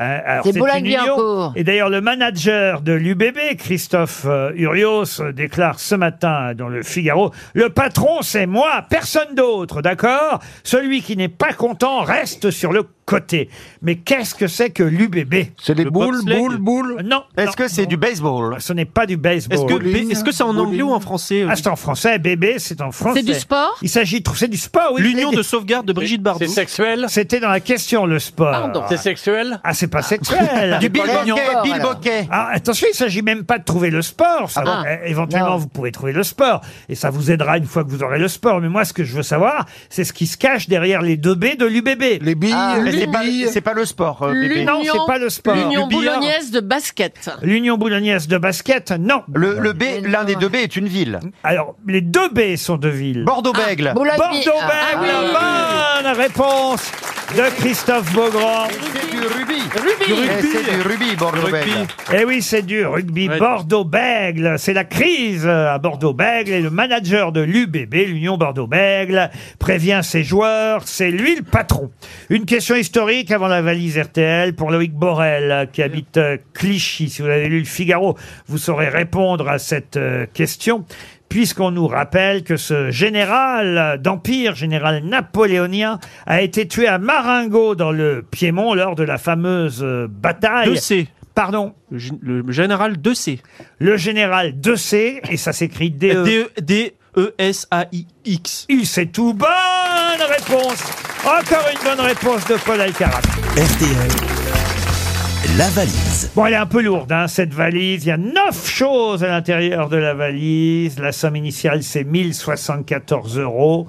C'est Boulogne-Billancourt.
Et d'ailleurs, le manager de l'UBB, Christophe euh, Urios, euh, déclare ce matin dans le Figaro Le patron, c'est moi, personne d'autre, d'accord Celui qui n'est pas content reste sur le côté. Mais qu'est-ce que c'est que l'UBB C'est des
boules, bobsleigh. boules, boules
Euh, Non. Est-ce que c'est du baseball Ce n'est pas du baseball.
Est-ce que- est-ce que c'est en anglais ou en
français Ah, c'est en français. Bébé, c'est en français.
C'est du sport
Il s'agit de. C'est du sport, oui.
L'union de sauvegarde de Brigitte Bardot. C'est
sexuel
C'était dans la question, le sport.
Pardon. C'est
sexuel
Ah, c'est pas sexuel.
Du Bill Pas Bocquet, encore, Bill alors. Bocquet.
Ah, attention, il s'agit même pas de trouver le sport. Ça,
Ah.
bon, é- éventuellement, vous pourrez trouver le sport. Et ça vous aidera une fois que vous aurez le sport. Mais moi, ce que je veux savoir, c'est ce qui se cache derrière les deux B de l'UBB. Les billes,
les c'est pas- billes. c'est
le sport, euh, Non,
L'Union-
c'est pas le sport.
L'Union
Le billard.
boulognaise de basket.
L'Union boulognaise de basket, non. Le, B, l'un des deux B est une ville. Alors, les deux B sont deux villes.
Bordeaux-Bègles. Ah, Boulogne-
Bordeaux-Bègles,
Ah, oui.
bonne réponse de Christophe Beaugrand.
C'est du rubis.
Eh,
Du rugby. C'est du rugby, Bordeaux-Bègles.
Eh oui, c'est du rugby Bordeaux-Bègles. C'est la crise euh, à Bordeaux-Bègles et le manager de l'UBB, l'Union Bordeaux-Bègles, prévient ses joueurs. C'est lui le patron. Une question historique avant la valise RTL pour Loïc Borel euh, qui habite euh, Clichy. Si vous avez lu le Figaro, vous saurez répondre à cette euh, question. Puisqu'on nous rappelle que ce général euh, d'empire, général napoléonien, a été tué à Marengo dans le Piémont lors de la fameuse euh, bataille.
De C.
Pardon
Le, gé- le général 2C.
Le général 2C, et ça s'écrit DE.
E, D-E-S-A-I-X.
Il sait tout. Bonne réponse Encore une bonne réponse de Paul Alcarat.
La valise.
Bon, elle est un peu lourde, hein, cette valise. Il y a neuf choses à l'intérieur de la valise. La somme initiale, c'est 1074 euros.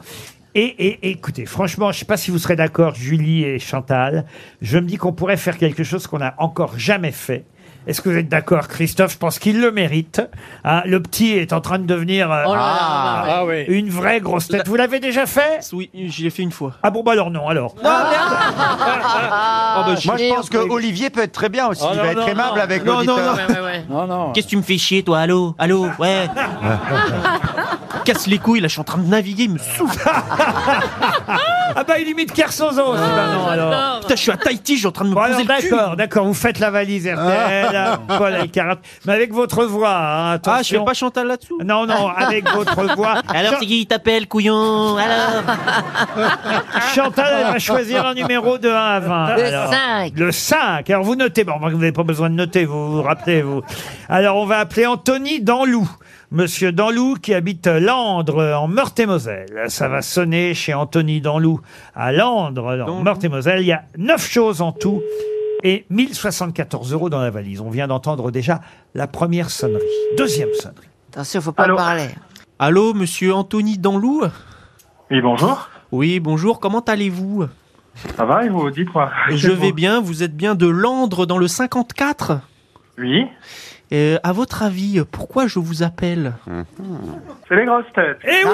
Et, et- et écoutez, franchement, je ne sais pas si vous serez d'accord, Julie et Chantal. Je me dis qu'on pourrait faire quelque chose qu'on n'a encore jamais fait. Est-ce que vous êtes d'accord, Christophe Je pense qu'il le mérite. Hein, le petit est en train de devenir euh,
Oh là là, ah ouais.
une vraie grosse tête. Vous l'avez déjà fait
Oui, j'y l'ai fait une fois.
Ah bon, bah alors non, alors. <laughs> Oh, bah,
Ah, Moi, je pense que Olivier peut être très bien aussi.
Oh,
Il
non,
va être
non,
aimable
non.
avec
Non,
l'auditeur.
non, non. Ah Ouais,
Non, non.
Qu'est-ce que tu me fais chier, toi Allô Allô <laughs> Ouais. Casse les couilles, là, je suis en train de naviguer, il me <laughs> souffle.
ah bah, il imite Kersozon aussi. bah non, alors.
Ah, Putain, je suis à Tahiti, je suis en train de me
Bon,
poser
alors,
le cul.
Ah
Ah.
d'accord, d'accord, vous faites la valise RTL, Paul Alcarat, mais avec votre voix, hein, attention.
Ah, je fais pas Chantal là-dessous.
Non, non, avec
<laughs>
votre voix.
Alors, c'est qui qui t'appelle, couillon Ah Alors
<laughs> Chantal,
<laughs>
elle va choisir un numéro de 1 à 20.
Le
alors.
cinq.
Le 5. Alors, vous notez. Bon, vous n'avez pas besoin de noter, vous vous rappelez, vous. Alors, on va appeler Anthony Danlou. Monsieur Danlou, qui habite Landres, en Meurthe-et-Moselle. Ça va sonner chez Anthony Danlou, à Landres, en Meurthe-et-Moselle. Il y a 9 choses en tout et 1074 euros dans la valise. On vient d'entendre déjà la première sonnerie. Deuxième sonnerie.
Attention, faut pas
Allô
parler.
Allô, monsieur Anthony Danlou
Oui, bonjour.
Oui, bonjour, comment allez-vous
Ça va, et vous Dites-moi.
Je vais bien, vous êtes bien de Landres dans le 54
Oui.
Euh, à votre avis, pourquoi je vous appelle
Mmh.
C'est les grosses têtes.
Eh oui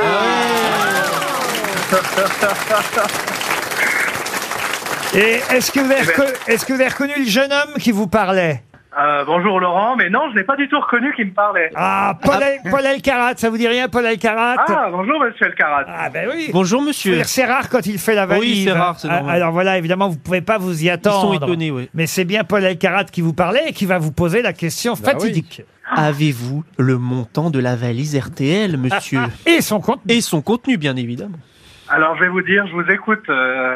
Et est-ce que, vous avez reco- est-ce que vous avez reconnu le jeune homme qui vous parlait
<laughs> Euh, bonjour Laurent, mais non, je n'ai pas du tout reconnu qui me parlait.
Ah, Paul, El- Paul Elkarat, ça vous dit rien, Paul Elkarat
Ah, bonjour monsieur Elkarat.
Ah ben oui.
Bonjour monsieur.
C'est rare quand il fait la valise.
Oui, c'est rare, c'est
Ah,
normal.
Alors voilà, évidemment, vous pouvez pas vous y attendre.
étonnés, oui.
Mais c'est bien Paul Elkarat qui vous parlait et qui va vous poser la
Bah
question fatidique.
Avez-vous le montant de la valise RTL, monsieur
<laughs> Et son contenu.
Et son contenu, bien évidemment.
Alors je vais vous dire, je vous écoute euh,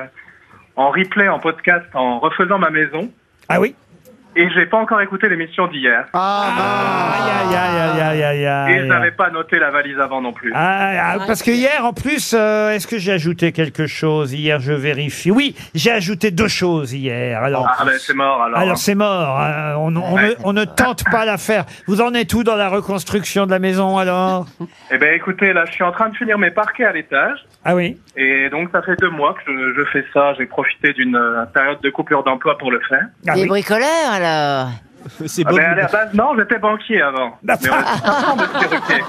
en replay, en podcast, en refaisant ma maison.
Ah oui Ah,
Et j'ai pas encore écouté l'émission d'hier.
Aïe, aïe, aïe, aïe, aïe,
et je
aïe.
n'avais pas noté la valise avant non plus.
Ah, ah, parce que hier, en plus, euh, est-ce que j'ai ajouté quelque chose Hier, je vérifie. Oui, j'ai ajouté deux choses hier. Alors,
Ah, ben, c'est mort alors.
Alors c'est mort, hein. on, on ne, on ne tente pas l'affaire. Vous en êtes où dans la reconstruction de la maison alors
Eh ben écoutez, là je suis en train de finir mes parquets à l'étage.
Ah oui
Et donc ça fait deux mois que je, je fais ça. J'ai profité d'une euh, période de coupure d'emploi pour le faire.
Ah
ben,
Des bricoleurs, alors
<laughs>
C'est
bah.
Ah ben, à la base, non, j'étais banquier avant. Mais on était ensemble, monsieur Ruquier.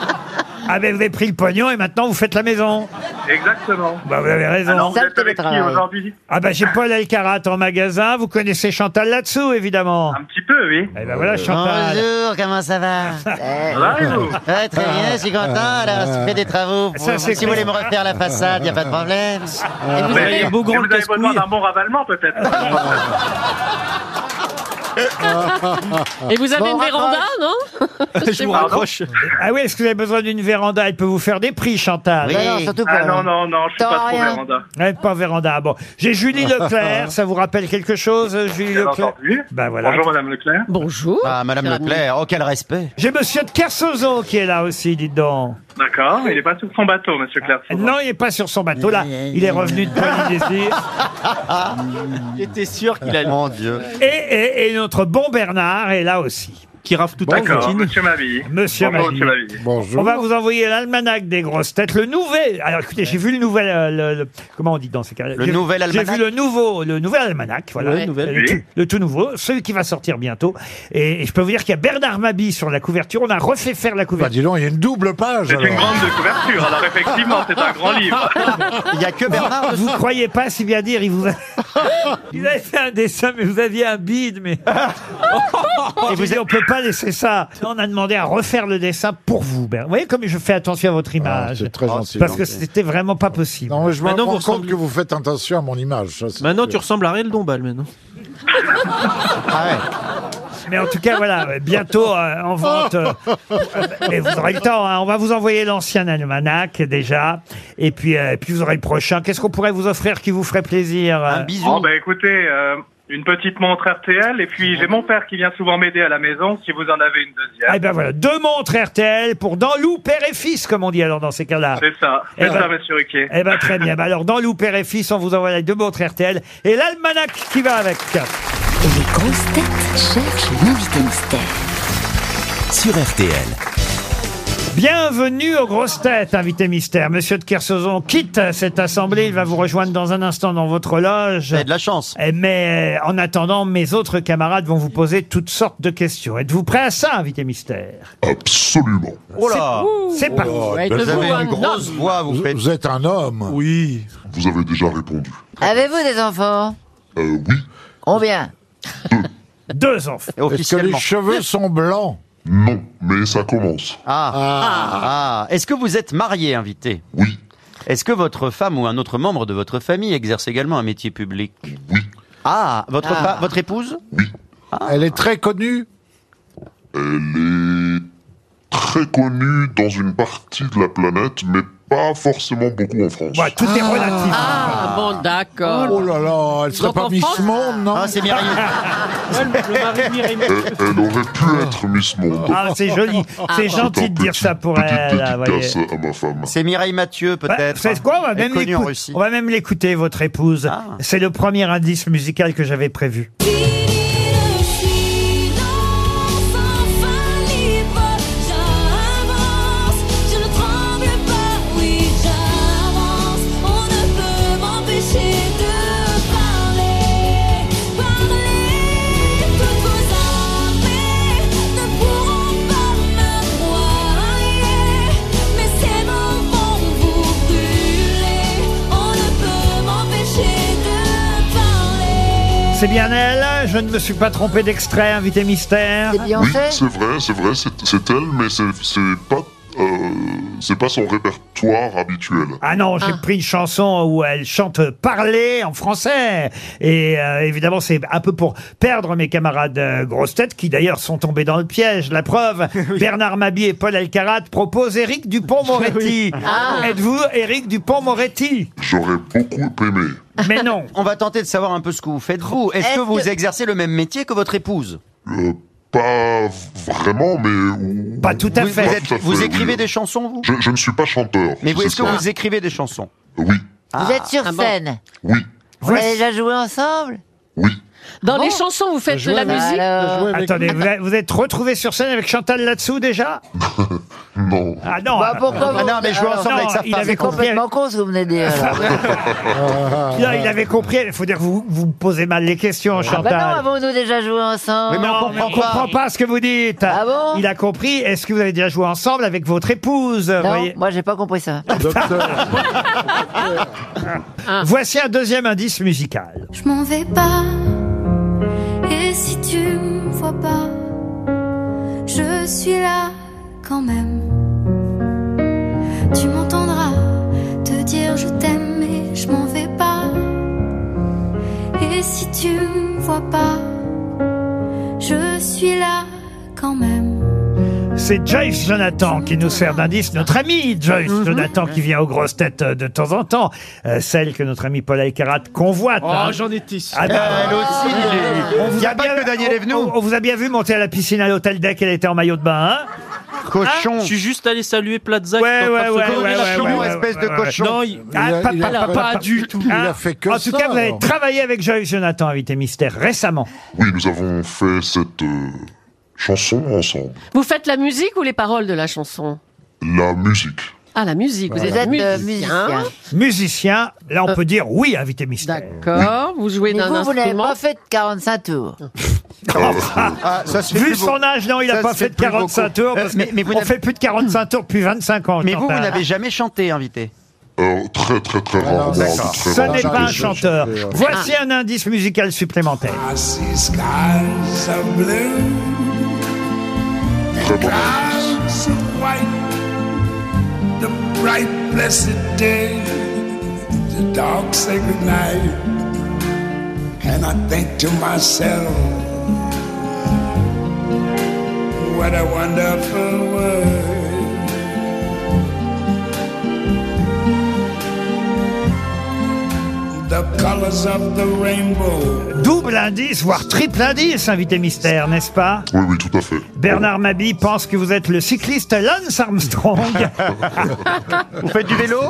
Ah, mais vous avez pris le pognon et maintenant vous faites la maison.
Exactement.
Bah, vous avez raison.
Alors, vous êtes avec qui aujourd'hui
Ah bah j'ai Paul Alcarat en magasin, vous connaissez Chantal là-dessous évidemment. Un
petit peu, oui.
Eh ben voilà Chantal.
Bonjour, comment ça va Ouais, Très bien, je suis content. Alors, je fais des travaux.
Ça, c'est
si vous voulez me refaire la façade, il n'y a pas de problème.
Ah,
Et vous
ben,
Mais-
avez-
mais vous avez besoin d'un bon ravalement peut-être.
bah, Ah.
Et vous avez
Bon,
bah,
une véranda, non Chez vous.
Ah oui, est-ce que vous avez besoin d'une véranda Elle peut vous faire des prix, Chantal.
Oui. Ah non, surtout pas, Ah non, non. non, non, je suis T'auras pas trop rien. véranda.
Ouais, pas véranda. Bon, j'ai Julie Leclerc. ça vous rappelle quelque chose, euh, Julie
Bien
Leclerc
entendu.
Ben voilà.
Bonjour Madame Leclerc.
Bonjour.
Ah, Madame
Cher ami.
Leclerc, oh quel respect.
J'ai Monsieur de Kersozo qui est là aussi, dites donc.
D'accord, il n'est pas sur son bateau, Monsieur Clerc.
Non, il n'est pas sur son bateau là. Il est revenu de Polynésie.
J'étais sûr qu'il allait.
Mon Dieu.
Et, et- et notre bon Bernard est là aussi.
Qui rafle tout à
D'accord, Monsieur Mabille.
Monsieur
Bonjour,
Mabille.
Monsieur Mabille.
On va vous envoyer l'almanach des grosses têtes, le nouvel. Alors écoutez, j'ai vu le nouvel. euh, le- le- comment on dit dans ces cas-là
Le
J'ai-
nouvel
J'ai
almanach
vu le nouveau, le nouvel almanach. Voilà,
Ouais, nouvel.
Le, tout,
Oui.
le tout nouveau, celui qui va sortir bientôt. Et, et je peux vous dire qu'il y a Bernard Mabille sur la couverture. On a refait faire la couverture.
Bah, dis donc, il y a une double page.
C'est une grande couverture, alors effectivement, c'est un grand livre.
Il n'y a que
Bernard
Vous croyez pas si bien dire, il vous a... <laughs> Il avait fait un dessin, mais vous aviez un bide,
<laughs>
mais... Et vous dit, on peut pas laisser ça. On a demandé à refaire le dessin pour vous, Bernard. Vous voyez comme je fais attention à votre image.
Ah, c'est très gentil,
Parce que
gentil.
c'était vraiment pas possible.
Non, mais je me
Maintenant,
rends
vous
compte
ressemblez-
que vous faites attention à mon image. ça, c'est
Maintenant,
sûr.
tu ressembles à Ariel Dombal, maintenant.
Ah
Mais en tout cas, voilà, bientôt euh, en vente. euh, <laughs> et vous aurez le temps. hein. On va vous envoyer l'ancien almanach déjà. Et puis, euh, et puis vous aurez le prochain. Qu'est-ce qu'on pourrait vous offrir qui vous ferait plaisir euh Un
Oh,
Bon,
ben,
bah écoutez, euh, une petite montre RTL, et puis j'ai mon père qui vient souvent m'aider à la maison, si vous en avez une deuxième.
Ah ben voilà, deux montres RTL pour dans loup père et fils, comme on dit alors dans ces cas-là.
C'est ça,
Eh
c'est
ben-
ça, Monsieur Riquet.
Eh ben très bien. Ben alors dans loup père et fils, on vous envoie les deux montres RTL et l'almanach qui va avec.
Les grosses têtes cherchent l'invité mystère.
Sur RTL.
Bienvenue aux grosses têtes, invité mystère. Monsieur de Kersozon quitte cette assemblée. Il va vous rejoindre dans un instant dans votre loge.
de la chance.
Eh, Mais euh, en attendant, mes autres camarades vont vous poser toutes sortes de questions. Êtes-vous prêt à ça, invité mystère
Absolument.
Oh là
C'est
Oh
parti.
là, Vous avez une grosse voix, vous faites.
Vous êtes un homme.
Oui. Vous avez déjà répondu.
Avez-vous des enfants
Euh, oui.
Combien
Deux enfants.
Est-ce que les cheveux sont blancs
Non, mais ça commence.
Ah. Ah. Est-ce que vous êtes marié, invité
Oui.
Est-ce que votre femme ou un autre membre de votre famille exerce également un métier public
Oui.
Ah, votre,
Ah.
fa- votre épouse
Elle est très connue
Elle est très connue dans une partie de la planète, mais pas forcément beaucoup en France.
tout est relatif.
Ah, bon, d'accord.
Oh là là, elle serait
Donc
pas
en
Miss
France-
Monde, non
Ah,
<laughs>
c'est Mireille.
Elle, elle aurait pu être Miss Monde.
Ah, c'est joli. C'est gentil de dire ça pour elle. ah, voyez.
Dédicace à ma femme.
C'est Mireille Mathieu, peut-être. hein,
Bah, c'est quoi On va
Elle est
même
connue en
l'écouter-
Russie. Ah.
on va même l'écouter, votre épouse. C'est le premier indice musical que j'avais prévu.
Je ne tremble pas, oui j'avance, on ne peut m'empêcher de parler, parler, toutes vos armées ne pourront pas me noyer, mais ces mots vont vous brûler, on ne peut m'empêcher de parler.
C'est bien elle. Je ne me suis pas trompé d'extrait, invité mystère.
Oui, c'est vrai, c'est vrai, c'est c'est elle, mais c'est c'est pas, euh, c'est pas son répertoire habituel.
Ah non, j'ai pris une chanson où elle chante parler en français. Et euh, évidemment, c'est un peu pour perdre mes camarades euh, grosses têtes qui d'ailleurs sont tombés dans le piège. La preuve, Bernard Mabie et Paul Alcarat proposent Éric Dupont-Moretti.
Ah.
Êtes-vous Éric Dupont-Moretti
J'aurais beaucoup aimé.
<laughs> Mais non.
On va tenter de savoir un peu ce que vous faites, vous. Est-ce
Est-ce
que vous
que-
exercez le même métier que votre épouse
Euh, pas vraiment, mais.
Pas tout
à fait.
Pas
Vous êtes-
tout à fait,
vous écrivez
oui.
des chansons, vous
je, je ne suis pas chanteur.
Mais vous-
c'est
est-ce que
ça.
vous écrivez des chansons Ah,
Oui.
Ah,
Vous êtes sur scène
Oui.
Vous avez déjà joué ensemble Ah
Dans les chansons, vous faites de la musique
Attendez, vous, vous êtes retrouvé sur scène avec Chantal là-dessous déjà
Non.
Ah non,
bah, pourquoi
Ah
vous-
non, mais jouer ensemble avec sa
il
femme.
avait complètement con ce que vous venez de dire. alors.
<laughs> Là, il avait compris. Il faut dire que vous, vous me posez mal les questions,
Ah bah non,
Chantal.
avons-nous déjà joué ensemble
Non, mais on comprend pas ce que vous dites. Ah bon Il a compris. Est-ce que vous avez déjà joué ensemble avec votre épouse
Non, moi j'ai pas compris ça.
<laughs> Voici un deuxième indice musical.
Je m'en vais pas. Et si tu me vois pas, je suis là quand même. Tu m'entendras te dire je t'aime, mais je m'en vais pas. Et si tu me vois pas, je suis là quand même.
C'est Joyce Jonathan qui nous sert d'indice, notre ami Joyce
Mhm.
Jonathan qui vient aux grosses têtes euh, de temps en temps, Euh, celle que notre ami Paul Alcarat convoite.
Oh,
hein.
j'en étais sûr.
Ah, bah,
Elle aussi, il est-
On vous
Il y a
a
pas
bien-
que Daniel
on-
Evnou.
On, on vous a bien vu monter à la piscine à l'hôtel dès qu'elle était en maillot de bain. hein
Cochon. je suis juste allé saluer Plaza. qui est
Ouais,
en train
ouais,
de se
ouais,
brûler
ouais,
la
ouais,
cheville.
ouais, ouais, ouais, ouais.
Non, il-
Ah,
il a-
pas-
il a
pas-
pas-
<laughs> pas-
pas du tout.
Ah,
Il a fait que
En tout
ça,
cas, vous avez
alors.
travaillé avec Joyce Jonathan, invité mystère, récemment.
Oui, nous avons fait cette euh, chanson ensemble.
Vous faites la musique ou les paroles de la chanson
La musique.
Ah, la musique. Vous
Voilà.
êtes euh,
Vous
musicien.
êtes, euh, Musicien, là on peut dire oui, invité mystère. <laughs>
D'accord. Vous jouez
Mais
d'un
vous, vous n'avez
instrument.
pas fait de 45 tours.
Eh,
Euh. Ah,
Vu son âge, non, il n'a
Ça
pas
se
fait
fait
de
plus
45
beaucoup.
tours.
Euh,
parce
mais-
que
mais vous
on
n'avez-
fait plus de 45 tours depuis 25 ans.
Mais vous, vous
Chantal.
n'avez jamais chanté, invité.
Alors, très, très, très rarement.
d'accord.
très
Ce
rarement,
n'est pas un
je-
chanteur. Voici un indice musical supplémentaire.
Skies are blue. The clouds are white. The bright, blessed day. The dark, sacred night. And I think to myself, what a wonderful world. The colors of the rainbow.
Double indice, voire triple indice, invité mystère, n'est-ce pas
Oui, oui, tout à fait.
Bernard Mabi pense que vous êtes le cycliste Lance Armstrong.
<laughs> Vous faites du vélo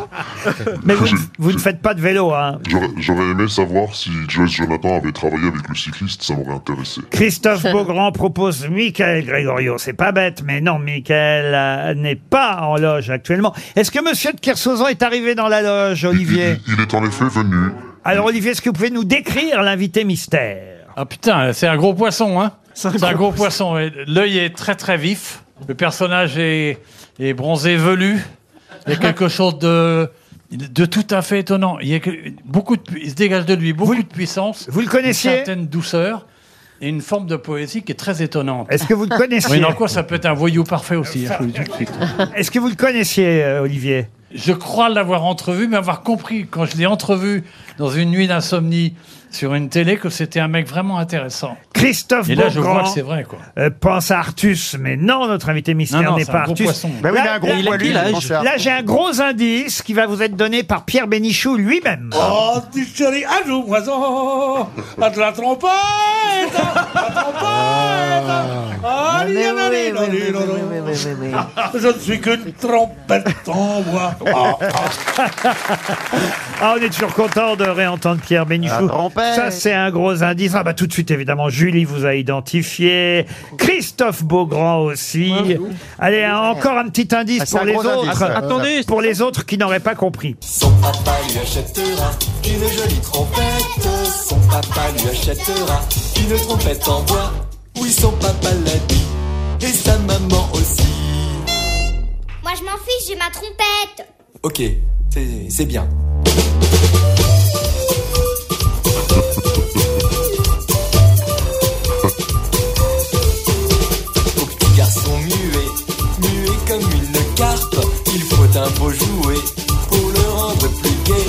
<laughs> Mais vous, ne- vous ne faites pas de vélo, hein
J'aurais j'aurais aimé savoir si Joyce Jonathan avait travaillé avec le cycliste, ça m'aurait intéressé.
Christophe Beaugrand propose Michael Grégorio. C'est pas bête, mais non, Michael euh, n'est pas en loge actuellement. Est-ce que Monsieur de Kersauzon est arrivé dans la loge, Olivier
Il est en effet venu.
Alors, Olivier, est-ce que vous pouvez nous décrire l'invité mystère
Ah putain, c'est un gros poisson, hein C'est un gros poisson. ouais. L'œil est très très vif. Le personnage est, est bronzé velu. Il y a
<laughs>
quelque chose de, de tout à fait étonnant. Il, y a que- beaucoup de, pu- il se dégage de lui beaucoup de puissance.
vous le connaissiez
Une certaine douceur. Et une forme de poésie qui est très étonnante.
Est-ce que vous
<laughs>
le connaissiez
Oui, dans quoi ça peut être un voyou parfait aussi. hein, je vous le dis tout de suite.
<laughs> Est-ce que vous le connaissiez, euh, Olivier
Je crois l'avoir entrevu, mais avoir compris quand je l'ai entrevu dans une nuit d'insomnie sur une télé que c'était un mec vraiment intéressant.
Christophe
Et là, je
Beaugrand
vois que c'est vrai, quoi.
euh, pense à Artus, mais non, notre invité mystère
Non, non,
n'est
c'est
pas
un gros
Artus.
poisson. Bah oui, il a un gros
là,
poilu,
là,
je pensais à
là,
Artus.
j'ai un gros indice qui va vous être donné par Pierre Bénichou lui-même.
Oh, tu chéris, un jour, oiseau, à de la trompette, la trompette, ah, li, la, la, li, la, li, la, la. <laughs> je ne suis qu'une trompette en bois. Ah, <laughs>
Ah, on est toujours content de réentendre Pierre
Ah,
Bénichou. Ça, c'est un gros indice. Ah, bah, tout de suite, évidemment, Julie vous a identifié. Christophe Beaugrand aussi. Allez, un- encore un petit indice
Ah, c'est
pour
un
les
gros
autres.
indice, ouais. Attendez.
Pour les autres qui n'auraient pas compris.
Son papa lui achètera une jolie trompette. Son papa lui achètera une trompette en bois. Oui, son papa l'a dit. Et sa maman aussi.
Moi, je m'en fiche, j'ai ma trompette.
Ok, c'est- c'est bien. Au petit garçon muet, muet comme une carpe, il faut un beau jouet pour le rendre plus gai.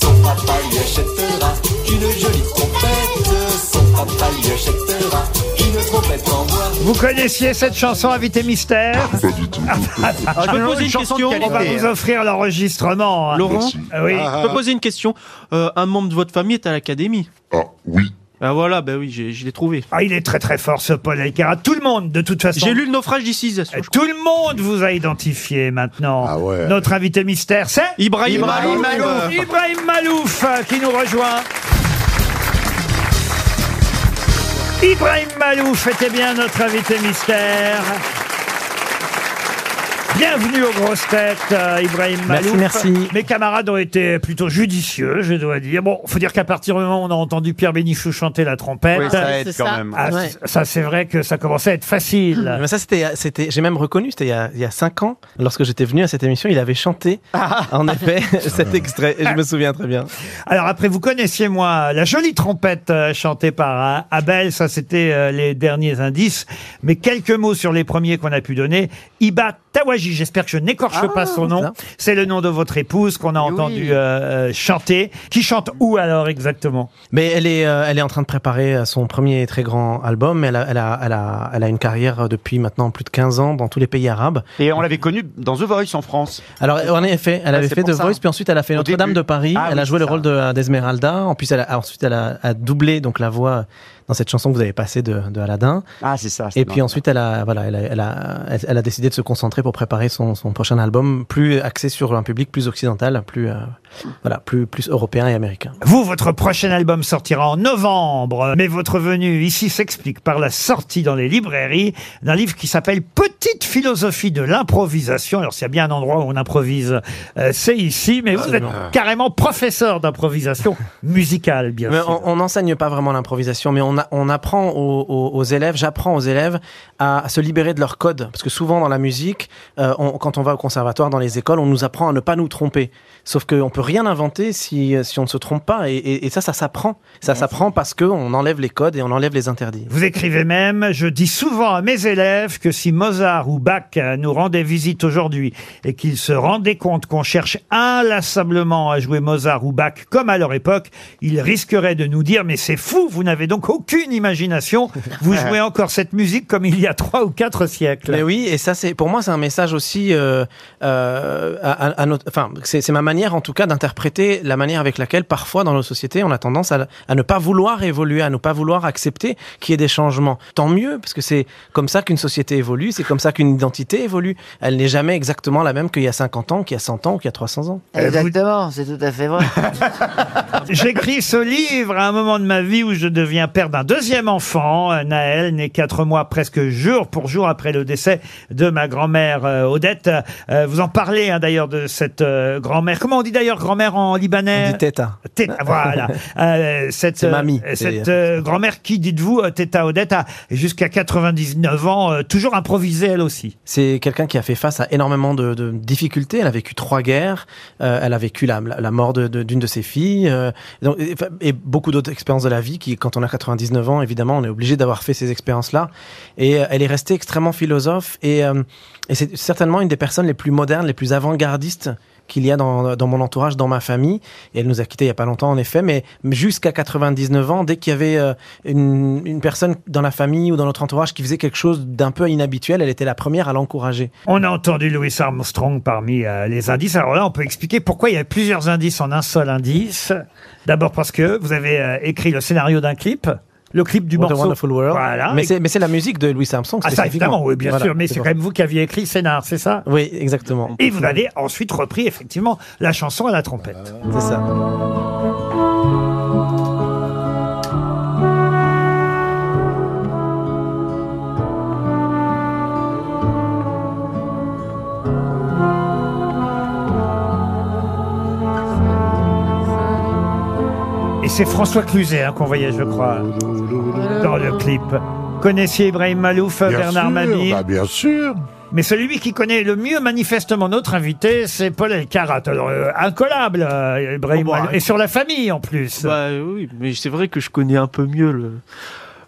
Son papa lui achètera une jolie trompette. Son papa lui achètera une trompette en bois.
Vous connaissiez cette chanson, Invité Mystère
Ah,
Ah,
Pas du tout.
Ah, Je peux poser une question
On va vous offrir l'enregistrement. hein.
Laurent
Ah Oui.
Je peux poser une question. Euh, un membre de votre famille est à l'académie
Ah, oui.
Ah voilà, ben oui, j'ai- je l'ai trouvé.
Ah, il est très très fort ce Paul Alcarat. Tout le monde, de toute façon.
J'ai lu le naufrage d'ici.
Euh, Tout le monde vous a identifié maintenant.
Ah
Notre invité mystère, c'est
Ibrahim Ibrahim Malouf. Malouf.
Ibrahim Malouf euh, qui nous rejoint. Ibrahim Malouf était bien notre invité mystère. Bienvenue aux grosses têtes, euh, Ibrahim
Merci,
Malouf.
merci.
Mes camarades ont été plutôt judicieux, je dois dire. Bon, faut dire qu'à partir du moment où on a entendu Pierre Bénichou chanter la trompette,
Oui, ça aide C'est quand ça. même.
Ah,
Ouais.
c- ça c'est vrai que ça commençait à être facile.
Mais ça, c'était, c'était, j'ai même reconnu, c'était il y a- il y a 5 ans, lorsque j'étais venu à cette émission, il avait chanté,
Ah.
en effet, <laughs> cet extrait, et je me souviens très bien.
Hein. Alors après, vous connaissiez moi la jolie trompette euh, chantée par euh, Abel, ça c'était euh, les derniers indices, mais quelques mots sur les premiers qu'on a pu donner. Iba Tawaji, j'espère que je n'écorche pas son nom, c'est le nom de votre épouse qu'on a entendu euh, euh, chanter. Qui chante où alors exactement
Mais elle est, euh, elle est en train de préparer euh, son premier très grand album. Elle a, elle a, elle a, elle a une carrière euh, depuis maintenant plus de 15 ans dans tous les pays arabes.
Et on l'avait connu dans The Voice en France.
Alors, en effet, elle
Ah,
avait
c'est
fait
pour
The
ça.
Voice, puis ensuite elle a fait
Au
Notre-Dame
début.
de Paris.
Ah
elle a
oui,
joué
c'est
le rôle de- euh, d'Esmeralda. En plus, elle a, ensuite, elle a, a doublé donc la voix dans cette chanson que vous avez passée de, de Aladdin.
Ah, c'est ça. c'est
Et puis
dans-
ensuite, elle a, voilà, elle a, elle a, elle- elle a décidé de se concentrer pour préparer son, son prochain album, plus axé sur un public plus occidental, plus, euh, voilà, plus, plus européen et américain.
Vous, votre prochain album sortira en novembre, mais votre venue ici s'explique par la sortie dans les librairies d'un livre qui s'appelle Petite philosophie de l'improvisation. Alors, s'il y a bien un endroit où on improvise, euh, c'est ici, mais vous êtes
Absolument.
carrément professeur d'improvisation musicale, bien
Mais
sûr.
on- on n'enseigne pas vraiment l'improvisation, mais on, a- on apprend aux, aux- aux élèves, j'apprends aux élèves à, à se libérer de leur code. Parce que souvent dans la musique, euh, on- quand on va au conservatoire, dans les écoles, on nous apprend à ne pas nous tromper. Sauf qu'on peut rien inventer si, si on ne se trompe pas. Et, et- et ça, ça s'apprend. Ça s'apprend parce qu'on enlève les codes et on enlève les interdits.
Vous écrivez même, je dis souvent à mes élèves que si Mozart ou Bach euh, nous rendaient visite aujourd'hui et qu'ils se rendaient compte qu'on cherche inlassablement à jouer Mozart ou Bach comme à leur époque, ils risqueraient de nous dire mais c'est fou, vous n'avez donc aucune imagination, vous jouez encore cette musique comme il y a trois ou quatre siècles.
Mais oui, et ça, c'est pour moi, c'est un message aussi. euh, euh, à, à- à notre, enfin, c'est c'est ma manière, en tout cas, d'interpréter la manière avec laquelle, parfois, dans nos sociétés, on a tendance à, à ne pas vouloir évoluer, à ne pas vouloir accepter qu'il y ait des changements. Tant mieux, parce que c'est comme ça qu'une société évolue, c'est comme ça qu'une identité évolue. Elle n'est jamais exactement la même qu'il y a 50 ans, qu'il y a 100 ans, ou qu'il y a 300 ans.
Exactement, c'est tout à fait
<laughs>
vrai.
J'écris ce livre à un moment de ma vie où je deviens père d'un deuxième enfant. Euh, Naël, né quatre mois presque jour pour jour après le décès de ma grand-mère euh, Odette. Euh, Vous en parlez hein, d'ailleurs de cette euh, grand-mère. Comment on dit d'ailleurs grand-mère en libanais
On dit teta.
Teta,
<laughs>
voilà. Euh, cette
C'est mamie.
euh, Cette euh, grand-mère qui, dites-vous, euh, Teta Odette, a jusqu'à 99 ans euh, toujours improvisé elle aussi.
C'est quelqu'un qui a fait face à énormément de, de difficultés. Elle a vécu trois guerres. euh, elle a vécu la, la- la mort de- de- d'une de, ses filles. euh, donc, et, et beaucoup d'autres expériences de la vie qui, quand on a 99 ans, évidemment, on est obligé d'avoir fait ces expériences-là. Et euh, elle est restée extrêmement philosophe. Et, euh, et c'est certainement une des personnes les plus modernes, les plus avant-gardistes qu'il y a dans, dans mon entourage, dans ma famille. Et elle nous a quittés il y a pas longtemps, en effet, mais jusqu'à 99 ans, dès qu'il y avait euh, une, une personne dans la famille ou dans notre entourage qui faisait quelque chose d'un peu inhabituel, elle était la première à l'encourager.
On a entendu Louis Armstrong parmi euh, les indices. Alors là, on peut expliquer pourquoi il y a plusieurs indices en un seul indice. D'abord parce que vous avez euh, écrit le scénario d'un clip, le clip du
What a
morceau.
Wonderful World.
Voilà.
Mais
Et-
c'est mais c'est la musique de Louis Armstrong.
Ah ça,
spécifiquement.
évidemment, oui, bien
Voilà,
sûr. Mais c'est
pour
quand même vous qui aviez écrit le scénar, c'est ça
ça. Oui, exactement.
Et vous avez ensuite repris effectivement la chanson à la trompette.
C'est ça.
Et c'est François Cluzet hein, qu'on voyait, je crois, dans le clip. Connaissiez Ibrahim Malouf,
Bien
Bernard
sûr,
Mabille
bah, bien sûr.
Mais celui qui connaît le mieux manifestement notre invité, c'est Paul Elkarat. Alors, euh, incollable, euh, Ibrahim Malouf. Et sur la famille en plus.
Bah oui, mais c'est vrai que je connais un peu mieux le.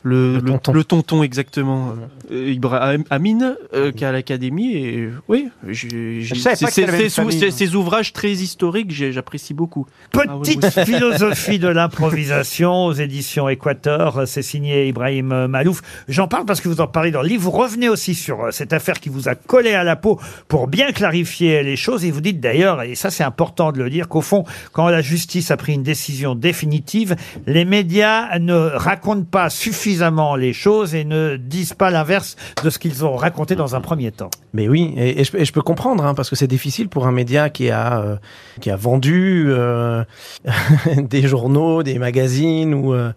Le, le- le tonton. exactement. Euh, Ibrahim Amine, euh, qui est à l'académie, et euh, oui, j'ai- j'ai-
Je savais
c'est-
pas que
c'est-
t'avais une
c'est sous-
famille. hein.
c'est- ces ouvrages très historiques, j'ai- j'apprécie beaucoup. Ah oui,
Petite
oui.
philosophie de l'improvisation aux éditions Équateur. C'est signé Ibrahim euh, Malouf. J'en parle parce que vous en parlez dans le livre. Vous revenez aussi sur euh, cette affaire qui vous a collé à la peau pour bien clarifier les choses. Et vous dites d'ailleurs, et ça c'est important de le dire, qu'au fond, quand la justice a pris une décision définitive, les médias ne racontent pas suffisamment les choses et ne disent pas l'inverse de ce qu'ils ont raconté dans un premier temps.
Ah,
Mais oui, et, et je, peux- et je peux comprendre, hein, parce que c'est difficile pour un média qui a, euh, <laughs> qui a vendu euh, des journaux, des magazines ou, euh,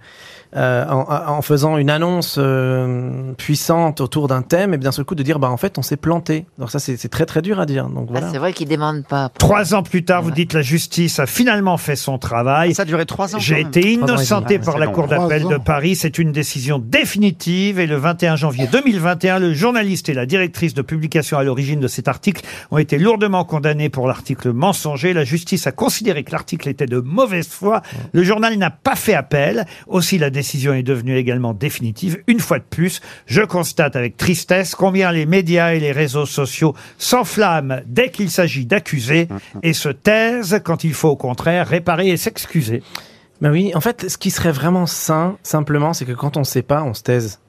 euh, en, en faisant une annonce euh, puissante autour d'un thème, et bien d'un seul coup de dire, bah en fait, on s'est planté. Alors ça, c'est c'est très très dur à dire. Donc voilà.
C'est vrai qu'ils demandent pas.
Trois ans plus tard, vous dites la justice a finalement fait son travail. Ça
a duré trois ans,
J'ai
quand même.
été
Trois ans et demi,
innocenté
ouais,
par
c'est
la
long.
Cour d'appel
Trois
de
ans.
Paris. C'est une décision définitive. Et le 21 janvier 2021, le journaliste et la directrice de publication à l'origine de cet article ont été lourdement condamnés pour l'article mensonger. La justice a considéré que l'article était de mauvaise foi. Le journal n'a pas fait appel. Aussi, la décision est devenue également définitive. Une fois de plus, je constate avec tristesse combien les médias et les réseaux sociaux s'enflamment dès qu'il s'agit d'accusés et se taisent quand il faut au contraire réparer et s'excuser.
Ben oui, en fait, ce qui serait vraiment sain, simplement, c'est que quand on ne sait pas, on se taise.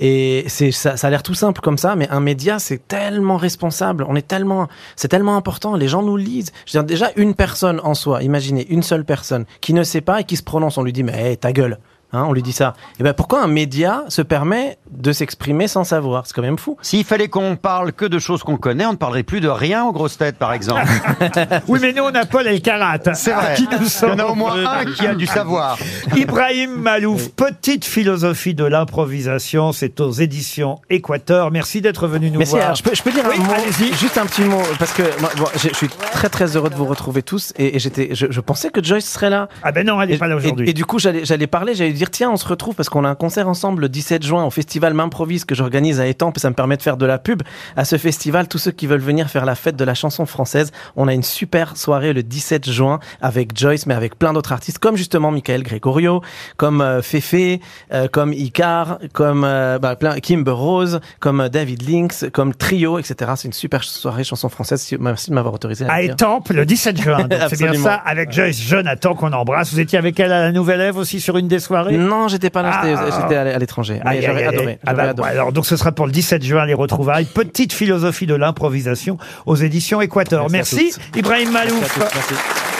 Et c'est ça, ça a l'air tout simple comme ça, mais un média c'est tellement responsable, on est tellement, c'est tellement important. Les gens nous lisent. Je veux dire, déjà une personne en soi, imaginez une seule personne qui ne sait pas et qui se prononce, on lui dit mais hey, ta gueule, hein, on lui dit ça. Et ben pourquoi un média se permet de s'exprimer sans savoir C'est quand même fou.
S'il fallait qu'on parle que de choses qu'on connaît, on ne parlerait plus de rien aux grosses têtes, par exemple.
<laughs> oui, mais nous, on a Paul Elkarat.
C'est vrai.
Qui nous
Il y en a
sauve.
au moins un qui a du savoir.
<laughs> Ibrahim Malouf, petite philosophie de l'improvisation, c'est aux éditions Équateur. Merci d'être venu nous
Mais c'est-
voir.
alors, je, peux, je peux dire un mot, juste un petit mot, parce que moi, bon, je, je suis très très heureux de vous retrouver tous, et, et j'étais, je, je pensais que Joyce serait là.
Ah ben non, elle n'est
Et-
pas là
et-
aujourd'hui.
Et, du coup, j'allais j'allais parler, j'allais dire tiens, on se retrouve parce qu'on a un concert ensemble le 17 juin au festival M'improvise que j'organise à Étampes. Ça me permet de faire de la pub à ce festival. Tous ceux qui veulent venir faire la fête de la chanson française, on a une super soirée le 17 juin avec Joyce, mais avec plein d'autres artistes comme justement Michael Gregorio, comme euh, Féfé, euh, comme Icar, comme euh, bah, plein, Kimber Rose, comme euh, David Links, comme Trio, etc. C'est une super soirée chanson française. si- Merci de m'avoir autorisé à,
À
le dire.
Étampes, le 17
<laughs>
juin. Donc, C'est bien
Absolument.
ça, avec Joyce Jonathan qu'on embrasse. Vous étiez avec elle à la Nouvelle Ève aussi sur une des soirées
Non, j'étais pas là, j'étais-
Ah.
j'étais à l'étranger. Mais
Aïe, aïe,
J'aurais
aïe,
adoré.
aïe. Ah
j'aurais
bah,
adoré.
bon, alors, donc ce sera pour le 17 juin, les retrouvailles. Petite philosophie de l'improvisation aux éditions Équateur.
Merci à
Merci, Ibrahim Malouf.
Merci à tous, merci.